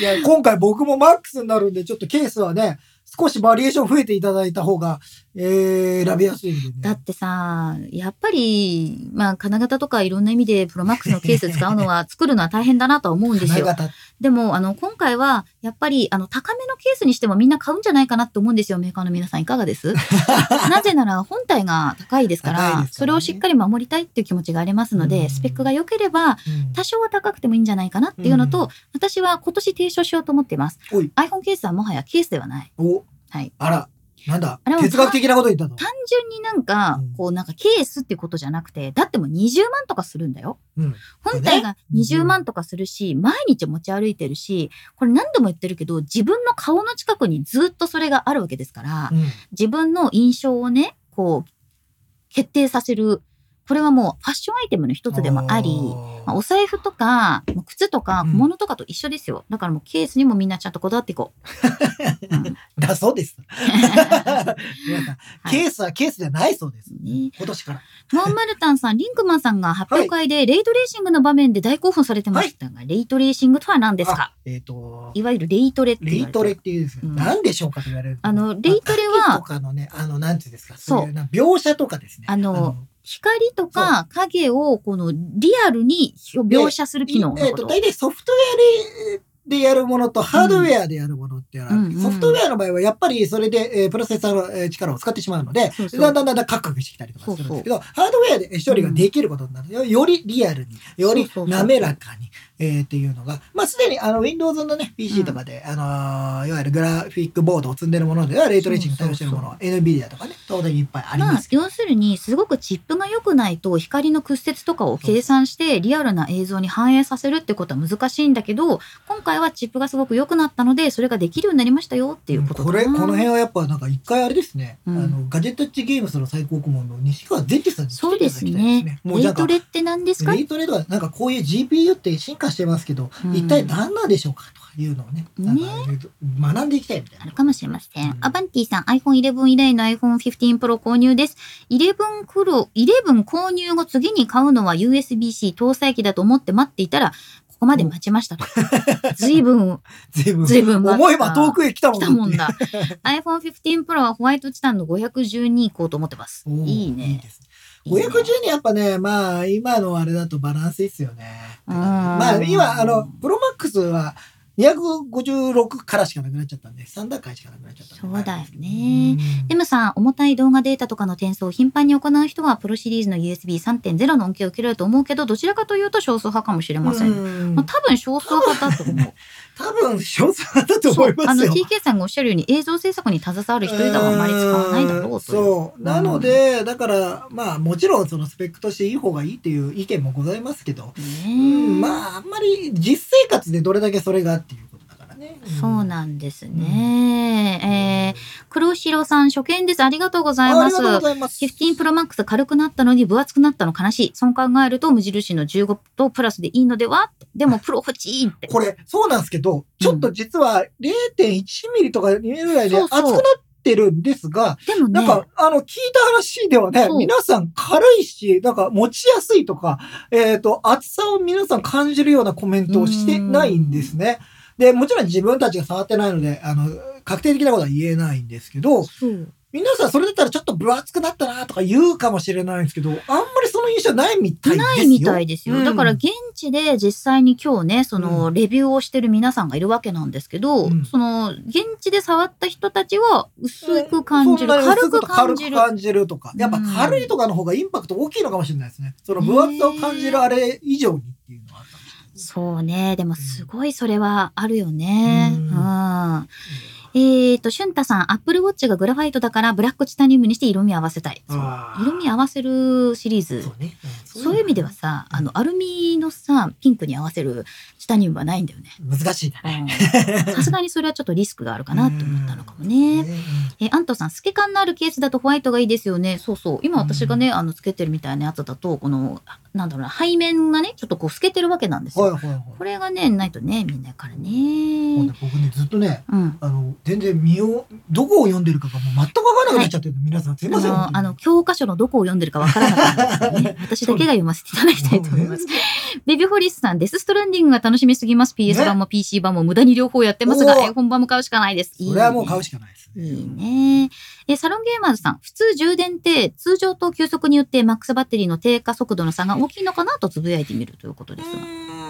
Speaker 2: いや今回僕もマックスになるんで、ちょっとケースはね、少しバリエーション増えていただいた方が、えー、選びやすいんで
Speaker 3: だ
Speaker 2: ね
Speaker 3: ってさ、やっぱり、まあ、金型とかいろんな意味でプロマックスのケース使うのは、作るのは大変だなとは思うんです
Speaker 2: 金
Speaker 3: よ。
Speaker 2: 型
Speaker 3: でも、あの、今回は、やっぱり、あの、高めのケースにしてもみんな買うんじゃないかなと思うんですよ。メーカーの皆さんいかがです なぜなら、本体が高いですから、
Speaker 2: 高いですからね
Speaker 3: それをしっかり守りたいっていう気持ちがありますの
Speaker 2: う
Speaker 3: で、
Speaker 2: ん
Speaker 3: スペックが良ければ、
Speaker 2: うん
Speaker 3: 多少は高くてもいいんじゃないかなっていうのと、
Speaker 2: う
Speaker 3: 私は今年提唱しようと思っています。
Speaker 2: おい
Speaker 3: iPhone ケースはもはやケースではない。
Speaker 2: お、
Speaker 3: はい。
Speaker 2: あら、なんだ
Speaker 3: あれ、も
Speaker 2: 哲学的なこと言ったの。
Speaker 3: 単純になんか
Speaker 2: うん、
Speaker 3: こうなんかケースっていうことじゃなくて、だってもう20万とかするんだよ。
Speaker 2: うん
Speaker 3: 本体が20万とかするし、毎日持ち歩いてるし、これ何度も言ってるけど、自分の顔の近くにずっとそれがあるわけですから、
Speaker 2: うん
Speaker 3: 自分の印象をね、こう、決定させる。これはもうファッションアイテムの一つでもあり、まあ、お財布とか、まあ靴とか
Speaker 2: うん
Speaker 3: 小物とかと一緒ですよ。だからもうケースにもみんなちゃんとこだわっていこう。うん
Speaker 2: だそう です。皆さん
Speaker 3: はい
Speaker 2: ケースはケースじゃないそうです。
Speaker 3: ね
Speaker 2: 今年から。
Speaker 3: ノンマルタンさん、リンクマンさんが発表会でレイトレーシングの場面で大興奮されてましたが、レイトレーシングとは何ですか
Speaker 2: あえっと、
Speaker 3: いわゆるレイトレって
Speaker 2: レイ
Speaker 3: 言われて
Speaker 2: ト
Speaker 3: る
Speaker 2: レっていうんですよ。
Speaker 3: うん
Speaker 2: 何でしょうかと言われると。
Speaker 3: あのレイトレは
Speaker 2: まあ影とかのね、あの、なんていうんですか、
Speaker 3: そう
Speaker 2: そういうな描写とかですね。
Speaker 3: あの光とか影をこのリアルに描写する機能
Speaker 2: え
Speaker 3: の
Speaker 2: っ、
Speaker 3: ことと。
Speaker 2: 大体ソフトウェアで、でやるものとハードウェアでやるものっていうのはあるんです、
Speaker 3: うんうん
Speaker 2: ソフトウェアの場合はやっぱりそれで、えープロセッサーのえー力を使ってしまうので、
Speaker 3: そうそう
Speaker 2: だんだんだんだんカクカクしてきたりとかするんですけど、ハードウェアで処理ができることになるよ。よりリアルに、より
Speaker 3: そうそうそう
Speaker 2: 滑らかに、えーっていうのが、まあすでにあの Windows のね、PC とかで、あのーいわゆるグラフィックボードを積んでるものでは、レイトレーシング対応してるものは NVIDIA とかね、当然いっぱいあり
Speaker 3: ま
Speaker 2: ま
Speaker 3: あ
Speaker 2: す、けど。
Speaker 3: 要するにすごくチップが良くないと光の屈折とかを計算してリアルな映像に反映させるってことは難しいんだけど今回はチップがすごく良くなったのでそれができるようになりましたよっていうこと
Speaker 2: こ
Speaker 3: かな
Speaker 2: れこの辺はやっぱなんか一回あれですね、
Speaker 3: うん
Speaker 2: あのガジェタッチゲームスの最高顧問の西川善治さんに来てい
Speaker 3: そ
Speaker 2: た
Speaker 3: う
Speaker 2: だ
Speaker 3: で
Speaker 2: き
Speaker 3: す
Speaker 2: たいです
Speaker 3: ね
Speaker 2: ね。もう
Speaker 3: レ
Speaker 2: な
Speaker 3: イ
Speaker 2: んか
Speaker 3: トレって何ですか
Speaker 2: レイトレードはなんかこういう GPU って進化してますけど、
Speaker 3: うん
Speaker 2: 一体何なんでしょうかというのをねなんか
Speaker 3: ね
Speaker 2: 学んでいきたいみたい
Speaker 3: あ
Speaker 2: な。
Speaker 3: るかもしれません。
Speaker 2: うん
Speaker 3: アバンティさん、iPhone11 以来の iPhone15 Pro 購入です。11クロ、11購入後次に買うのは USB-C 搭載機だと思って待っていたら、ここまで待ちましたと。ずいぶ ん、
Speaker 2: 随分
Speaker 3: ずいぶん待った
Speaker 2: 思えば遠くへ来たも
Speaker 3: 来
Speaker 2: ん
Speaker 3: たもんだ。iPhone15 Pro はホワイトチタンの512いこうと思ってます。
Speaker 2: おー
Speaker 3: いいね。
Speaker 2: です
Speaker 3: いいね
Speaker 2: 510にやっぱね、まあ、今のあれだとバランスいいっすよね。
Speaker 3: うん
Speaker 2: まあ、今、あの、プロマックスは256からしかなくなっちゃったんで、3段階しかなくなっちゃったんで
Speaker 3: そうだよね。
Speaker 2: うん
Speaker 3: M さん、重たい動画データとかの転送を頻繁に行う人は、プロシリーズの USB3.0 の恩恵を受けられると思うけど、どちらかというと少数派かもしれません。
Speaker 2: うん
Speaker 3: まあ、多分少数派だと思う。
Speaker 2: 多分、少数派だと
Speaker 3: そ
Speaker 2: 思
Speaker 3: う
Speaker 2: いますよ
Speaker 3: あの。TK さんがおっしゃるように映像制作に携わる一人ではあまり使わないだろうという。
Speaker 2: そうなので、だからまあもちろんそのスペックとしていい方がいいっていう意見もございますけど、うん
Speaker 3: ね
Speaker 2: まああんまり実生活でどれだけそれがっていうことだからね。
Speaker 3: えそうなんですね。えー、黒白さん初見です。ありがとうござい
Speaker 2: ああ
Speaker 3: ま
Speaker 2: りが。
Speaker 3: す
Speaker 2: とうございます。
Speaker 3: 15 Pro Max 軽くなったのに分厚くなったの悲しい。そう考えると無印の15とプラスでいいのではでもプロ欲しいって。
Speaker 2: これそうなんですけどちょっと実は0.1ミリとか2ミリぐらいで
Speaker 3: そ
Speaker 2: 厚
Speaker 3: う
Speaker 2: く
Speaker 3: そう
Speaker 2: なってるんですが、
Speaker 3: でも
Speaker 2: なん
Speaker 3: ね、
Speaker 2: か、あの、聞いた話ではね
Speaker 3: そ、う
Speaker 2: 皆さん軽いし、なんか持ちやすいとか、えっ、と、厚さを皆さん感じるようなコメントをしてないんですね。で、もちろん自分たちが触ってないので、あの、確定的なことは言えないんですけど、
Speaker 3: そう
Speaker 2: 皆さんそれだったらちょっと分厚くなったなとか言うかもしれないんですけど、あんまりその印象ないみたいですよ。
Speaker 3: ないみたいですよ。
Speaker 2: うん
Speaker 3: だから現地で実際に今日ね、そのレビューをしてる皆さんがいるわけなんですけど、
Speaker 2: うん
Speaker 3: その現地で触った人たちは薄く感じる、
Speaker 2: うんそんなに
Speaker 3: 軽
Speaker 2: 薄
Speaker 3: く
Speaker 2: と
Speaker 3: 感じる
Speaker 2: 軽く。感じるとか。やっぱ軽いとかの方がインパクト大きいのかもしれないですね。その分厚さを感じるあれ以上にっていうのはあったんですね
Speaker 3: そうね、でもすごいそれはあるよね。う。
Speaker 2: うんん
Speaker 3: えっ、と、俊太さん、Apple Watch がグラファイトだからブラックチタニウムにして色味合わせたい。そう
Speaker 2: あー
Speaker 3: 色味合わせるシリーズ
Speaker 2: そ。うね。
Speaker 3: そういう意味ではさ、あの、アルミのさ、ピンクに合わせるチタニウムはないんだよね。
Speaker 2: 難しいだね。
Speaker 3: うんさすがにそれはちょっとリスクがあるかなと思ったのかもね。え、アントさん、透け感のあるケースだとホワイトがいいですよね。そうそう。今私がね、あの、透けてるみたいなやつだと、この、あなんだろうな、背面がね、ちょっとこう透けてるわけなんですよ。
Speaker 2: はいはいはい。
Speaker 3: これがね、ないとね、みんなからね。
Speaker 2: もんで、僕ね、ずっとね、
Speaker 3: うん。
Speaker 2: あの、全然見よう、どこを読んでるかがもう全くわからなくなっちゃってる、皆さんすい
Speaker 3: あ
Speaker 2: ません。
Speaker 3: の、あの、教科書のどこを読んでるかわからなかった んですよね。私だけが読ませていただきたいと思います。ベビーホリスさん、デスストランディングが楽しみすぎます。PS
Speaker 2: ね
Speaker 3: 版も PC 版も無駄に両方やってますが、
Speaker 2: おお
Speaker 3: iPhone 版も買うしかないです。いいね
Speaker 2: それはもう買うしかないですね。
Speaker 3: いいね。え、サロンゲーマーズさん、普通充電って通常と急速によってマックスバッテリーの低下速度の差が大きいのかなとつぶやいてみるということですが。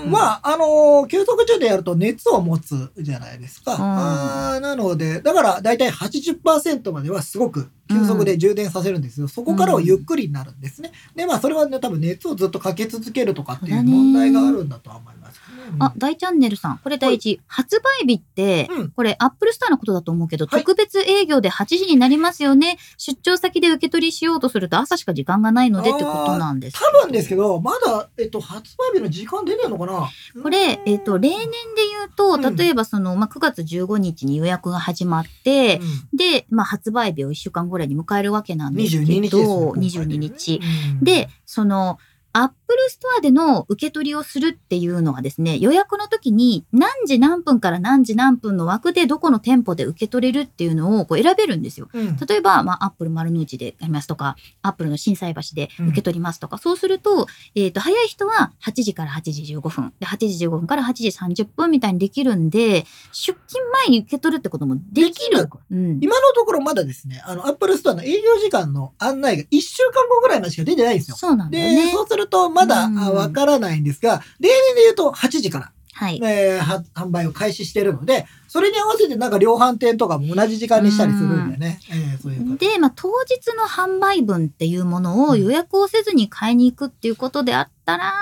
Speaker 2: うんまあ、あのー急速充電やると熱を持つじゃないですか。
Speaker 3: ん
Speaker 2: あーなので、だから大体80%まではすごく急速で充電させるんですよ。そこからはゆっくりになるんですね。で、まあ、それはね、多分熱をずっとかけ続けるとかっていう問題があるんだとは思いますね、うん
Speaker 3: あ、大チャンネルさん。これ第一。発売日って、
Speaker 2: うん
Speaker 3: これアップルストアのことだと思うけど、
Speaker 2: はい
Speaker 3: 特別営業で8時になりますよね。出張先で受け取りしようとすると朝しか時間がないのでってことなんです。
Speaker 2: 多分ですけど、まだ、えっと、発売日の時間出てんのかな
Speaker 3: これ、えっ、と、例年で言うと、
Speaker 2: うん
Speaker 3: 例えばその、まあ、9月15日に予約が始まって、
Speaker 2: うん
Speaker 3: で、まあ、発売日を1週間ぐらいに迎えるわけなんですけど、
Speaker 2: 22日ですね今回ね
Speaker 3: 22日。
Speaker 2: うん
Speaker 3: で、その、アップルストアでの受け取りをするっていうのはですね、予約の時に何時何分から何時何分の枠でどこの店舗で受け取れるっていうのをこう選べるんですよ。
Speaker 2: うん
Speaker 3: 例えば、まあ、アップル丸の内でやりますとか、アップルの心斎橋で受け取りますとか、そうすると、えっ、と、早い人は8時から8時15分、で、8時15分から8時30分みたいにできるんで、出勤前に受け取るってこともできる。
Speaker 2: で
Speaker 3: うん。
Speaker 2: 今のところまだですね、あの、アップルストアの営業時間の案内が1週間後ぐらいまでしか出てないんですよ。
Speaker 3: そうなんだよ
Speaker 2: で、
Speaker 3: ね。
Speaker 2: そうすると、まだ
Speaker 3: うん
Speaker 2: あわからないんですが、例年で言うと8時から、
Speaker 3: はい。
Speaker 2: えーは販売を開始してるので、それに合わせてなんか量販店とかも同じ時間にしたりするんでね。えーそういうこと。
Speaker 3: で、まあ、当日の販売分っていうものを予約をせずに買いに行くっていうことであったら、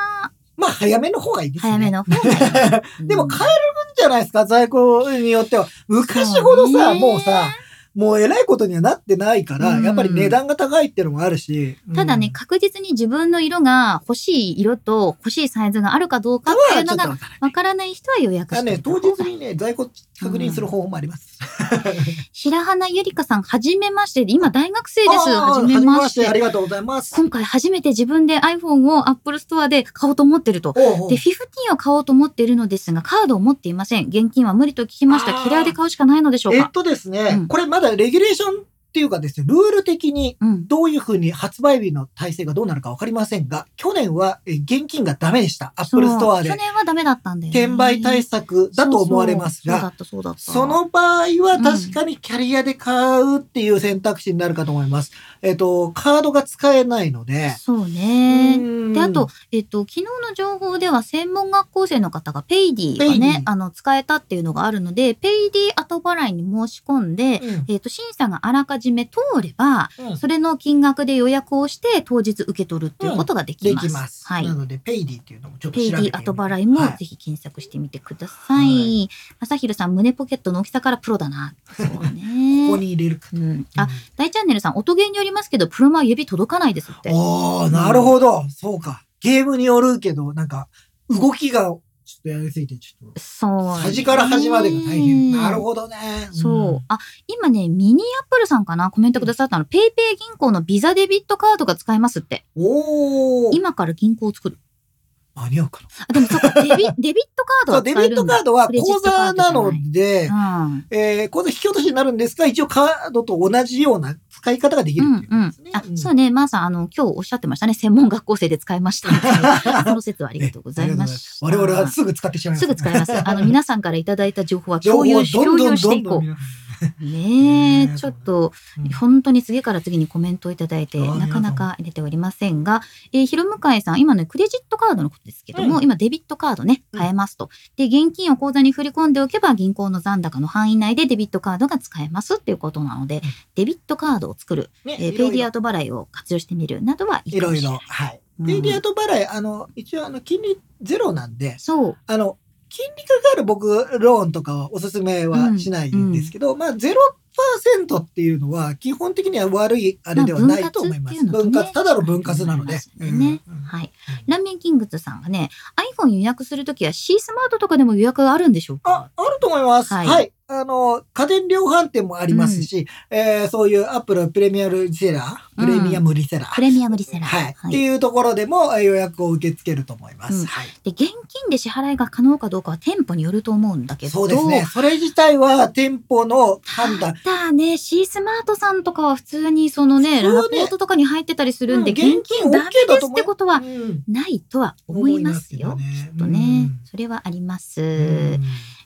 Speaker 2: まあ、早めの方がいいですね。
Speaker 3: 早めの方 がいい。
Speaker 2: でも買えるんじゃないですか、在庫によっては。昔ほど
Speaker 3: そう
Speaker 2: さ、
Speaker 3: ね
Speaker 2: もうさ、もうえらいことにはなってないから、
Speaker 3: うん
Speaker 2: やっぱり値段が高いっていうのもあるし。
Speaker 3: ただ
Speaker 2: う
Speaker 3: ね、
Speaker 2: ん
Speaker 3: 確実に自分の色が欲しい色と欲しいサイズがあるかどうかっ
Speaker 2: は
Speaker 3: ていう
Speaker 2: ちょ
Speaker 3: の
Speaker 2: っとわ
Speaker 3: が
Speaker 2: からない
Speaker 3: わからない人は予約
Speaker 2: あ
Speaker 3: して
Speaker 2: ね
Speaker 3: おい、た
Speaker 2: 当
Speaker 3: 方
Speaker 2: 日
Speaker 3: がいい
Speaker 2: にね、在庫確認する方法もあります。
Speaker 3: 白花ゆりかさん、はじめましてで。今大学生です。
Speaker 2: あー
Speaker 3: はじめまし
Speaker 2: は
Speaker 3: て
Speaker 2: じめあ。りがとうございます。
Speaker 3: 今回初めて自分で iPhone を Apple Store で買おうと思ってると。
Speaker 2: おうおう
Speaker 3: で、15を買おうと思っているのですが、カードを持っていません。現金は無理と聞きました。
Speaker 2: あー
Speaker 3: 嫌いで買うしかないのでしょう
Speaker 2: えっ
Speaker 3: か。
Speaker 2: とですね、
Speaker 3: うん
Speaker 2: これまだレギュレーションっていうかですね、ルール的に
Speaker 3: うん。
Speaker 2: どういうふうに発売日の体制がどうなるかわかりませんが、去年はえ現金がダメでした。アップルストア
Speaker 3: そう去
Speaker 2: で。
Speaker 3: 年はダメだったんだよね。
Speaker 2: 転売対策だと思われますが、
Speaker 3: そうそうそうだった、そう
Speaker 2: そ
Speaker 3: だった。
Speaker 2: の場合は確かにキャリアで買うっていう選択肢になるかと思います。えっと、カードが使えないので。
Speaker 3: そうね。
Speaker 2: うん
Speaker 3: で、あと、、えっと、昨日の情報では専門学校生の方がペイディが
Speaker 2: ペイデ
Speaker 3: ね
Speaker 2: ィ、
Speaker 3: あの、使えたっていうのがあるので、ペイディ後払いに申し込んで、
Speaker 2: うん
Speaker 3: えっと、審査があらかじめ通れば、
Speaker 2: うん
Speaker 3: それの金額で予約をして、当日受け取るっていうことができ
Speaker 2: で
Speaker 3: ます。
Speaker 2: きます。
Speaker 3: はい
Speaker 2: な。ので、ペイディっていうのもちょっと
Speaker 3: ペイ
Speaker 2: 調
Speaker 3: デ
Speaker 2: べてみ
Speaker 3: ィ
Speaker 2: て
Speaker 3: 後払いも
Speaker 2: は
Speaker 3: ぜひ検索してみてください。朝昼さん、胸ポケットの大きさからプロだな。そう ね。
Speaker 2: ここに入れるか。
Speaker 3: うん、あ、大チャンネルさん、音ゲーによりますけど、プロマは指届かないですって。
Speaker 2: ああ、なるほど。そうか。ゲームによるけど、なんか、動きが、ちょっとやりすぎて、ちょっ
Speaker 3: そう、
Speaker 2: と、端から端までが大変。なる
Speaker 3: ど。
Speaker 2: ほどね。
Speaker 3: そう。あ、今ね、ミニアップルさんかなコメントくださったの。ペイペイ銀行のビザデビットカードが使えますって。
Speaker 2: うん。おお。
Speaker 3: 今から銀行を作る。
Speaker 2: 間に合うかな。
Speaker 3: あ、でもそっか、デビ、 デビットカー
Speaker 2: そ
Speaker 3: ドは
Speaker 2: う、デ
Speaker 3: 使
Speaker 2: ビ
Speaker 3: え
Speaker 2: ッ
Speaker 3: る
Speaker 2: ト
Speaker 3: ん
Speaker 2: カ
Speaker 3: だ。
Speaker 2: ードは
Speaker 3: クレジッ
Speaker 2: 口
Speaker 3: トカー
Speaker 2: 座
Speaker 3: ドじ
Speaker 2: な
Speaker 3: ゃない
Speaker 2: ので、
Speaker 3: うん。
Speaker 2: えー、口座引き落としになるんですが、一応カードと同じような使い方ができるっていう
Speaker 3: うん
Speaker 2: こ
Speaker 3: うん
Speaker 2: とですね、。
Speaker 3: あ、そう
Speaker 2: ね。
Speaker 3: ね、まー、さん、あの、今日おっしゃってましたね。専門学校生で使いましたって いう。その説はありがとうございました。
Speaker 2: 我々はすぐ使ってしまいますすね、
Speaker 3: ぐ使います。あの、皆さんからいただいた情報は
Speaker 2: 情報
Speaker 3: 共有し、
Speaker 2: をどん
Speaker 3: 共
Speaker 2: どん
Speaker 3: 有し
Speaker 2: ど
Speaker 3: て
Speaker 2: ん
Speaker 3: い
Speaker 2: ど
Speaker 3: こ
Speaker 2: ん
Speaker 3: う。
Speaker 2: 皆さん
Speaker 3: ねえ、
Speaker 2: ねえ
Speaker 3: ちょっと
Speaker 2: うん、
Speaker 3: 本当に次から次にコメントをいただいて、
Speaker 2: ありがとう
Speaker 3: なかなか入れておりませんが、えー、ひろむかえさん、今のクレジットカードのことですけども、
Speaker 2: うん
Speaker 3: 今デビットカードね、
Speaker 2: うん
Speaker 3: 買えますと。で、現金を口座に振り込んでおけば、銀行の残高の範囲内でデビットカードが使えますっていうことなので、デビットカードを作る、
Speaker 2: ね
Speaker 3: えー
Speaker 2: い
Speaker 3: ペ
Speaker 2: ろ
Speaker 3: イ
Speaker 2: い
Speaker 3: デ
Speaker 2: ろ
Speaker 3: ィアート払いを活用してみるなどはいい
Speaker 2: い
Speaker 3: か
Speaker 2: ろ
Speaker 3: も
Speaker 2: い
Speaker 3: しれな
Speaker 2: ろ
Speaker 3: い。。
Speaker 2: はい。
Speaker 3: うん
Speaker 2: ペイディアと払い、あの、一応、あの、金利ゼロなんで、
Speaker 3: そう。
Speaker 2: あの、金利かかる僕、ローンとかはおすすめはしないんですけど、まあ、0%っていうのは、基本的には悪いあれではないと思います。
Speaker 3: まあ分
Speaker 2: 分
Speaker 3: 割
Speaker 2: 割、
Speaker 3: ってい
Speaker 2: た
Speaker 3: うの
Speaker 2: だ
Speaker 3: と
Speaker 2: の
Speaker 3: ね
Speaker 2: 分割なので。
Speaker 3: ありますよね
Speaker 2: うん
Speaker 3: はい。ラーメンキングズさんがね、iPhone 予約するときは C スマートとかでも予約があるんでしょうか
Speaker 2: あ、あると思います。
Speaker 3: は
Speaker 2: はいい。ああの、家電量販店もありますし、えーそういうアップルプレミアムリセラー、プレミアムリセラー
Speaker 3: プ。レミアムリセラー。
Speaker 2: はい。っていうところでもえー予約を受け付けると思いま
Speaker 3: うん
Speaker 2: す。はい。
Speaker 3: で、現金で支払いが可能かどうかは店舗によると思うんだけど。
Speaker 2: そうですね。それ自体は店舗の判断。
Speaker 3: ただね、シースマートさんとかは普通にその
Speaker 2: 普
Speaker 3: ね、
Speaker 2: 通
Speaker 3: ラ
Speaker 2: は
Speaker 3: ポ
Speaker 2: ね
Speaker 3: ートとかに入ってたりするんで、
Speaker 2: うん現
Speaker 3: 現
Speaker 2: 金
Speaker 3: 金ダメ
Speaker 2: OK だ
Speaker 3: で
Speaker 2: と
Speaker 3: すっ
Speaker 2: 思う
Speaker 3: てことは
Speaker 2: うん
Speaker 3: ないとは思いますよ。
Speaker 2: 思いますよね
Speaker 3: きっとね、
Speaker 2: うん
Speaker 3: それはあります。
Speaker 2: うん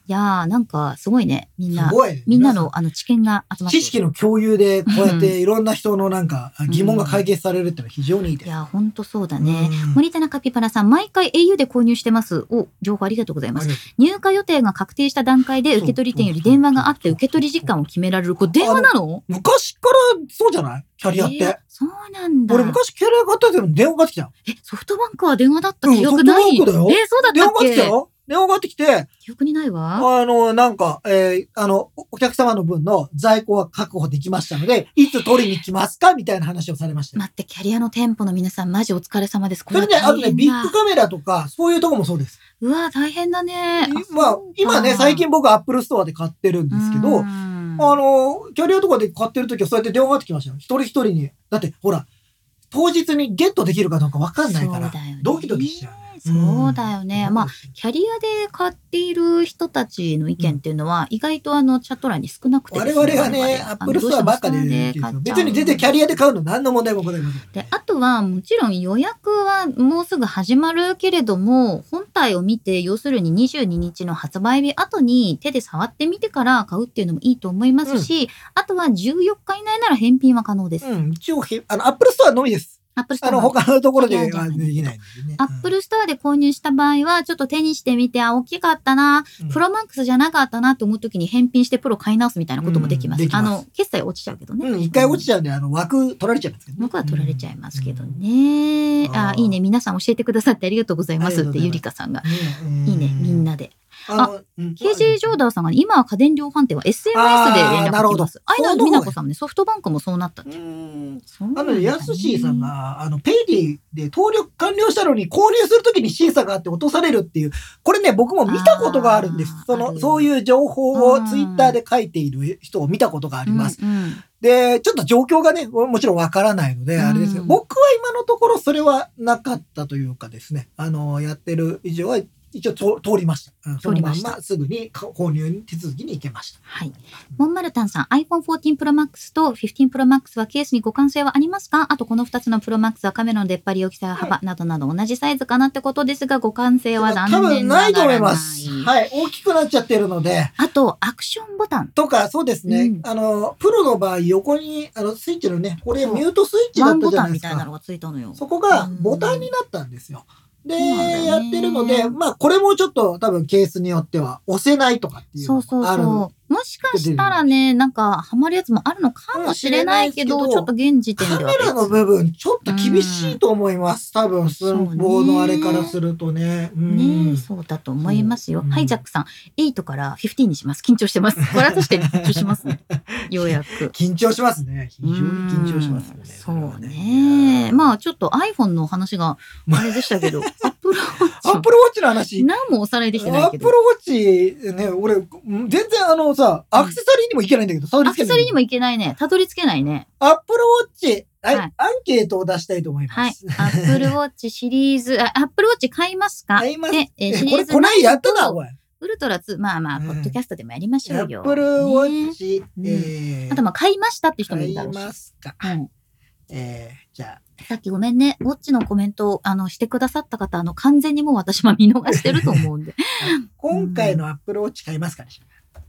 Speaker 3: いやー、なんかすごいね、みん
Speaker 2: す
Speaker 3: な、
Speaker 2: ごい。
Speaker 3: みんなのあの知見が集まって
Speaker 2: 知
Speaker 3: る。
Speaker 2: 識の共有で、こうやっていろんな人のなんか疑問が解決されるっていうのは非常にいいで
Speaker 3: い
Speaker 2: す。
Speaker 3: やー、ほんとそうだね。
Speaker 2: うん
Speaker 3: 森田中ピパラさん、毎回 au で購入してます。お、情報ありがとうございます。入荷予定が確定した段階で受け取り店より電話があって受け取り時間を決められる。これ電話なの
Speaker 2: 昔からそうじゃないキャリアっ
Speaker 3: えー
Speaker 2: て。
Speaker 3: そうなんだ。
Speaker 2: 俺昔キャリア買った時も電話がかかってきたよ。
Speaker 3: え、ソフトバンクは電話だった記憶ない。
Speaker 2: うんソフトバンクだよ
Speaker 3: えーそうだ
Speaker 2: 電
Speaker 3: っ
Speaker 2: 話が
Speaker 3: たっ
Speaker 2: かかってきた
Speaker 3: け
Speaker 2: よ。電話がかかってきて、
Speaker 3: 記憶にないわ。
Speaker 2: あの、なんか、えーあの、おお客様の分の在庫は確保できましたので、いつ取りに来ますかみたいな話をされましたよ。
Speaker 3: 待って、キャリアの店舗の皆さん、マジお疲れ様です。こ
Speaker 2: それ
Speaker 3: れ
Speaker 2: ね、あ
Speaker 3: 大
Speaker 2: とね、
Speaker 3: 変
Speaker 2: ビッグ
Speaker 3: だ。
Speaker 2: カメラとか、そういうとこもそうです。
Speaker 3: うわ、大変だね。
Speaker 2: まあ、今ね、最近僕アップルストアで買ってるんですけど、あ
Speaker 3: の、
Speaker 2: の、キャリアとかで買ってる時はそうやって電話がかかってきましたよ。一人一人に。だって、ほら、当日にゲットできるかどうかわかんないから
Speaker 3: そうだよね、
Speaker 2: ドキドキしちゃう。
Speaker 3: そうだよね。
Speaker 2: うん
Speaker 3: まあ、キャリアで買っている人たちの意見っていうのは、意外とあの、チャット欄に少なくて
Speaker 2: 我
Speaker 3: です、
Speaker 2: 々はね、アップルストアばっかで
Speaker 3: あのどうしてもストアで買っちゃう
Speaker 2: 別に全然キャリアで買うの何の問題もございません。
Speaker 3: で、あとはもちろん予約はもうすぐ始まるけれども、本体を見て、要するに22日の発売日後に手で触ってみてから買うっていうのもいいと思いますし、あとは14日以内なら返品は可能です。
Speaker 2: うん、一応へ、あの、アップルストアのみです。
Speaker 3: アップルスト
Speaker 2: あ
Speaker 3: ア
Speaker 2: の、
Speaker 3: の。
Speaker 2: 他のところで
Speaker 3: いや
Speaker 2: はいで
Speaker 3: やい
Speaker 2: き
Speaker 3: や
Speaker 2: ないんですね。
Speaker 3: アップルストアで購入した場合は、ちょっと手にしてみて、あ、大きかったな、
Speaker 2: うん
Speaker 3: プロマックスじゃなかったなと思うときに返品してプロ買い直すみたいなこともできます。
Speaker 2: うんでき
Speaker 3: あ
Speaker 2: ます
Speaker 3: の、決済落ちちゃうけどね。
Speaker 2: うん、一回落ちちゃうんで、あの、枠取られちゃいますけどね。
Speaker 3: 僕は取られちゃいますけどね。
Speaker 2: うん
Speaker 3: あ
Speaker 2: あー
Speaker 3: いいね。皆さん教えてくださってありがとうございますって、
Speaker 2: ありがとうございます
Speaker 3: ゆりかさんが。
Speaker 2: うん。
Speaker 3: いいね、みん
Speaker 2: な。
Speaker 3: なで。
Speaker 2: あの、うん
Speaker 3: ケージジョーダーさんがね、今は家電量販店は SNS で連
Speaker 2: あーなるほ
Speaker 3: 絡でき
Speaker 2: ど
Speaker 3: ます。あい
Speaker 2: そう
Speaker 3: な
Speaker 2: いうとこ
Speaker 3: み
Speaker 2: ね
Speaker 3: なこさんもね、ソフトバンクもそうなったって。
Speaker 2: うん
Speaker 3: そうな
Speaker 2: あ
Speaker 3: ん
Speaker 2: の
Speaker 3: だね
Speaker 2: ね、やすしーさん。が、あの、ペイディで登録完了したのに、購入するときに審査があって落とされるっていう、これね、僕も見たことがあるんです
Speaker 3: あー。
Speaker 2: そ
Speaker 3: あ
Speaker 2: の、
Speaker 3: る
Speaker 2: そういう情報
Speaker 3: う
Speaker 2: を
Speaker 3: ん
Speaker 2: ツイッターで書いている人を見たことがあ
Speaker 3: あ
Speaker 2: ります。。
Speaker 3: うんうん
Speaker 2: で、ちょっと状況がね、ももちろんわからないので、あれですけど
Speaker 3: うん
Speaker 2: 僕は今のところそれはなかったというかですね、あの、やってる以上は、一応と通りました。うんそ
Speaker 3: 通り
Speaker 2: の
Speaker 3: ま
Speaker 2: まん
Speaker 3: した
Speaker 2: ますぐにか購入手続きに行けました。
Speaker 3: はい。モンマルタンさん、iPhone 14 Pro Max と15 Pro Max はケースに互換性はありますかあとこの2つの Pro Max はカメラの出っ張り大きさ、幅などなど同じサイズかなってことですが、互換性は残
Speaker 2: 多
Speaker 3: 念
Speaker 2: 分
Speaker 3: ながらな。
Speaker 2: ないいと思います。はい、大きくなっちゃってるので、
Speaker 3: あと、アクションボタン。
Speaker 2: とか、そうですね。
Speaker 3: うん
Speaker 2: あの、プロの場合、横に、あの、スイッチのね、これ、
Speaker 3: そう
Speaker 2: ミュートスイッチだ
Speaker 3: ワ
Speaker 2: っ
Speaker 3: ン
Speaker 2: た
Speaker 3: ボ
Speaker 2: じゃ
Speaker 3: タ
Speaker 2: ない
Speaker 3: ン
Speaker 2: で
Speaker 3: み
Speaker 2: す
Speaker 3: たいなの
Speaker 2: か。
Speaker 3: がついたのよ。
Speaker 2: そこがボタンになったんですよ。で、
Speaker 3: そうなんだよね
Speaker 2: やってるので、まあ、これもちょっと多分ケースによっては押せないとかっていう
Speaker 3: そ
Speaker 2: の
Speaker 3: うそう
Speaker 2: もあるの
Speaker 3: そう。もしかしたらね、なんか、ハマるやつもあるのかもしれないけ
Speaker 2: か
Speaker 3: ど、
Speaker 2: もし
Speaker 3: ち
Speaker 2: れな
Speaker 3: ょっ
Speaker 2: い
Speaker 3: と現時
Speaker 2: でカ
Speaker 3: 点では
Speaker 2: メ
Speaker 3: 別。
Speaker 2: ラの部分、ちょっと厳しいと思います。多分、寸法のあれからするとね。うん
Speaker 3: ねえ、そうだと思います
Speaker 2: そ
Speaker 3: よ。
Speaker 2: ううん
Speaker 3: ハイジャックさん、8から15にします。緊張してます。これは確かに緊張しま すね。ようやく。
Speaker 2: 緊張しますね。非常に緊張しますよね。
Speaker 3: うんそうね。まあちょっと iPhone の話があれでし たけど、Apple
Speaker 2: アッ
Speaker 3: Watch
Speaker 2: プルウォッチの話、
Speaker 3: 何もおさらいできてな
Speaker 2: ア
Speaker 3: い
Speaker 2: ッ
Speaker 3: け
Speaker 2: プ
Speaker 3: ど
Speaker 2: ル。ウォッチね、俺、全然あのさ、アクセサリーにもいけないんだけど、たどり
Speaker 3: ア
Speaker 2: 着け
Speaker 3: クセ
Speaker 2: ない
Speaker 3: サリーにもいけないね。たどり着けないね。
Speaker 2: アップルウォッチ、はい、
Speaker 3: はい
Speaker 2: アンケートを出したいと思い
Speaker 3: は
Speaker 2: ま
Speaker 3: い
Speaker 2: す。。
Speaker 3: アップルウォッチシリーズ、あアップルウォッチ買いますか
Speaker 2: 買います
Speaker 3: で、えー
Speaker 2: え
Speaker 3: シリ
Speaker 2: こ
Speaker 3: ー
Speaker 2: れ、
Speaker 3: ズ
Speaker 2: こないやった
Speaker 3: ナ
Speaker 2: な、
Speaker 3: インと
Speaker 2: おい。
Speaker 3: ウルトラ2、まあまあ、
Speaker 2: うん
Speaker 3: ポッドキャストでもやりまし
Speaker 2: ア
Speaker 3: ょ
Speaker 2: ッ
Speaker 3: うよ。
Speaker 2: プルウォ
Speaker 3: ね
Speaker 2: ッチ、
Speaker 3: ね
Speaker 2: えー
Speaker 3: あとまあ、買いましたって人も
Speaker 2: 買
Speaker 3: いる
Speaker 2: い
Speaker 3: だろうし。
Speaker 2: ますか。
Speaker 3: うん
Speaker 2: えー、じゃ
Speaker 3: さっきごめんね、ウォッチのコメントをあのしてくださった方、あの完全にもう私は見逃してると 思うんで。
Speaker 2: あ、今回のアップルウォッチ買いますかね。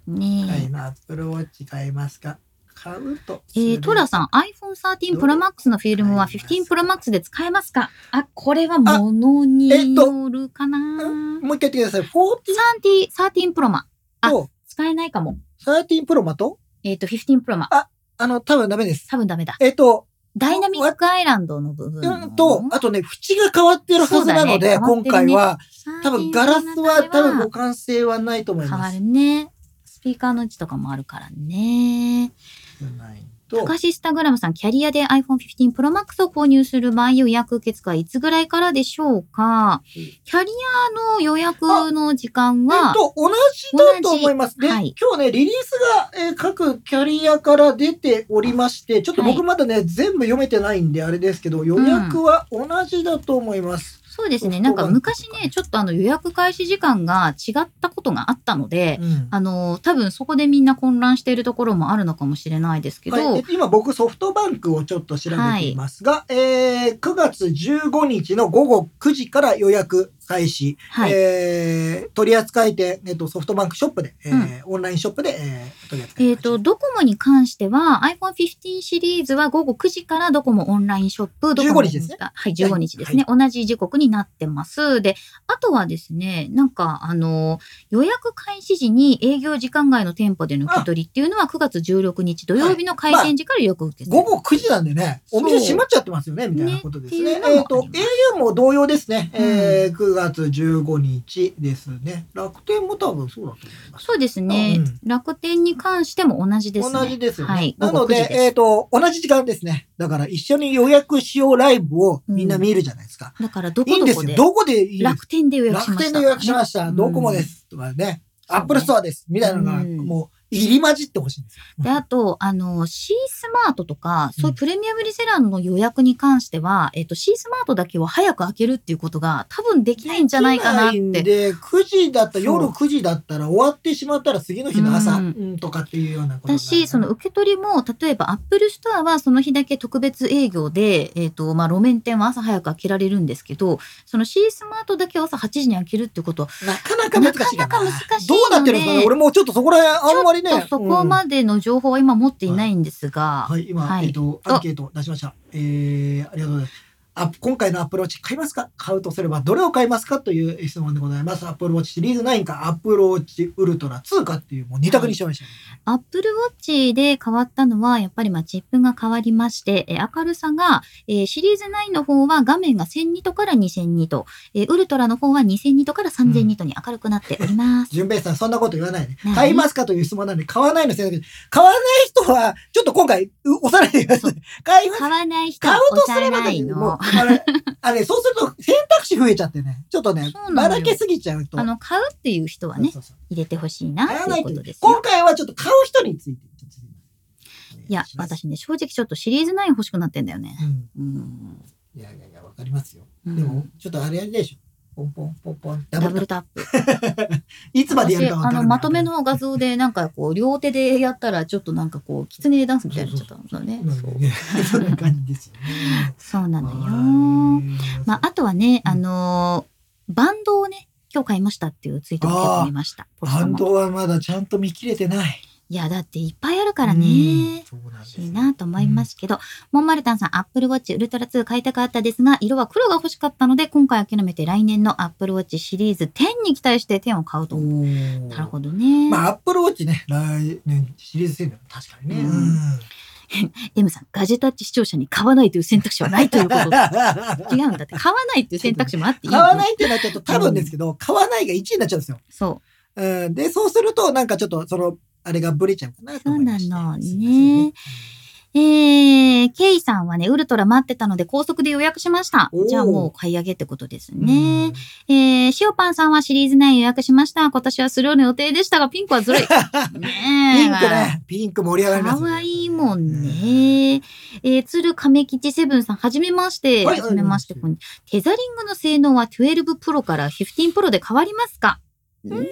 Speaker 3: ね
Speaker 2: 今
Speaker 3: え
Speaker 2: 回のアップルウォッチ買いますか。買うとす
Speaker 3: え
Speaker 2: る。
Speaker 3: ー、トラさん、iPhone 13 Pro Max のフィルムは15 Pro Max で使えますかあ、これはものによるかな、
Speaker 2: もう一回言ってください。14
Speaker 3: 30 13 Pro マあ
Speaker 2: と
Speaker 3: 使えないかも。
Speaker 2: 13プロマと、
Speaker 3: えっ、と、15 Pro マ
Speaker 2: あの、多分ダメです。
Speaker 3: 多分ダメだ。
Speaker 2: えっ、と、
Speaker 3: ダイナミックアイランドの部分
Speaker 2: う
Speaker 3: の。
Speaker 2: んと、あとね、縁が変わってるはずなので、
Speaker 3: そうだね
Speaker 2: 今
Speaker 3: 変わってる
Speaker 2: 回
Speaker 3: ね
Speaker 2: は、
Speaker 3: 13
Speaker 2: 多分ガラスは多分互換性はないと思い
Speaker 3: 変
Speaker 2: ま
Speaker 3: わ
Speaker 2: す
Speaker 3: る。ね。スピーカーの位置とかもあるからね。
Speaker 2: 少ないと
Speaker 3: 高橋スタグラムさん、キャリアで iPhone 15 Pro Max を購入する場合予約受付はいつぐらいからでしょうか
Speaker 2: うん
Speaker 3: キャリアの予約の時間
Speaker 2: えっ
Speaker 3: は、
Speaker 2: と、同じだと思います。
Speaker 3: 同
Speaker 2: で、
Speaker 3: じはい
Speaker 2: 今日ね、リリースが、えー各キャリアから出ておりまして、ちょっと
Speaker 3: は
Speaker 2: 僕
Speaker 3: い
Speaker 2: まだね、全部読めてないんで、あれですけど、予約は同じだと思います。
Speaker 3: そうですね、なんか昔ね、ちょっとあの予約開始時間が違ったことがあったので、
Speaker 2: うん
Speaker 3: あの多分そこでみんな混乱しているところもあるのかもしれないですけど、
Speaker 2: はい、で今僕ソフトバンクをちょっと調べていますが、えー9月15日の午後9時から予約開始、
Speaker 3: はい
Speaker 2: えー取扱店、えっと、ソフトバンクショップで、えーオンラインショップで、えー取り扱い開
Speaker 3: えっ、
Speaker 2: 始
Speaker 3: と、ドコモに関しては iPhone15 シリーズは午後9時からドコモオンラインショップ、ドコモ
Speaker 2: 15日ですね
Speaker 3: はい、15日ですね、同じ時刻になってます。で、あとはですね、なんか、あの、予約開始時に営業時間外の店舗での受け取りっていうのは9月16日土曜日の開店時からよく受け付
Speaker 2: 午後
Speaker 3: け、
Speaker 2: 9時なんでね、お
Speaker 3: そう
Speaker 2: 店閉まっちゃってますよね、みたいなことですね。
Speaker 3: ねっていう
Speaker 2: え
Speaker 3: の
Speaker 2: っ、
Speaker 3: もあ
Speaker 2: と
Speaker 3: り、ます
Speaker 2: au も同様ですね、
Speaker 3: うん
Speaker 2: えー9月15日ですね。楽天も多分そうだと思います。
Speaker 3: そうですね、
Speaker 2: うん
Speaker 3: 楽天に関しても同じですね。
Speaker 2: 同じですよね。
Speaker 3: はい、
Speaker 2: な
Speaker 3: 午
Speaker 2: の
Speaker 3: 後9
Speaker 2: で
Speaker 3: 時、です。
Speaker 2: えっ、と、同じ時間ですね。だから一緒に予約しようライブをみんな見るじゃないですか。
Speaker 3: だから、どこ
Speaker 2: いいんで
Speaker 3: ど
Speaker 2: すよ。
Speaker 3: こで、
Speaker 2: どこでいいです
Speaker 3: 楽天で予約し
Speaker 2: 楽
Speaker 3: まし
Speaker 2: 天
Speaker 3: た、
Speaker 2: で予約しました。
Speaker 3: うん
Speaker 2: ドコモです。とかね。
Speaker 3: そう
Speaker 2: ア
Speaker 3: ね
Speaker 2: ップルストアです。みたいなのが、
Speaker 3: うん
Speaker 2: もう、入り混じってほしいんですよ。
Speaker 3: で、あと、あの、C スマートとか、そういううんプレミアムリセラーの予約に関しては、えっと、C スマートだけは早く開けるっていうことが多分できないんじゃないかな
Speaker 2: で
Speaker 3: っ
Speaker 2: きいん
Speaker 3: て。
Speaker 2: で、9時だった、
Speaker 3: そう
Speaker 2: 夜9時だったら終わってしまったら次の日の朝、う
Speaker 3: う
Speaker 2: んん、とかっていうようなことになる
Speaker 3: だし、その、受け取りも、例えばアップルストアはその日だけ特別営業で、えっ、と、まあ、路面店は朝早く開けられるんですけど、その C スマートだけ朝8時に開けるってことは、
Speaker 2: なかなか難しいかな。
Speaker 3: なかなか難しい
Speaker 2: どうなってるんですか
Speaker 3: の
Speaker 2: ね
Speaker 3: で
Speaker 2: 俺もちょっとそこら辺、あんまりね。
Speaker 3: ちょっとそこまでの情報は今持っていないんですが、
Speaker 2: はい、今、
Speaker 3: はい
Speaker 2: えっと、アンケート出しました。えー、ありがとうございます。あ今回のアップルウォッチ買いますか買うとすればどれを買いますかという質問でございます。アップルウォッチシリーズ9かアップルウォッチウルトラ2かっていうもう二択にしてました、ね
Speaker 3: アップルウォッチで変わったのは、やっぱりまあチップが変わりまして、えー明るさが、えーシリーズ9の方は画面が1002とから2002と、えーウルトラの方は2002とから3002とに明るくなっております。
Speaker 2: 純平さん、そんなこと言わないで
Speaker 3: ない。
Speaker 2: 買いますかという質問なんで、買わないのせいだけど、買わない人は、ちょっと今回、うおさらいで言います。買います
Speaker 3: 買わない人
Speaker 2: 買
Speaker 3: は
Speaker 2: おう
Speaker 3: お
Speaker 2: とす
Speaker 3: さ
Speaker 2: れば
Speaker 3: ら
Speaker 2: だ
Speaker 3: い
Speaker 2: けど、もう
Speaker 3: の。
Speaker 2: あれ、あれ、そうすると選択肢増えちゃってね、ちょっとね
Speaker 3: そうな、の
Speaker 2: ば
Speaker 3: よ
Speaker 2: らけすぎちゃうと。
Speaker 3: あの、買うっていう人はね
Speaker 2: そ、うそうそう
Speaker 3: 入れてほしいな、
Speaker 2: 買わ
Speaker 3: と
Speaker 2: ないいうと
Speaker 3: ことです
Speaker 2: 今
Speaker 3: よ。
Speaker 2: 回はちょっと買う人について。ちょっと
Speaker 3: いや、。私ね、正直ちょっとシリーズ9欲しくなってんだよね。
Speaker 2: うん。
Speaker 3: うん。
Speaker 2: いやいやいや、わかりますよ。
Speaker 3: うん
Speaker 2: でも、ちょっとあれやりたいでしょ。ポンポンポンポン。ダ
Speaker 3: ダ
Speaker 2: ブ
Speaker 3: ブ
Speaker 2: ル
Speaker 3: ル
Speaker 2: タ
Speaker 3: タップ。
Speaker 2: いつまでやる
Speaker 3: 私、
Speaker 2: かわか
Speaker 3: あ
Speaker 2: らない。
Speaker 3: の、まとめの画像で、なんかこう、両手でやったら、ちょっとなんかこう、キツネダンスみたいになっちゃったんだよね
Speaker 2: う。ん。そんな感じですよね。
Speaker 3: そうなのよ。
Speaker 2: はい
Speaker 3: まあ、あとはね、
Speaker 2: うん
Speaker 3: あのーバンドをね、今日買いましたっていうツイートも結構見ました。ポスト
Speaker 2: バ
Speaker 3: も
Speaker 2: ンドはまだちゃんと見切れてない。
Speaker 3: いや、だっていっぱいあるから
Speaker 2: うん
Speaker 3: ね。
Speaker 2: そうなんで
Speaker 3: 欲
Speaker 2: す
Speaker 3: し
Speaker 2: よ
Speaker 3: いなと思いますけど、モンマルタンさん、アップルウォッチウルトラ2買いたかったですが、色は黒が欲しかったので、今回諦めて来年のアップルウォッチシリーズ10に期待して10を買うと
Speaker 2: お
Speaker 3: 思う。
Speaker 2: ー
Speaker 3: なるほどね。
Speaker 2: まあ、アップルウォッチね、来年シリーズ戦だよ確かにね。
Speaker 3: うん
Speaker 2: うん。
Speaker 3: M さん、ガジェタッチ視聴者に買わないという選択肢はないということ 違うんだって、買わないっていう選択肢もあっていい
Speaker 2: 買わ
Speaker 3: の
Speaker 2: ないってなっちゃうと多分ですけど、買わないが1位になっちゃうんですよ。
Speaker 3: そ
Speaker 2: うん、で、そうすると、なんかちょっと、その、あれがブレちゃうかなと思いまして
Speaker 3: そうなのね
Speaker 2: すいませんね
Speaker 3: う。えー、ケイさんはね、ウルトラ待ってたので高速で予約しました
Speaker 2: おー。
Speaker 3: じゃあもう買い上げってことです
Speaker 2: うん
Speaker 3: ね。えー、しおぱんさんはシリーズ9予約しました。今年はスローの予定でしたが、ピンク はずるい。ねえ
Speaker 2: ピンクね、ピンク盛り上がります
Speaker 3: か
Speaker 2: ね。
Speaker 3: わいいもんね。えー、鶴亀吉セブンさん、はじめまして。
Speaker 2: はい
Speaker 3: じめまして、こんにテザリングの性能は12 Pro から15 Pro で変わりますかうーん
Speaker 2: うん。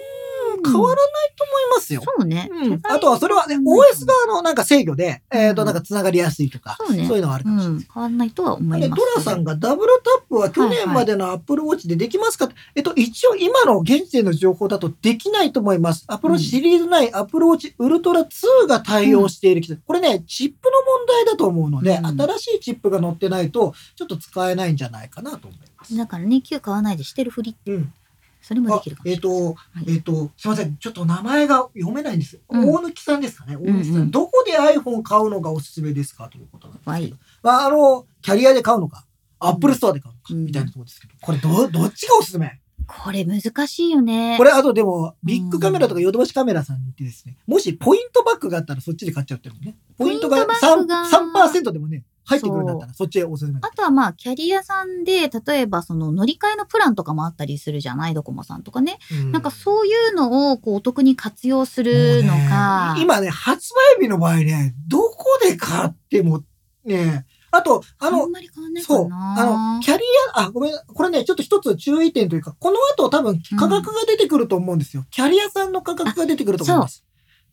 Speaker 2: 変わらないと思いますよ。
Speaker 3: そうね。
Speaker 2: うんあとはそれはね、
Speaker 3: うん
Speaker 2: OS 側のなんか制御で、
Speaker 3: うん
Speaker 2: えっと、なんか繋がりやすいとか、
Speaker 3: そうね。
Speaker 2: そういうのはある
Speaker 3: う
Speaker 2: かもしれない
Speaker 3: ん。変わらないとは思
Speaker 2: あ
Speaker 3: い
Speaker 2: れ
Speaker 3: ま
Speaker 2: ド
Speaker 3: す。
Speaker 2: ラさんがダブルタップは去年までのアップルウォッチでできますか、えっと、一応今の現時点の情報だとできないと思います。アップルウォッチシリーズ9、アップルウォッチウルトラ2が対応している機種、これね、チップの問題だと思うので、
Speaker 3: うん
Speaker 2: 新しいチップが載ってないと、ちょっと使えないんじゃないかなと思います。
Speaker 3: だからね、旧買わないでしてるふり。
Speaker 2: うん。
Speaker 3: それもで
Speaker 2: あ
Speaker 3: きるかもし
Speaker 2: え
Speaker 3: れ
Speaker 2: っ、
Speaker 3: ない。
Speaker 2: と、えっ、と、すいません。ちょっと名前が読めないんです。
Speaker 3: うん
Speaker 2: 大貫さんですかね。大貫さん。
Speaker 3: うんうん
Speaker 2: どこで iPhone 買うのがおすすめですかということなんですけど。
Speaker 3: はい
Speaker 2: まあ、あの、キャリアで買うのか、アップルストアで買うのか、
Speaker 3: うん
Speaker 2: みたいなところですけど、これど、どっちがおすすめ
Speaker 3: これ難しいよね。
Speaker 2: これ、あとでも、ビッグカメラとかヨドバシカメラさんに行ってですね、もしポイントバックがあったらそっちで買っちゃうってるもんね。ポイントが
Speaker 3: ポイントバンクが
Speaker 2: 3%, 3でもね、入ってくるんだったら、そっちへおすすめ。
Speaker 3: あとはまあ、キャリアさんで、例えばその乗り換えのプランとかもあったりするじゃない、ドコモさんとかね。なんかそういうのをこうお得に活用するのか。
Speaker 2: もうね今ね、発売日の場合ね、どこで買っても、ね、あと、あ
Speaker 3: あ
Speaker 2: の
Speaker 3: ん、まり変わんないか
Speaker 2: そう。あ
Speaker 3: な
Speaker 2: の、。キャリア、あ、ごめん、これね、ちょっと一つ注意点というか、この後多分価格が出てくると思うんですよ。キャリアさんの価格が出てくると思います。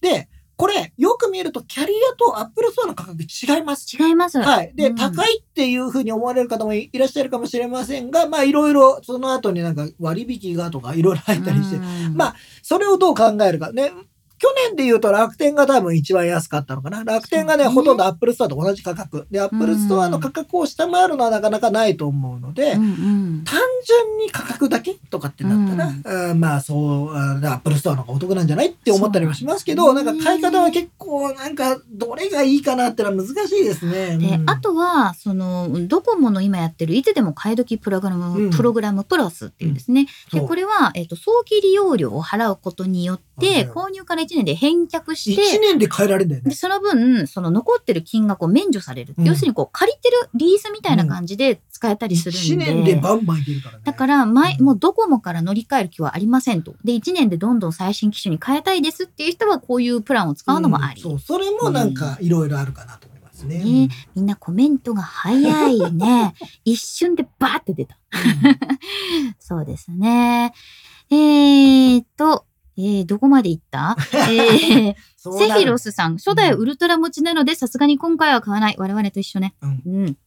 Speaker 2: で、これ、よく見ると、キャリアとアップルストアの価格違います。
Speaker 3: 違います。
Speaker 2: はい。で、
Speaker 3: うん
Speaker 2: 高いっていうふうに思われる方もいらっしゃるかもしれませんが、まあ、いろいろ、その後になんか割引がとか、いろいろ入ったりして、
Speaker 3: うん
Speaker 2: まあそれをどう考えるか。ね、去年で言うと楽天が多分一番安かったのかな。楽天がね、
Speaker 3: そうね
Speaker 2: ほとんどアップルストアと同じ価格。で、アップルストアの価格を下回るのはなかなかないと思うので、
Speaker 3: うんうん
Speaker 2: 単純に価格だけとかってなったら、うんまあそう、あアップルストアの方がお得なんじゃないって思ったりもしますけ
Speaker 3: そ
Speaker 2: ど、
Speaker 3: う
Speaker 2: な
Speaker 3: なんん
Speaker 2: か
Speaker 3: ですね
Speaker 2: 買い方は結構なんかどれがいいかなってのは難しいですね。
Speaker 3: で
Speaker 2: うん
Speaker 3: あとはそのドコモの今やってるいつでも買い時プログラム、
Speaker 2: うん
Speaker 3: プログラムプラスっていうですね、
Speaker 2: そう
Speaker 3: でこれは、えっと早期利用料を払うことによっ
Speaker 2: はい
Speaker 3: て購入から1年で返却し
Speaker 2: 1
Speaker 3: て
Speaker 2: 年で変えられるんだよ
Speaker 3: で
Speaker 2: ね。
Speaker 3: その分その残ってる金額を免除される、
Speaker 2: うん
Speaker 3: 要するにこう借りてるリースみたいな感じで使えたりする
Speaker 2: 1
Speaker 3: んで、
Speaker 2: 年でバンバンいけるからね。
Speaker 3: だから前、
Speaker 2: うん
Speaker 3: もうドコモから乗り換える気はありませんと。で、1年でどんどん最新機種に変えたいですっていう人は、こういうプランを使うのもあり。
Speaker 2: うんそう、それもなんかいろいろあるかなと思いますね。
Speaker 3: ねみんなコメントが早い ね。一瞬でバーって出た。そうですね。えーっと、えー、どこまで行った えー、
Speaker 2: そう
Speaker 3: セ
Speaker 2: な
Speaker 3: フ
Speaker 2: る
Speaker 3: ィロスさん、初代ウルトラ持ちなので、さすがに今回は買わない。我々と一緒ね。
Speaker 2: うん
Speaker 3: うん。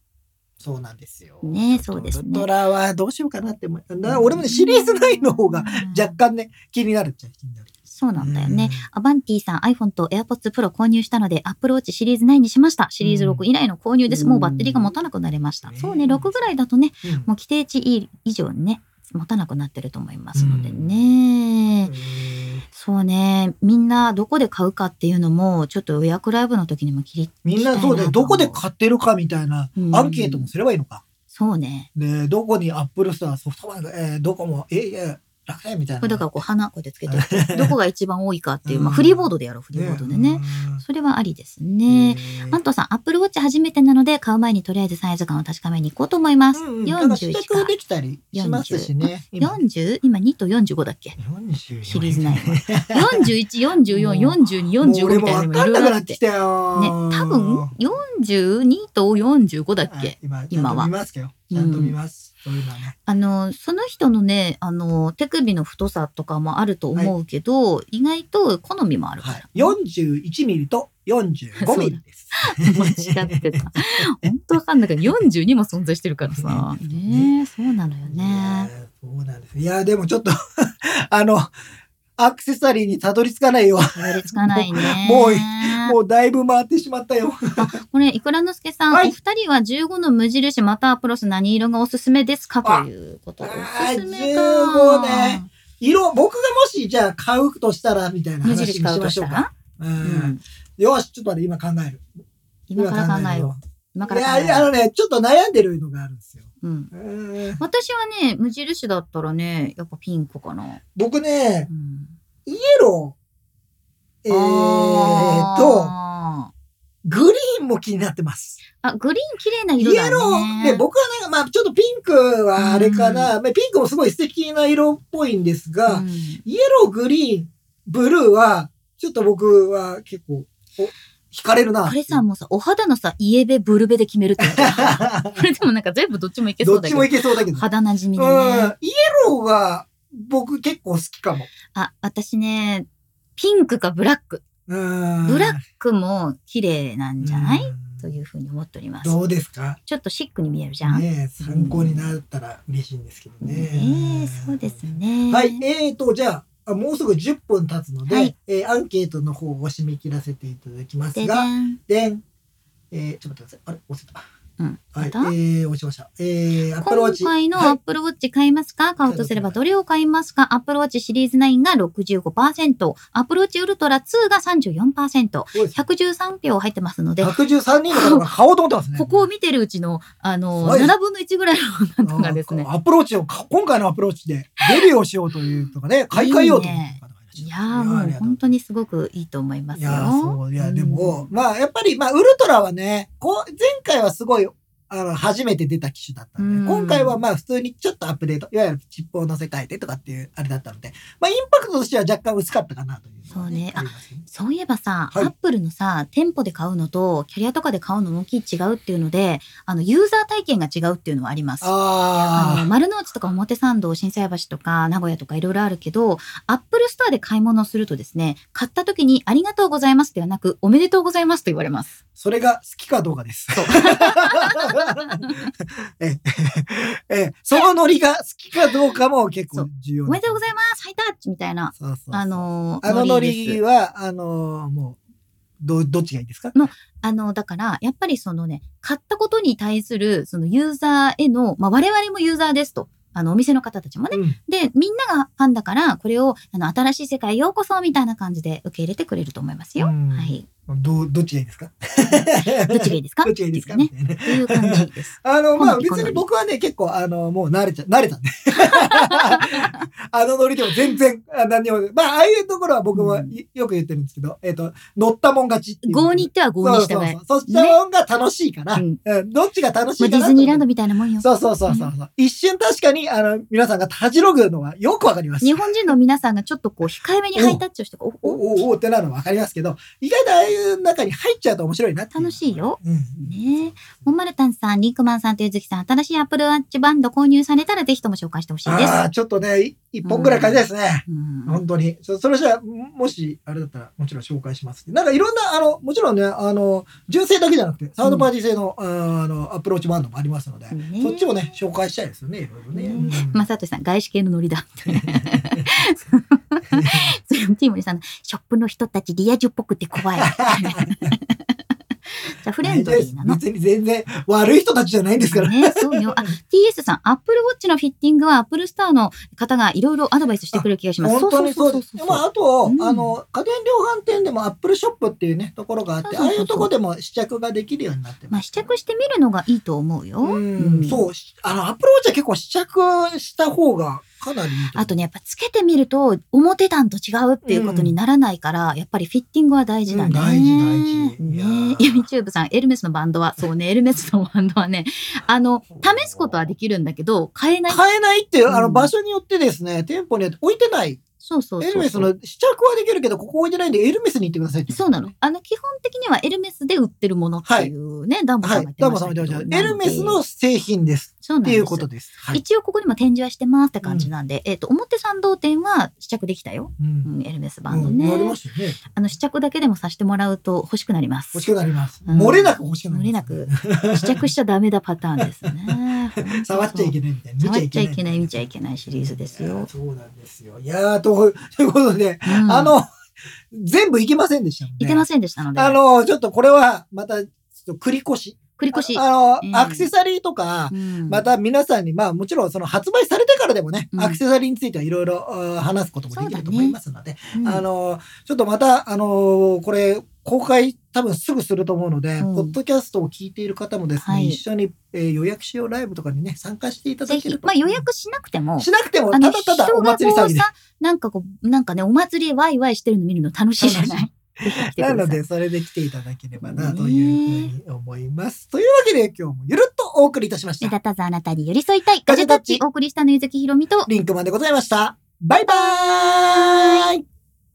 Speaker 2: そうなんですよ。
Speaker 3: ねそうですね
Speaker 2: ウルトラはどうしようかなって思う。な俺もね、シリーズ9の方が若
Speaker 3: うん
Speaker 2: 干ね、気になるっちゃ気になる。
Speaker 3: そうなんだよね。アバンティさん iPhone と AirPods Pro 購入したので Apple Watch シリーズ9にしました。シリーズ6以来の購入です。
Speaker 2: うん
Speaker 3: もうバッテリーが持たなくなりました。
Speaker 2: ね
Speaker 3: そうね、6ぐらいだとね、
Speaker 2: うん。うん
Speaker 3: もう規定値以上にね、持たなくなってると思いますのでね。そうね、みんなどこで買うかっていうのも、ちょっと予約ライブの時にも切り、
Speaker 2: みんなそうだよ。どこで買ってるかみたいな
Speaker 3: うん
Speaker 2: アンケートもすればいいのか。
Speaker 3: そうね。
Speaker 2: ねどこにアップルストア、ソフトバンク、えー、どこも、えー、いや楽天みたいな。
Speaker 3: これだからこう花こうやってつけてお く、どこが一番多いかっていう、ま
Speaker 2: う
Speaker 3: あ
Speaker 2: ん
Speaker 3: フリーボードでやろう、フリーボードでね。。それはありですね。アントさん、アップルウォッチ初めてなので、買う前にとりあえずサイズ感を確かめに行こうと思います。
Speaker 2: うん、なんか試
Speaker 3: 41
Speaker 2: 着
Speaker 3: か。
Speaker 2: できたりしますしね。今
Speaker 3: 40? 今2と45だっ け
Speaker 2: 40
Speaker 3: シリーズない
Speaker 2: も
Speaker 3: 41、44、42、
Speaker 2: う俺
Speaker 3: 45み
Speaker 2: も
Speaker 3: たい
Speaker 2: わ
Speaker 3: なの
Speaker 2: か
Speaker 3: も
Speaker 2: んないく
Speaker 3: いろろあ
Speaker 2: な
Speaker 3: っ
Speaker 2: っててき。た
Speaker 3: ね、
Speaker 2: よ。
Speaker 3: 多分42と45だっ
Speaker 2: はい
Speaker 3: け
Speaker 2: 今ちゃん
Speaker 3: 今
Speaker 2: と
Speaker 3: は
Speaker 2: 見ますけど。ちゃんと見ます。そういうのはね。
Speaker 3: あの、その人のね、あの、手首の太さとかもあると思うけど、意外と好みもあるか
Speaker 2: は
Speaker 3: ら
Speaker 2: い。。41ミリと45ミリです。
Speaker 3: 間違っ てた。本当わかんないけど、42も存在してるからさ。ね そうなのよ
Speaker 2: いや
Speaker 3: ね。
Speaker 2: ーそうなんです。いやー、でもちょっと、 あの、アクセサリーにたどり着かないよ。
Speaker 3: たどり着かないね。
Speaker 2: もうもうだいぶ回ってしまったよ。
Speaker 3: これ、いくらのすけさん、
Speaker 2: はい
Speaker 3: お二人は15の無印またはプロス何色がおすすめですかということで。お
Speaker 2: あ
Speaker 3: すすめ
Speaker 2: あー15
Speaker 3: か。
Speaker 2: ね色、僕がもし、じゃあ買うとしたら、みたいな
Speaker 3: 無
Speaker 2: 話に
Speaker 3: 印買
Speaker 2: し
Speaker 3: うと
Speaker 2: まし
Speaker 3: し
Speaker 2: ょう
Speaker 3: た
Speaker 2: か。
Speaker 3: ら、
Speaker 2: う、
Speaker 3: うんん、
Speaker 2: よし、ちょっと待って、今考える。
Speaker 3: 今から考えよう。今か
Speaker 2: いや
Speaker 3: ら考え
Speaker 2: いや、あ
Speaker 3: よう。
Speaker 2: のね、ちょっと悩んでるのがあるんですよ。
Speaker 3: うん、
Speaker 2: うーん
Speaker 3: 私はね、無印だったらね、やっぱピンクかな。
Speaker 2: 僕ね
Speaker 3: う、ん、
Speaker 2: イエロー、えー、と、
Speaker 3: あ
Speaker 2: グリーンも気になってます。
Speaker 3: ーあ、グリーン綺麗な
Speaker 2: イ
Speaker 3: 色だね。
Speaker 2: エロー、で、僕はなんか、まあ、ちょっとピンクはあれかな。まあピンクもすごい素敵な色っぽいんですが、
Speaker 3: うん
Speaker 2: イエロー、グリーン、ブルーは、ちょっと僕は結構、お、惹かれるな。
Speaker 3: これ さ、もうさ、お肌のさ、イエベ、ブルベで決めるってことだ これでもなんか全部どっちもいけそ
Speaker 2: ど
Speaker 3: う
Speaker 2: っ
Speaker 3: だ
Speaker 2: ち
Speaker 3: け
Speaker 2: も
Speaker 3: ど
Speaker 2: い。けそうだけど。
Speaker 3: 肌なじみでね。
Speaker 2: うん。イエローは、僕結構好きかも。
Speaker 3: あ、私ね、ピンクかブラック。
Speaker 2: うん。
Speaker 3: ブラックも綺麗なんじゃない、
Speaker 2: うん
Speaker 3: というふうに思っております。
Speaker 2: どうですか
Speaker 3: ちょっとシックに見えるじゃん。ね
Speaker 2: ねえ参考になったら嬉しいんですけどね。
Speaker 3: えそうですね。
Speaker 2: はい、えーと、じゃあ、もうすぐ10分経つので、
Speaker 3: はい
Speaker 2: えーアンケートの方を締め切らせていただきます
Speaker 3: でで
Speaker 2: が、
Speaker 3: ん。
Speaker 2: でん、えー、ちょっと待ってください。あれ、押せた。
Speaker 3: うん
Speaker 2: はい、え
Speaker 3: また
Speaker 2: ー、押しました。えー、アップルウォッ
Speaker 3: 今
Speaker 2: チ。
Speaker 3: 回の
Speaker 2: は
Speaker 3: アッ
Speaker 2: い、
Speaker 3: プルウォッチ買いますか、買うとすればどれを買いますかアップルウォッチシリーズ9が65%、アップルウォッチウルトラ2が34%、
Speaker 2: そうです
Speaker 3: 113票入ってますので、
Speaker 2: 113人の方が買おうと思ってますね。
Speaker 3: ここを見てるうちの、あの、
Speaker 2: はい
Speaker 3: 7分の1ぐらいの方がですね
Speaker 2: あ、アップローチを、か今回のアップローチでデビューをしようというとかね、買い替えようと思ってる方がいら
Speaker 3: いやーもう本当にすごくいいと思います
Speaker 2: い
Speaker 3: よ。
Speaker 2: やーそういや、
Speaker 3: うん
Speaker 2: でも、まあ、やっぱり、まあ、ウルトラはね、こう、前回はすごい、あの、初めて出た機種だったんで、
Speaker 3: うん
Speaker 2: 今回はまあ、普通にちょっとアップデート、いわゆるチップを乗せ替えてとかっていう、あれだったので、まあ、インパクトとしては若干薄かったかなというのは、
Speaker 3: そうねあ
Speaker 2: ありますよね
Speaker 3: そういえばさ、
Speaker 2: はい
Speaker 3: アップルのさ、店舗で買うのと、キャリアとかで買うのの大きい違うっていうので、あの、ユーザー体験が違うっていうのはあります。あの
Speaker 2: あ
Speaker 3: 丸の内とか表参道、心斎橋とか名古屋とかいろいろあるけど、アップルストアで買い物をするとですね、買った時にありがとうございますではなく、おめでとうございますと言われます
Speaker 2: ー。それが好きかどうか です。え え、ええ、そのノリが好きかどうかも結構重要
Speaker 3: お
Speaker 2: な
Speaker 3: めでとうございますハイタッチみたいな、
Speaker 2: そうそうそう
Speaker 3: あのー、
Speaker 2: あのノ
Speaker 3: です
Speaker 2: リは、あのー、もう、ど、どっちがいいですか
Speaker 3: あの、だから、やっぱりそのね、買ったことに対する、そのユーザーへの、まあ、我々もユーザーですと。あの、お店の方たちもね。
Speaker 2: うん
Speaker 3: で、みんながファンだから、これを、あの、新しい世界へようこそ、みたいな感じで受け入れてくれると思いますよ。
Speaker 2: うん
Speaker 3: はい。
Speaker 2: ど、どっちがいいですか
Speaker 3: どっちがいいですか
Speaker 2: どっちがいいですか
Speaker 3: っていうね。
Speaker 2: みたいな
Speaker 3: っていう感じです。
Speaker 2: あの、まあ
Speaker 3: 好み
Speaker 2: 別
Speaker 3: 好
Speaker 2: に
Speaker 3: み
Speaker 2: 僕はね、結構、あの、もう慣れちゃ、慣れたんで。あのノリでも全然、あ何にも、まあああいうところは僕も
Speaker 3: うん
Speaker 2: いよく言ってるんですけど、えっと、乗ったもん勝ち っていう。
Speaker 3: 合に行っては合に従え。
Speaker 2: そうそうそう。そしたもんが楽しいから、
Speaker 3: うん
Speaker 2: うんどっちが楽しい
Speaker 3: ま
Speaker 2: か
Speaker 3: あ、
Speaker 2: なと思って
Speaker 3: ディズニーランドみたいなもんよ。
Speaker 2: そうそうそうそう。う一瞬確かに、あの、皆さんがたじろぐのはよくわかります。
Speaker 3: 日本人の皆さんがちょっとこう、控えめにハイタッチをして、お、
Speaker 2: お
Speaker 3: お、
Speaker 2: おおってなるのわかりますけど、意外とああいう中に入っちゃうと面白いなってう
Speaker 3: 楽しいよ。
Speaker 2: うん。
Speaker 3: ねえ。もんまるたんさん、リンクマンさんとゆずきさん、新しいアップルワッチバンド購入されたら、ぜひとも紹介してほしいです。
Speaker 2: ああ、ちょっとね、い一本ぐらい買いたいですね。
Speaker 3: うん
Speaker 2: 本当に。そそれじゃあ、もし、あれだったら、もちろん紹介します。なんかいろんな、あの、もちろんね、あの、純正だけじゃなくて、サードパーティー製の、あーあの、アプローチバンドもありますので、
Speaker 3: ね
Speaker 2: そっちもね、紹介したいですよね、いろいろね。
Speaker 3: ね
Speaker 2: うん
Speaker 3: まさとしさん、外資系のノリだ。みたいなそうティーモリさんの、ショップの人たちリア充っぽく て怖い。じゃあフレンドリーなの。
Speaker 2: 別に全然悪い人たちじゃないんですから。
Speaker 3: ね、そうよ。あ、TS さん、アップルウォッチのフィッティングはアップルスターの方がいろいろアドバイスしてくれる気がします。
Speaker 2: 本当にそうです。で
Speaker 3: そう
Speaker 2: も
Speaker 3: そう
Speaker 2: あと、
Speaker 3: うん
Speaker 2: あの、家電量販店でもアップルショップっていうね、ところがあって、
Speaker 3: そうそうそう
Speaker 2: ああいうとこでも試着ができるようになって
Speaker 3: まあ、
Speaker 2: ます。
Speaker 3: 試着してみるのがいいと思うよ。
Speaker 2: うん、そう、しあの、アップルウォッチは結構試着した方がかなりいいと思う
Speaker 3: あとね、やっぱつけてみると、表段と違うっていうことにならないから、やっぱりフィッティングは大事だね。
Speaker 2: うん大事大事いやー
Speaker 3: ね え、YouTube さん、エルメスのバンドは、そ うね、エルメスのバンドはね、あの、試すことはできるんだけど、買えない。
Speaker 2: 買えないっていう、あ
Speaker 3: う
Speaker 2: の、
Speaker 3: ん
Speaker 2: 場所によってですね、店舗によって置いてない。
Speaker 3: そうそうそうそう。
Speaker 2: エルメスの試着はできるけど、ここ置いてないんで、エルメスに行ってくださいって言
Speaker 3: そう
Speaker 2: うんで
Speaker 3: な
Speaker 2: すね、
Speaker 3: の。あの、基本的にはエルメスで売ってるものっていうね、ダンボさんが
Speaker 2: はい。ダ
Speaker 3: 言っ
Speaker 2: ム
Speaker 3: てま
Speaker 2: さんも
Speaker 3: した
Speaker 2: 言
Speaker 3: け
Speaker 2: ってま
Speaker 3: ど。
Speaker 2: したエルメス
Speaker 3: なの
Speaker 2: の
Speaker 3: で、
Speaker 2: 製品です。
Speaker 3: そうなん
Speaker 2: って
Speaker 3: です
Speaker 2: いうことです。はい。
Speaker 3: 一応ここにも展示はしてますって感じなんで、えっ、と、表参道店は試着できたよ。
Speaker 2: う。
Speaker 3: うんん、エルメスバンド
Speaker 2: うん
Speaker 3: ね
Speaker 2: な。りましたよね。
Speaker 3: あの、試着だけでもさせてもらうと欲しくなります。
Speaker 2: 欲しくなります。
Speaker 3: うん
Speaker 2: 漏れなく欲しくな
Speaker 3: 漏
Speaker 2: り
Speaker 3: れ
Speaker 2: ま
Speaker 3: な
Speaker 2: す。
Speaker 3: く試着しちゃダメだパターンですね。
Speaker 2: 触っちゃい
Speaker 3: ない。
Speaker 2: けないみたいな。
Speaker 3: 触っちゃいけない、見ちゃ
Speaker 2: い
Speaker 3: いけないシリーズですよ。
Speaker 2: そうなんですよ。いやー、とということで、
Speaker 3: うん
Speaker 2: あ、の、全部いけませんでしたもんね。
Speaker 3: いけませんでしたので、
Speaker 2: あの、ちょっとこれは、また、ちょっと繰り越し。
Speaker 3: 繰り越し。
Speaker 2: あ
Speaker 3: え
Speaker 2: の、
Speaker 3: え
Speaker 2: アクセサリーとか、
Speaker 3: うん
Speaker 2: また皆さんに、まあもちろんその発売されてからでもね、
Speaker 3: うん
Speaker 2: アクセサリーについてはいろいろあー話すこともできると思いますので、
Speaker 3: うん
Speaker 2: あの、ちょっとまた、あのーこれ、公開多分すぐすると思うので、
Speaker 3: うん
Speaker 2: ポッドキャストを聞いている方もですね、
Speaker 3: はい
Speaker 2: 一緒に、えー予約しようライブとかにね、参加していただ
Speaker 3: ぜ
Speaker 2: ける
Speaker 3: ひ、
Speaker 2: と。
Speaker 3: まあ予約しなくても、
Speaker 2: しなくても、
Speaker 3: あ
Speaker 2: た
Speaker 3: の、
Speaker 2: だ
Speaker 3: 人
Speaker 2: ただお
Speaker 3: が
Speaker 2: 祭り
Speaker 3: こ
Speaker 2: 騒
Speaker 3: う
Speaker 2: ぎで。
Speaker 3: さ、なんかこう、なんかね、お祭りワイワイしてるの見るの楽しいじゃない
Speaker 2: なの、
Speaker 3: 来てください
Speaker 2: で、それで来ていただければな、というふうに思います。というわけで、今日もゆるっとお送りいたしまし
Speaker 3: 目
Speaker 2: た。
Speaker 3: 立たずあなたに寄り添いたい。ガジェタッチ、お送りしたのゆずきひろみと、
Speaker 2: リンクマンでございました。バイバーイ